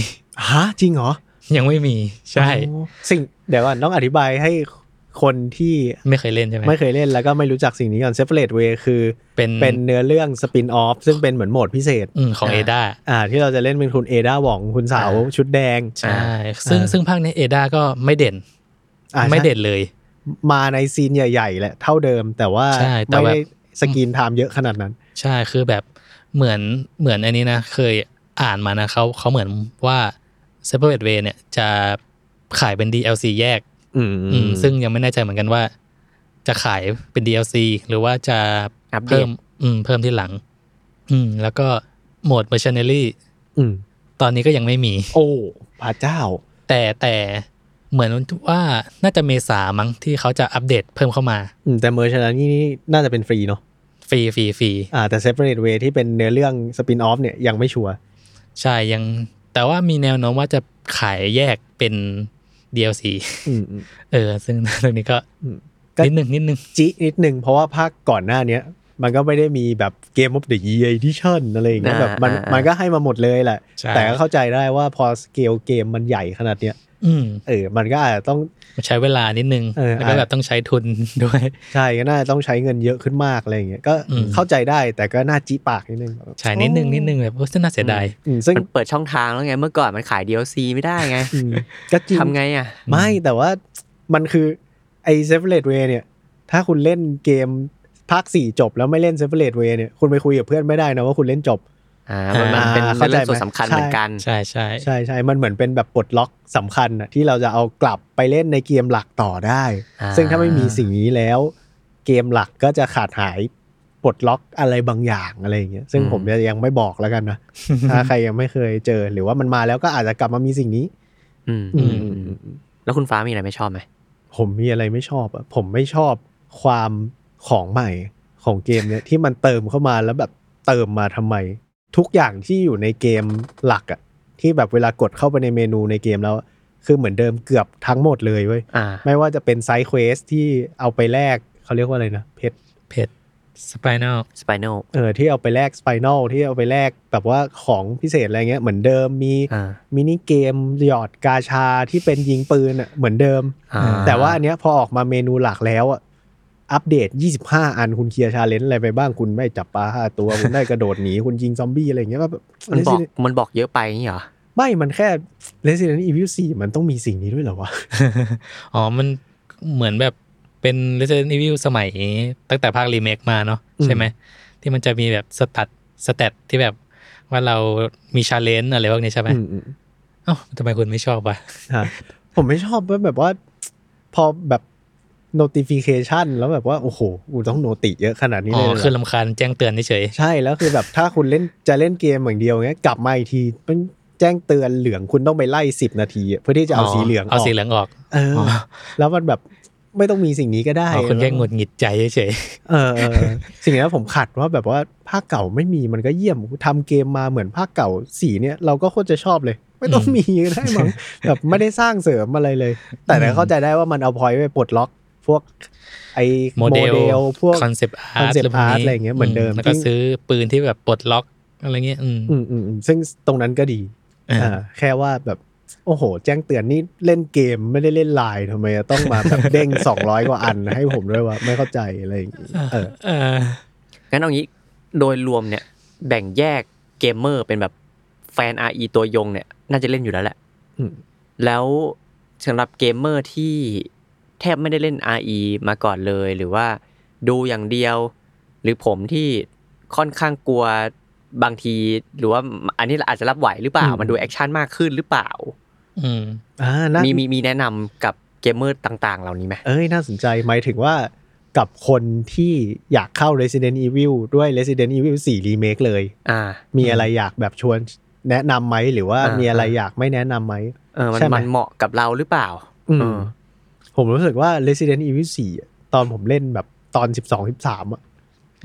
[SPEAKER 1] ฮะจริงเหรอ
[SPEAKER 3] ยังไม่มีใช่
[SPEAKER 1] โอ้สิ่งเดี๋ยวก่อนต้องอธิบายให้คนที่
[SPEAKER 3] ไม่เคยเล่นใช่ไหม
[SPEAKER 1] ไม่เคยเล่นแล้วก็ไม่รู้จักสิ่งนี้ก่อน Separate Way คือ
[SPEAKER 3] เป็น
[SPEAKER 1] เป็นเนื้อเรื่องสปินออฟซึ่งเป็นเหมือนโหมดพิเศษ
[SPEAKER 3] อืมของเอดา
[SPEAKER 1] อ่า ที่เราจะเล่นเป็นคุณเอดาหวองคุณสาวชุดแดง
[SPEAKER 3] ใช่ซึ่งซึ่งภาคนี้เอดาก็ไม่เด่น
[SPEAKER 1] อ่า
[SPEAKER 3] ไม่
[SPEAKER 1] ใช่
[SPEAKER 3] เด่นเลย
[SPEAKER 1] มาในซีนใหญ่ๆแหละเท่าเดิม แต่ว่า
[SPEAKER 3] ใช่แต่
[SPEAKER 1] ไม่
[SPEAKER 3] แบบ
[SPEAKER 1] ได้สกรีนไทม์เยอะขนาดนั้น
[SPEAKER 3] ใช่คือแบบเหมือนเหมือนอันนี้นะ เคยอ่านมานะเขาเขาเหมือนว่า separate way เนี่ยจะขายเป็น DLC แยก
[SPEAKER 1] อืม
[SPEAKER 3] อืมซึ่งยังไม่แน่ใจเหมือนกันว่า จะขายเป็น DLC หรือว่าจะ
[SPEAKER 2] อัปเด
[SPEAKER 3] เพิ่
[SPEAKER 2] ต
[SPEAKER 3] ม อืม เพิ่มที่หลัง อืม แล้วก็โหมด Mercenary
[SPEAKER 1] อืม
[SPEAKER 3] ตอนนี้ก็ยังไม่มี
[SPEAKER 1] โอ้พระเจ้า
[SPEAKER 3] แต่แต่เหมือนว่าน่าจะเมษามั้งที่เขาจะอัปเดตเพิ่มเข้ามา
[SPEAKER 1] อืมแต่เมอร์ชนานี่นี่น่าจะเป็นฟรีเนาะ
[SPEAKER 3] ฟรีฟรีฟรี
[SPEAKER 1] อ่าแต่ separate way ที่เป็นเนื้อเรื่องสปินออฟเนี่ยยังไม่ชัวร์
[SPEAKER 3] ใช่ยัง แต่ว่ามีแนวโน้มว่าจะขายแยกเป็น DLC
[SPEAKER 1] อืมอืม
[SPEAKER 3] เออ ซึ่ง เรื่องนี้ก็
[SPEAKER 1] อืมก็
[SPEAKER 3] นิดนึงนิดนึง
[SPEAKER 1] จินิดนึงเพราะว่าภาคก่อนหน้าเนี้ย มันก็ไม่ได้มีแบบเกม of the year edition อะไรอย่างเงี้ยแบบมันมันก็ให้มาหมดเลยแหละ
[SPEAKER 3] ใช่
[SPEAKER 1] แต่ก็เข้าใจได้ว่าพอสเกลเกมมันใหญ่ขนาดเนี้ย
[SPEAKER 3] อืม
[SPEAKER 1] เออมันก็อาจจะต้อง
[SPEAKER 3] มันใช้เวลานิดนึง
[SPEAKER 1] เออ
[SPEAKER 3] แล้วก็แบบต้องใช้ทุนด้วย
[SPEAKER 1] ใช่ก็น่าจะต้องใช้เงินเยอะขึ้นมากอะไรอย่างเงี้ยก็
[SPEAKER 3] อืม
[SPEAKER 1] เข้าใจได้แต่ก็น่าจี้ปากนิดนึง
[SPEAKER 3] ใช้นิดนึงนิดนึงแบบโอ้ยน่าเสียดาย
[SPEAKER 1] อืมซึ่ง
[SPEAKER 2] มันเปิดช่องทางแล้วไง เมื่อก่อนมันขาย DLC ไม่ได้ไง
[SPEAKER 1] อืมก็จริง
[SPEAKER 2] ทำไงอ่ะ
[SPEAKER 1] ไม่แต่ว่ามันคือไอ้ separate way เนี่ย ถ้าคุณเล่นเกมภาคสี่จบแล้วไม่เล่น separate way เนี่ย คุณไปคุยกับเพื่อนไม่ได้นะว่าคุณเล่นจบ
[SPEAKER 2] อ่ามันมัน
[SPEAKER 1] อ่า
[SPEAKER 2] เป็น
[SPEAKER 1] เข้าใจ
[SPEAKER 2] เรื่องส่ว
[SPEAKER 1] ไห
[SPEAKER 2] น
[SPEAKER 1] ม
[SPEAKER 2] สำคัญ
[SPEAKER 1] ใช่
[SPEAKER 2] เหมือนกัน
[SPEAKER 3] ใช่ใช่
[SPEAKER 1] ใช่ใช่มันเหมือนเป็นแบบปลดล็อกสำคัญอะที่เราจะเอากลับไปเล่นในเกมหลักต่อได้
[SPEAKER 2] อ่า
[SPEAKER 1] ซึ่งถ้าไม่มีสิ่งนี้แล้ว เกมหลักก็จะขาดหายปลดล็อกอะไรบางอย่างอะไรอย่างเงี้ยซึ่งผมจะยังไม่บอกแล้วกันนะ ถ้าใครยังไม่เคยเจอ หรือว่ามันมาแล้วก็อาจจะกลับมามีสิ่งนี้
[SPEAKER 2] อืม
[SPEAKER 1] อืม
[SPEAKER 2] แล้วคุณฟ้ามีอะไรไม่ชอบไหม
[SPEAKER 1] ผมมีอะไรไม่ชอบอะผมไม่ชอบความของใหม่ของเกมเนี่ยที่มันเติมเข้ามาแล้วแบบเติมมาทำไม ทุกอย่างที่อยู่ในเกมหลักอะที่แบบเวลากดเข้าไปในเมนูในเกมแล้วอะคือเหมือนเดิมเกือบทั้งหมดเลยเว้ย
[SPEAKER 2] อ่า
[SPEAKER 1] ไม่ว่าจะเป็นไซด์เควสที่เอาไปแลกเขาเรียกว่าอะไรนะเพชร
[SPEAKER 3] เพจสไปนอล
[SPEAKER 2] สไปโน
[SPEAKER 1] เออที่เอาไปแลกสไปนอลที่เอาไปแลกแบบว่าของพิเศษอะไรเงี้ยเหมือนเดิมมี
[SPEAKER 2] อ่า
[SPEAKER 1] มินิเกมหยอดกาชาที่เป็นยิงปืนอ่ะเหมือนเดิม
[SPEAKER 2] อ่า
[SPEAKER 1] แต่ว่าอันเนี้ยพอออกมาเมนูหลักแล้วอ่ะอัปเดต 25 อันคุณเคลียร์ชาเลนจ์อะไรไปบ้างคุณไม่จับปลาห้าตัว คุณได้กระโดดหนี คุณยิงซอมบี้อะไรอย่างเงี้ยแบบ
[SPEAKER 2] มันบอก
[SPEAKER 1] Resident-
[SPEAKER 2] มันบอกเยอะไปนี่เหรอ
[SPEAKER 1] ไม่มันแค่ Resident Evil 4 มันต้องมีสิ่งนี้ด้วยเหรอวะ
[SPEAKER 3] อ๋อ มันเหมือนแบบเป็น Resident Evil สมัยตั้งแต่ภาครีเมคมาเนาะ
[SPEAKER 1] อืม
[SPEAKER 3] ใช่ไหม ที่มันจะมีแบบสตัตสเตตที่แบบว่าเรามีชาเลนจ์อะไรพวกนี้ใช่ไหม
[SPEAKER 1] อืมอืม
[SPEAKER 3] เอ้าทำไมคุณไม่ชอบวะ
[SPEAKER 1] ฮะผมไม่ชอบว่าแบบว่า พอแบบ notification แล้วแบบว่า โอ้โหกูต้องโนติเยอะขนาดนี้
[SPEAKER 3] อ๋
[SPEAKER 1] เล
[SPEAKER 3] อ
[SPEAKER 1] ยเหรอ
[SPEAKER 3] คือลำคาญแจ้งเตือนเฉย
[SPEAKER 1] ใช่แล้วคือแบบถ้าคุณเล่นจะเล่นเกมอย่างเดียวเงี้ยกลับมาอีกทีเป็นแจ้งเตือนเหลืองคุณต้องไปไล่สิบนาทีอะเพื่อที่จะเอาสีเหลือง
[SPEAKER 3] เอา
[SPEAKER 1] ก
[SPEAKER 3] สีเหลืองออก
[SPEAKER 1] เอออ แล้วมันแบบไม่ต้องมีสิ่งนี้ก็ได้
[SPEAKER 3] อ๋อคุณแค่หงุดหงิดใจเฉย
[SPEAKER 1] เออเออสิ่งนี้ผมขัดว่าแบบว่าภาคเก่าไม่มีมันก็เยี่ยมทำเกมมาเหมือนภาคเก่าสีเนี่ยเราก็โคตรจะชอบเลย ไม่ต้องมีก็ได้มั้ง แบบไม่ได้สร้างเสริมอะไรเลย แต่แต่เข้าใจได้ว่ามันเอาพอยต์ไปปลดล็อก พวกไอ
[SPEAKER 3] ๆ โมเดล
[SPEAKER 1] พวก
[SPEAKER 3] คอนเซปต์อาร์ต
[SPEAKER 1] concept art อะไรอย่างเงี้ยเหมือนเดิม
[SPEAKER 3] แล้วก็
[SPEAKER 1] ที่
[SPEAKER 3] ซื้อปืนที่แบบปลดล็อกอะไรเงี้ยอืม
[SPEAKER 1] อืมอืมอืมซึ่งตรงนั้นก็ดี
[SPEAKER 3] อ่า
[SPEAKER 1] อ่าแค่ว่าแบบ โอ้โห แจ้งเตือนนี่เล่นเกมไม่ได้เล่นไลน์ทำไมอะต้องมาแบบ เด้งสองร้อยกว่าอันให้ผมด้วยวะไม่เข้าใจอะไรอย่างงี้เออ
[SPEAKER 3] เออ
[SPEAKER 2] งั้นเอางี้ โดยรวมเนี่ย แบ่งแยกเกมเมอร์เป็นแบบแฟน RE ตัวยงเนี่ย น่าจะเล่นอยู่แล้วแหละ
[SPEAKER 1] อืม
[SPEAKER 2] แล้วสำหรับเกมเมอร์ที่แทบไม่ได้เล่น RE มาก่อนเลย หรือว่าดูอย่างเดียว หรือผมที่ค่อนข้างกลัวบางที หรือว่าอันนี้อาจจะรับไหวหรือเปล่า มันดูแอคชั่นมากขึ้นหรือเปล่า
[SPEAKER 3] อืม
[SPEAKER 1] อ่าน่า
[SPEAKER 2] มีมีมีแนะนำกับเกมเมอร์ต่าง ๆ เหล่านี้ไหม
[SPEAKER 1] เอ้ยน่าสนใจหมายถึงว่ากับคนที่อยากเข้า Resident Evil ด้วย Resident Evil 4 Remake เลย
[SPEAKER 2] อ่า
[SPEAKER 1] มีอะไรอยากแบบชวนแนะนำไหมหรือว่า
[SPEAKER 2] อ่า
[SPEAKER 1] มี
[SPEAKER 2] มี
[SPEAKER 1] อะไรอยากไม่แนะนำไหม
[SPEAKER 2] เออมัน
[SPEAKER 1] ใช่ไหม
[SPEAKER 2] มันเหมาะกับเราหรือเปล่า
[SPEAKER 1] อืม
[SPEAKER 2] เออ
[SPEAKER 1] ผมรู้สึกว่า Resident Evil 4อะตอนผมเล่นแบบตอน 12 13อ่ะ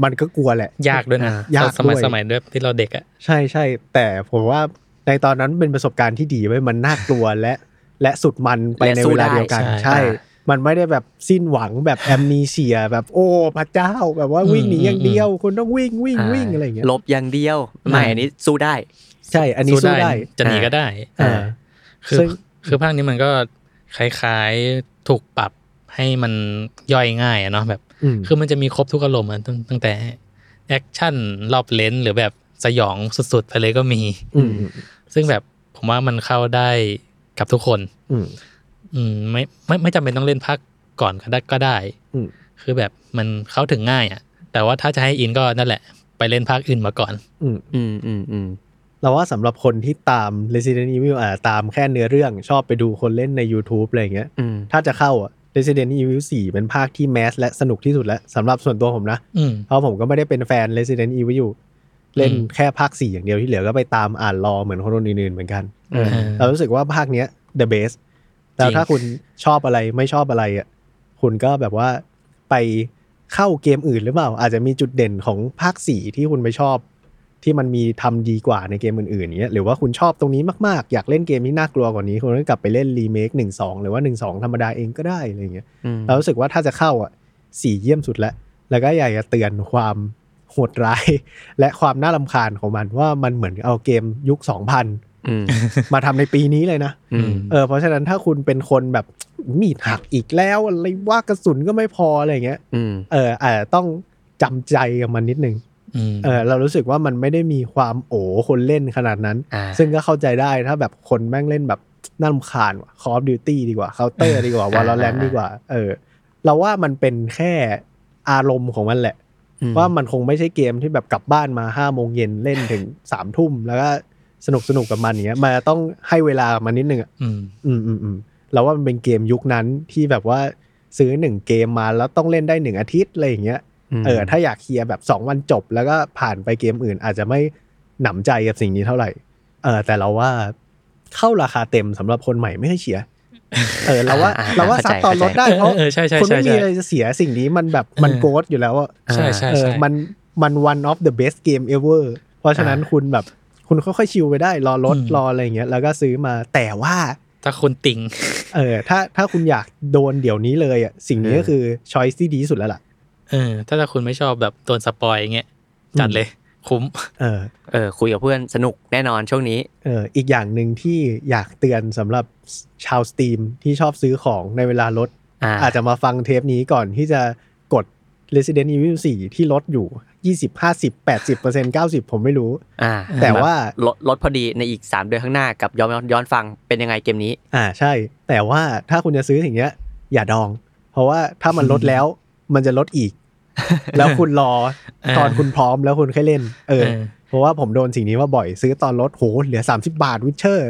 [SPEAKER 1] มันก็กลัวแหละ
[SPEAKER 3] ยากด้วยนะ
[SPEAKER 2] อ่า
[SPEAKER 1] ยาก
[SPEAKER 3] ตอนสมัย
[SPEAKER 1] ด้วย
[SPEAKER 3] สมัยด้วยที่เราเด็กอะ
[SPEAKER 1] ใช่ใช่แต่ผมว่าในตอนนั้นเป็นประสบการณ์ที่ดีไว้ยมันน่ากลัวและ และสุดมันไปใน
[SPEAKER 2] และสู้
[SPEAKER 1] เวลา
[SPEAKER 2] ได้
[SPEAKER 1] เดียวกัน
[SPEAKER 3] ใช่
[SPEAKER 1] ใช่
[SPEAKER 2] อ่า
[SPEAKER 1] มันไม่ได้แบบสิ้นหวังแบบแอมนีเชีย แบบโอ้พระเจ้าแบบว่าวิ่งหนี
[SPEAKER 3] อืม
[SPEAKER 1] อย่างเดียวคุณต้องวิ่งวิ่งวิ่งอะไรอย่างเงี้ย
[SPEAKER 2] ลบอย่างเดียว ไม่อันนี้สู้ได้
[SPEAKER 1] ใช่ อันนี้สู้ได้
[SPEAKER 3] จะหนีก็ได้
[SPEAKER 1] อ่า
[SPEAKER 3] คือ
[SPEAKER 1] ซึ่ง
[SPEAKER 3] คือภาคนี้มันก็คล้ายๆถูกปรับให้มันย่อยง่ายอะเนาะแบบ
[SPEAKER 1] อืม
[SPEAKER 3] คือมันจะมีครบทุกอารมณ์อะตั้งตั้งแต่แอคชั่นรอบเลนส์หรือแบบสยองสุดๆไปเลยก็มี
[SPEAKER 1] อืม
[SPEAKER 3] ซึ่งแบบผมว่ามันเข้าได้กับทุกคน
[SPEAKER 1] อืม
[SPEAKER 3] อืมไม่ไม่ไม่จำเป็นต้องเล่นภาคก่อนก็ได้ก็ได้
[SPEAKER 1] อืม
[SPEAKER 3] คือแบบมันเข้าถึงง่ายอะแต่ว่าถ้าจะให้อินก็นั่นแหละ ไปเล่นภาคอื่นมาก่อน
[SPEAKER 1] อืม
[SPEAKER 2] อืมอืมอืม
[SPEAKER 1] เราว่าสำหรับคนที่ตาม Resident Evil อ่าตามแค่เนื้อเรื่องชอบไปดูคนเล่นใน YouTube อะไรอย่างเงี้ย
[SPEAKER 2] อืม
[SPEAKER 1] ถ้าจะเข้าอ่ะ Resident Evil 4 เป็นภาคที่แมสและสนุกที่สุดแล้วสำหรับส่วนตัวผมนะ
[SPEAKER 3] อืม
[SPEAKER 1] เพราะผมก็ไม่ได้เป็นแฟน Resident Evil อยู่เล่น
[SPEAKER 3] อืม
[SPEAKER 1] แค่ภาค 4 อย่างเดียวที่เหลือก็ไปตามอ่านรอเหมือนคนอื่นๆเหมือนกัน
[SPEAKER 2] เออ
[SPEAKER 1] เรารู้สึกว่าภาคเนี้ย the best แต่
[SPEAKER 3] จริง
[SPEAKER 1] ถ้าคุณชอบอะไรไม่ชอบอะไรอ่ะคุณก็แบบว่าไปเข้าเกมอื่นหรือเปล่า อาจจะมีจุดเด่นของภาค 4 ที่คุณไปชอบ ที่มันมีทำดีกว่าในเกมอื่นๆเนี้ยหรือว่าคุณชอบตรงนี้มากๆ อยากเล่นเกมที่น่ากลัวกว่านี้คุณก็กลับไปเล่นรีเมคหนึ่งสองหรือว่าหนึ่งสองธรรมดาเองก็ได้อะไรอย่างเงี้ย
[SPEAKER 2] อืม
[SPEAKER 1] เรารู้สึกว่าถ้าจะเข้าอ่ะสี่เยี่ยมสุดแล้ว แล้วก็อยากจะเตือนความ โหดร้าย และความน่าลำคาญของมันว่ามันเหมือนเอาเกมยุค 2000
[SPEAKER 2] อืม
[SPEAKER 1] มาทำในปีนี้เลยนะ
[SPEAKER 2] อืม
[SPEAKER 1] เออเพราะฉะนั้นถ้าคุณเป็นคนแบบมีดหักอีกแล้วอะไรว่ากระสุนก็ไม่พออะไรอย่างเงี้ย
[SPEAKER 2] อืม
[SPEAKER 1] เอออาจจะต้องจำใจกับมันนิดนึง
[SPEAKER 3] อืม
[SPEAKER 1] เออเรารู้สึกว่ามันไม่ได้มีความโอ้คนเล่นขนาดนั้น
[SPEAKER 2] อ่า
[SPEAKER 1] ซึ่งก็เข้าใจได้ถ้าแบบคนแม่งเล่นแบบน่ารำคาญคอฟดิวตี้ดีกว่าเคาน์เตอร์ ดีกว่าวอลเลน
[SPEAKER 2] อ่า
[SPEAKER 1] ดีกว่า เออ เราว่ามันเป็นแค่อารมณ์ของมันแหละ
[SPEAKER 2] อืม
[SPEAKER 1] ว่ามันคงไม่ใช่เกมที่แบบกลับบ้านมาห้าโมงเย็นเล่นถึง สามทุ่มแล้วก็สนุกสนุกกับมันอย่างเงี้ยมันต้องให้เวลามันนิดนึงอะ
[SPEAKER 3] อืม
[SPEAKER 1] อืมอืมอืมเราว่ามันเป็นเกมยุคนั้นที่แบบว่าซื้อหนึ่งเกมมาแล้วต้องเล่นได้หนึ่งอาทิตย์อะไรอย่างเงี้ย เออถ้าอยากเคลียร์แบบ 2 วันจบแล้วก็ผ่านไปเกมอื่น อาจจะไม่หนำใจกับสิ่งนี้เท่าไหร่เออแต่เราว่าเข้าราคาเต็มสำหรับคนใหม่ไม่ให้เชียร์เอ อเราว่า
[SPEAKER 2] อ่า
[SPEAKER 1] เราว่าซับ
[SPEAKER 2] เข้าใจ
[SPEAKER 1] ตอนลดได้เพราะ
[SPEAKER 3] เออใช่ใช่
[SPEAKER 1] คุณ
[SPEAKER 3] ใช่
[SPEAKER 1] ไม่มี
[SPEAKER 3] ใช่
[SPEAKER 1] อะไรจะเสียสิ่งนี้มันแบบมัน
[SPEAKER 3] เออ
[SPEAKER 1] โกดอยู่แล้วอะ
[SPEAKER 3] ใช่ใช่
[SPEAKER 1] เออ
[SPEAKER 3] ใช่
[SPEAKER 1] มันมัน one of the best game ever เพราะฉะนั้น
[SPEAKER 2] อ่า
[SPEAKER 1] คุณแบบคุณค่อยๆชิลไปได้รอลดรออะไรอย่างเงี้ยแล้วก็ซื้อมาแต่ว่า
[SPEAKER 3] ถ้าคนติง
[SPEAKER 1] เออถ้าถ้าคุณอยากโดนเดี๋ยวนี้เลยอะสิ่งนี้ก็คือช้อยที่ดีที่สุดแล้วล่ะ
[SPEAKER 3] เออ ถ้าถ้าคุณไม่ชอบแบบโดนสปอยอย่างเงี้ยจัดเลย คุ้ม
[SPEAKER 1] เออ
[SPEAKER 2] เออ คุยกับเพื่อนสนุกแน่นอนช่วงนี้
[SPEAKER 1] เอออีกอย่างหนึ่งที่อยากเตือนสำหรับชาวสตรีมที่ชอบซื้อของในเวลาลด
[SPEAKER 2] อ่า
[SPEAKER 1] อาจจะมาฟังเทปนี้ก่อนที่จะกด Resident Evil 4 ที่ลดอยู่ 20 50 80 90 ผมไม่รู้
[SPEAKER 2] อ่า
[SPEAKER 1] แต่ว่า
[SPEAKER 2] ลดลดพอดีในอีก 3 เดือนข้างหน้ากับย้อนย้อนฟังเป็นยังไงเกมนี้
[SPEAKER 1] อ่าใช่ แต่ว่าถ้าคุณจะซื้อสิ่งเนี้ย อย่าดอง เพราะว่าถ้ามันลดแล้ว มันจะลดอีก แล้วคุณรอตอนคุณพร้อมแล้วคุณค่อยเล่น เออ
[SPEAKER 3] เออ
[SPEAKER 1] เพราะว่าผมโดนสิ่งนี้มาบ่อยซื้อตอนลดโหเหลือ 30 บาทวิเชอ ร์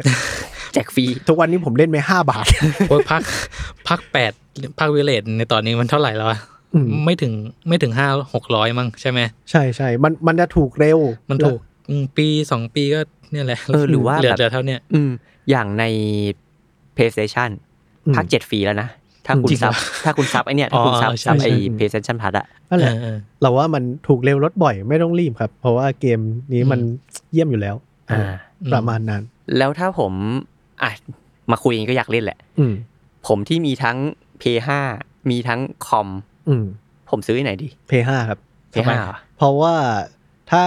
[SPEAKER 2] แจกฟรี
[SPEAKER 1] ทุกวันนี้ผมเล่นไป5บาท
[SPEAKER 3] โอ้ ยพักพักแปดพักวิเลตในตอนนี้มันเท่าไหร่แล้วอะ
[SPEAKER 1] อืม
[SPEAKER 3] ไม่ถึงไม่ถึงห้าหกร้อยมั้งใช่ไหม
[SPEAKER 1] ใช่ใช่ มันมันจะถูกเร็ว
[SPEAKER 3] มันถูกอืมปีสองปีก็เนี่ยแหละ
[SPEAKER 2] เออหรือว่า
[SPEAKER 3] เหลือ
[SPEAKER 2] แบบ
[SPEAKER 3] เหลือเท่าเนี้ย
[SPEAKER 2] อืม อย่างใน PlayStation
[SPEAKER 1] อืม
[SPEAKER 2] ภาคเจ็ดฟรีแล้วนะ ถ้าคุณ
[SPEAKER 3] จริงเหร
[SPEAKER 2] ซั
[SPEAKER 3] อบ
[SPEAKER 2] ถ้าคุณซับไอเนี่ย
[SPEAKER 3] อ๋
[SPEAKER 2] ถ้า
[SPEAKER 3] อ
[SPEAKER 2] คุณซับ
[SPEAKER 3] ใช่
[SPEAKER 2] ซับ
[SPEAKER 3] ใช่
[SPEAKER 2] ไอ
[SPEAKER 1] ใช่
[SPEAKER 2] PlayStation พัทอะ
[SPEAKER 1] นั่นแหละ
[SPEAKER 3] เออเออ
[SPEAKER 1] เราว่ามันถูกเร็วลดบ่อยไม่ต้องรีบครับ เพราะว่าเกมนี้มันเยี่ยมอยู่แล้ว
[SPEAKER 2] อ่า
[SPEAKER 1] เออประมาณนั้น
[SPEAKER 2] แล้วถ้าผมอ่ะมาคุยอย่างนี้ก็อยากเล่นแหละ
[SPEAKER 1] อืม
[SPEAKER 2] ผมที่มีทั้ง P5 มีทั้งคอม
[SPEAKER 1] อืม
[SPEAKER 2] ผมซื้อที่ไหนดี
[SPEAKER 1] เพย์ห้าครับ
[SPEAKER 2] P5
[SPEAKER 3] ทำไม
[SPEAKER 2] เหรอ
[SPEAKER 1] เพราะว่าถ้า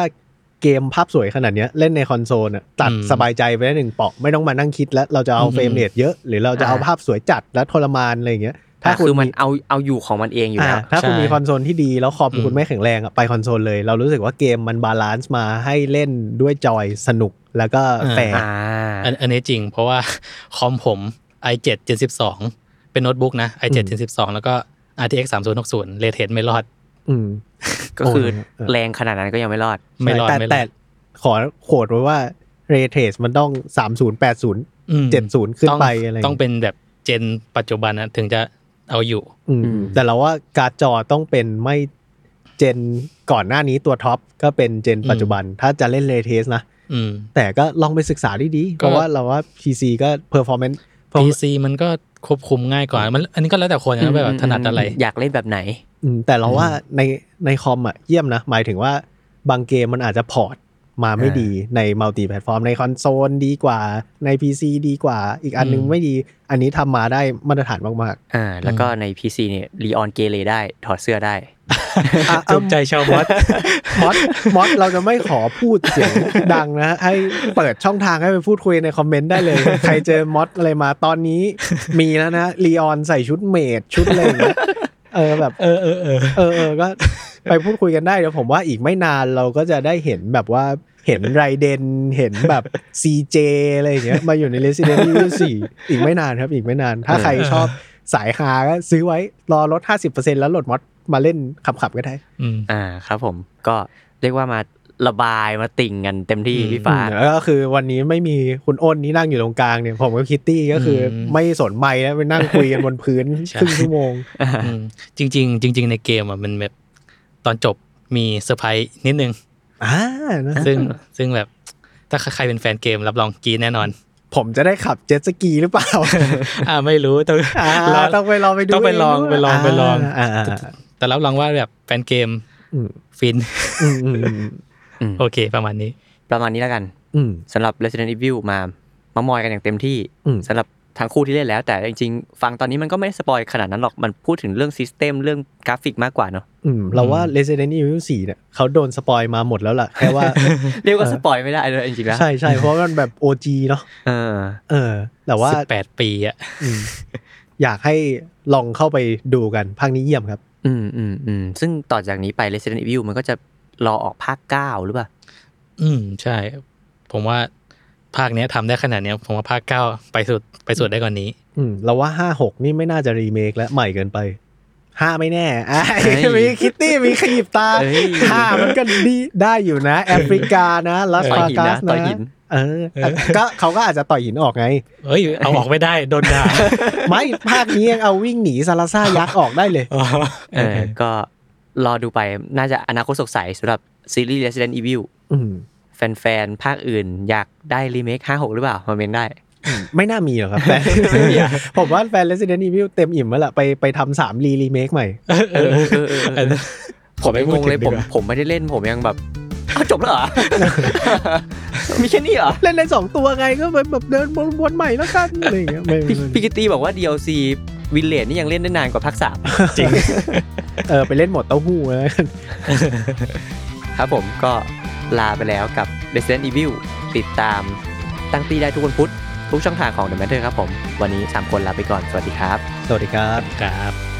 [SPEAKER 1] เกมภาพสวยขนาดเนี้ยเล่นในคอนโซลน่ะตัด
[SPEAKER 3] อืม
[SPEAKER 1] สบายใจไปได้หนึ่งเปอกไม่ต้องมานั่งคิดแล้ว เราจะเอา
[SPEAKER 3] อืม
[SPEAKER 1] เฟรมเรทเยอะ หรือเราจะเอา
[SPEAKER 2] อ่า
[SPEAKER 1] ภาพสวยจัดและทรมานอะไรอย่างเงี้ย
[SPEAKER 2] ถ้า
[SPEAKER 1] ถ้าคุณ
[SPEAKER 2] คือมันเอาเอาอยู่ของมันเองอยู่แล้ว
[SPEAKER 1] าถ้าคุณ
[SPEAKER 3] ใช่
[SPEAKER 1] มีคอนโซลที่ดีแล้วคอม
[SPEAKER 3] อืม
[SPEAKER 1] คุณไม่แข็งแรงอะไปคอนโซลเลย เรารู้สึกว่าเกมมันบาลานซ์มาให้เล่นด้วยจอยสนุกแล้วก็แฟร์
[SPEAKER 2] อ่า
[SPEAKER 3] อันอันนี้จริง เพราะ ว่า คอมผม i7 Gen 12 เป็นโน้ตบุ๊กนะ i7 Gen 12 แล้วก็ RTX 3060เรเทนไม่รอด
[SPEAKER 1] อืม
[SPEAKER 2] ก็คือ
[SPEAKER 1] เออ
[SPEAKER 2] แรงขนาดนั้นก็ยังไม่รอด
[SPEAKER 3] ไม่รอด
[SPEAKER 1] แต่
[SPEAKER 3] ไม่ร
[SPEAKER 1] แต่
[SPEAKER 3] อด
[SPEAKER 1] ขอโขดไว้ว่าเรเทสมันต้อง 30 80
[SPEAKER 3] อืม
[SPEAKER 1] 70 ขึ้นไปอะไร
[SPEAKER 3] ต้องเป็นแบบเจนปัจจุบันนะถึงจะเอาอยู่
[SPEAKER 1] อืม
[SPEAKER 2] อืม
[SPEAKER 1] แต่เราว่าการ์ดจอต้องเป็นไม่เจนก่อนหน้านี้ตัวท็อปก็เป็นเจน
[SPEAKER 3] อืม
[SPEAKER 1] ปัจจุบัน ถ้าจะเล่นเรเทสนะ
[SPEAKER 3] อืม
[SPEAKER 1] แต่ก็ลองไปศึกษาดีๆ เพราะว่าเราว่า PC ก็เพอร์ฟอร์แมนซ์
[SPEAKER 3] PC มันก็ควบคุมง่ายกว่ามันอันนี้ก็แล้วแต่คนนะว่าแบบถนัดอะไร
[SPEAKER 2] อยากเล่นแบบไหน
[SPEAKER 1] แต่เราว่าในในคอมอ่ะเยี่ยมนะ หมายถึงว่าบางเกมมันอาจจะพอร์ตมาไม่
[SPEAKER 2] อ่า
[SPEAKER 1] ดีในมัลติแพลตฟอร์มในคอนโซลดีกว่าใน PC ดีกว่า อีกอันนึง
[SPEAKER 3] อืม
[SPEAKER 1] ไม่ดี อันนี้ทำมาได้มาตรฐาน มากๆ
[SPEAKER 2] อ่า แล้วก็ใน PC เนี่ยรีออนเกเรได้ถอดเสื้อได้
[SPEAKER 1] อ่ะ
[SPEAKER 3] จุกใจชาวมอส
[SPEAKER 1] มอสมอสเราจะไม่ขอพูดเสียงดังนะ ให้เปิดช่องทางให้ไปพูดคุยในคอมเมนต์ได้ เลย ใครเจอมอสอะไรมาตอนนี้มีแล้วนะลีออนใส่ชุดเมดชุดอะไรอย่างเงี้ยเออแบบ
[SPEAKER 3] เออเออเออ
[SPEAKER 1] เออเออก็ ไปพูดคุยกันได้เดี๋ยวผมว่าอีกไม่นานเราก็จะได้เห็นแบบว่าเห็นไรเดนเห็นแบบซีเจอะไรอย่างเงี้ยมาอยู่ใน Resident Evil 4 อีกไม่นานครับอีกไม่นาน ถ้าใครชอบสายฮาก็ซื้อไว้รอลด 50%แล้วโหลดมอสมาเล่นขับๆก็ได้
[SPEAKER 3] อืม
[SPEAKER 2] อ่าครับผมก็เรียกว่ามาระบายมาติ่งกันเต็มที่
[SPEAKER 3] อืม
[SPEAKER 2] พี่ฟ้า
[SPEAKER 1] อืมแล้วก็คือวันนี้ไม่มีคุณอ้นที่นั่งอยู่ตรงกลางเนี่ย ผมกับคิตตี้ก็คืออ
[SPEAKER 3] ม
[SPEAKER 1] ไม่สนไม้แล้วไปนั่งคุยกันบนพื้น
[SPEAKER 3] ใช่
[SPEAKER 1] ครึ่งชั่วโมง
[SPEAKER 3] อืมจริงจริงๆจริง ๆ ในเกมอ่ะมันแบบตอนจบมีเซอร์ไพรส์นิดนึง
[SPEAKER 1] อ่านะ
[SPEAKER 3] ซึ่งซึ่งแบบถ้าใครเป็นแฟนเกมรับรองกรีดแน่นอน
[SPEAKER 1] ผมจะได้ขับเจ็ตสกีหรือเปล่า
[SPEAKER 3] อ่าไม่รู้ต้อง
[SPEAKER 1] อ่ารต้องไปลองไปดู
[SPEAKER 3] ต้องไปลองไปลองไปลอง
[SPEAKER 1] าาา
[SPEAKER 3] แต่รับรองว่าแบบแฟนเกม
[SPEAKER 1] อืม
[SPEAKER 3] ฟิน
[SPEAKER 1] อืมอืมอืม
[SPEAKER 2] ม
[SPEAKER 3] โอเคประมาณนี้
[SPEAKER 2] ประมาณนี้แล้วกัน
[SPEAKER 1] อืม
[SPEAKER 2] สำหรับ Resident Evil มา มามอยกันอย่างเต็มที่
[SPEAKER 1] อืม
[SPEAKER 2] สำหรับ ทั้งคู่ที่เล่นแล้ว แต่จริงๆ ฟังตอนนี้มันก็ไม่ได้สปอยขนาดนั้นหรอกมันพูดถึงเรื่องซิสเต็มเรื่องกราฟิกมากกว่าเนาะ
[SPEAKER 1] อืมเราว่า Resident Evil 4เนี่ยเขาโดนสปอยมาหมดแล้วล่ะแค่ว่า
[SPEAKER 2] เรียกว่าสปอยไม่ได้เลยจริงๆแล้ว
[SPEAKER 1] ใช่ใช่เพราะมันแบบ OG เนาะ
[SPEAKER 2] เออ
[SPEAKER 1] เออ แต่ว่า
[SPEAKER 3] สิบแปดปีอ่ะ
[SPEAKER 1] อืมอยากให้ลองเข้าไปดูกันภาคนี้เยี่ยมครับ
[SPEAKER 2] อืมอืมอืมซึ่งต่อจากนี้ไป Resident Evil มันก็จะรอออกภาคเก้าหรือเปล่า
[SPEAKER 3] อืมใช่ ผมว่าภาคเนี้ยทำได้ขนาดเนี้ย ผมว่าภาคเก้าไปสุดไปสุดได้กว่านนี้
[SPEAKER 1] อืมเราว่าห้าหกนี่ไม่น่าจะรีเมคแล้วใหม่เกินไปห้าไม่แน่ อ่ะ
[SPEAKER 2] เฮ้ย
[SPEAKER 1] มีคิตตี้มีขยิบตา
[SPEAKER 2] เฮ้ย
[SPEAKER 1] ห้ามันก็ดีได้อยู่นะ แอฟริกานะลาส
[SPEAKER 2] ต่อย
[SPEAKER 1] ปา
[SPEAKER 2] หิน
[SPEAKER 1] กั
[SPEAKER 2] นะ
[SPEAKER 1] ส
[SPEAKER 2] ต่อย
[SPEAKER 1] นะ
[SPEAKER 2] หิน
[SPEAKER 1] เออก็เขาก็อาจจะต่อยหินออกไง
[SPEAKER 3] เอ้ย เอาออกไม่ได้โดนด่า
[SPEAKER 1] ไม่ ภาคนี้ยังเอาวิ่งหนีซาลาซ่ายักษ์ออกได้เลย
[SPEAKER 2] เออ ก็รอดูไปน่าจะอนาคตสดใสสำหรับซีรีส์ Resident Evil
[SPEAKER 1] อืม
[SPEAKER 2] แฟนๆ ภาคอื่นอยากได้รีเมค 56 หรือเปล่ามาเมนได้
[SPEAKER 1] ไม่น่ามีหรอกครับแฟน ผมว่าแฟน Resident Evil เต็มอิ่มแล้วล่ะไปไปทำสามรีรีเมคใหม่
[SPEAKER 3] เออเออเออเออ
[SPEAKER 2] ผมไม่งงเลยผมผมไม่ได้เล่นผมยังแบบอ้าวจบแล้วเหรอ มีแค่นี้เหรอ
[SPEAKER 1] เล่นได้สองตัวไงก็แบบแบบเดินวนๆใหม่แล้วกันอะไรอย่างเงี้ยไม่
[SPEAKER 2] พี่
[SPEAKER 1] ไม่
[SPEAKER 2] พี่กิตตี้บอกว่า DLC วิลเลจนี่ยังเล่นได้นานกว่าภาคสาม
[SPEAKER 3] จริง
[SPEAKER 1] เออไปเล่นหมดเต้าหู้แล้วกัน
[SPEAKER 2] ครับผมก็ลาไปแล้วกับ Resident Evil ติดตามตั้งตีได้ทุกวันพุธทุกช่องทางของ The Matter ครับผม วันนี้ 3 คนลาไปก่อน สวัสดีครับ
[SPEAKER 1] สวัสดีครับ
[SPEAKER 3] ครับ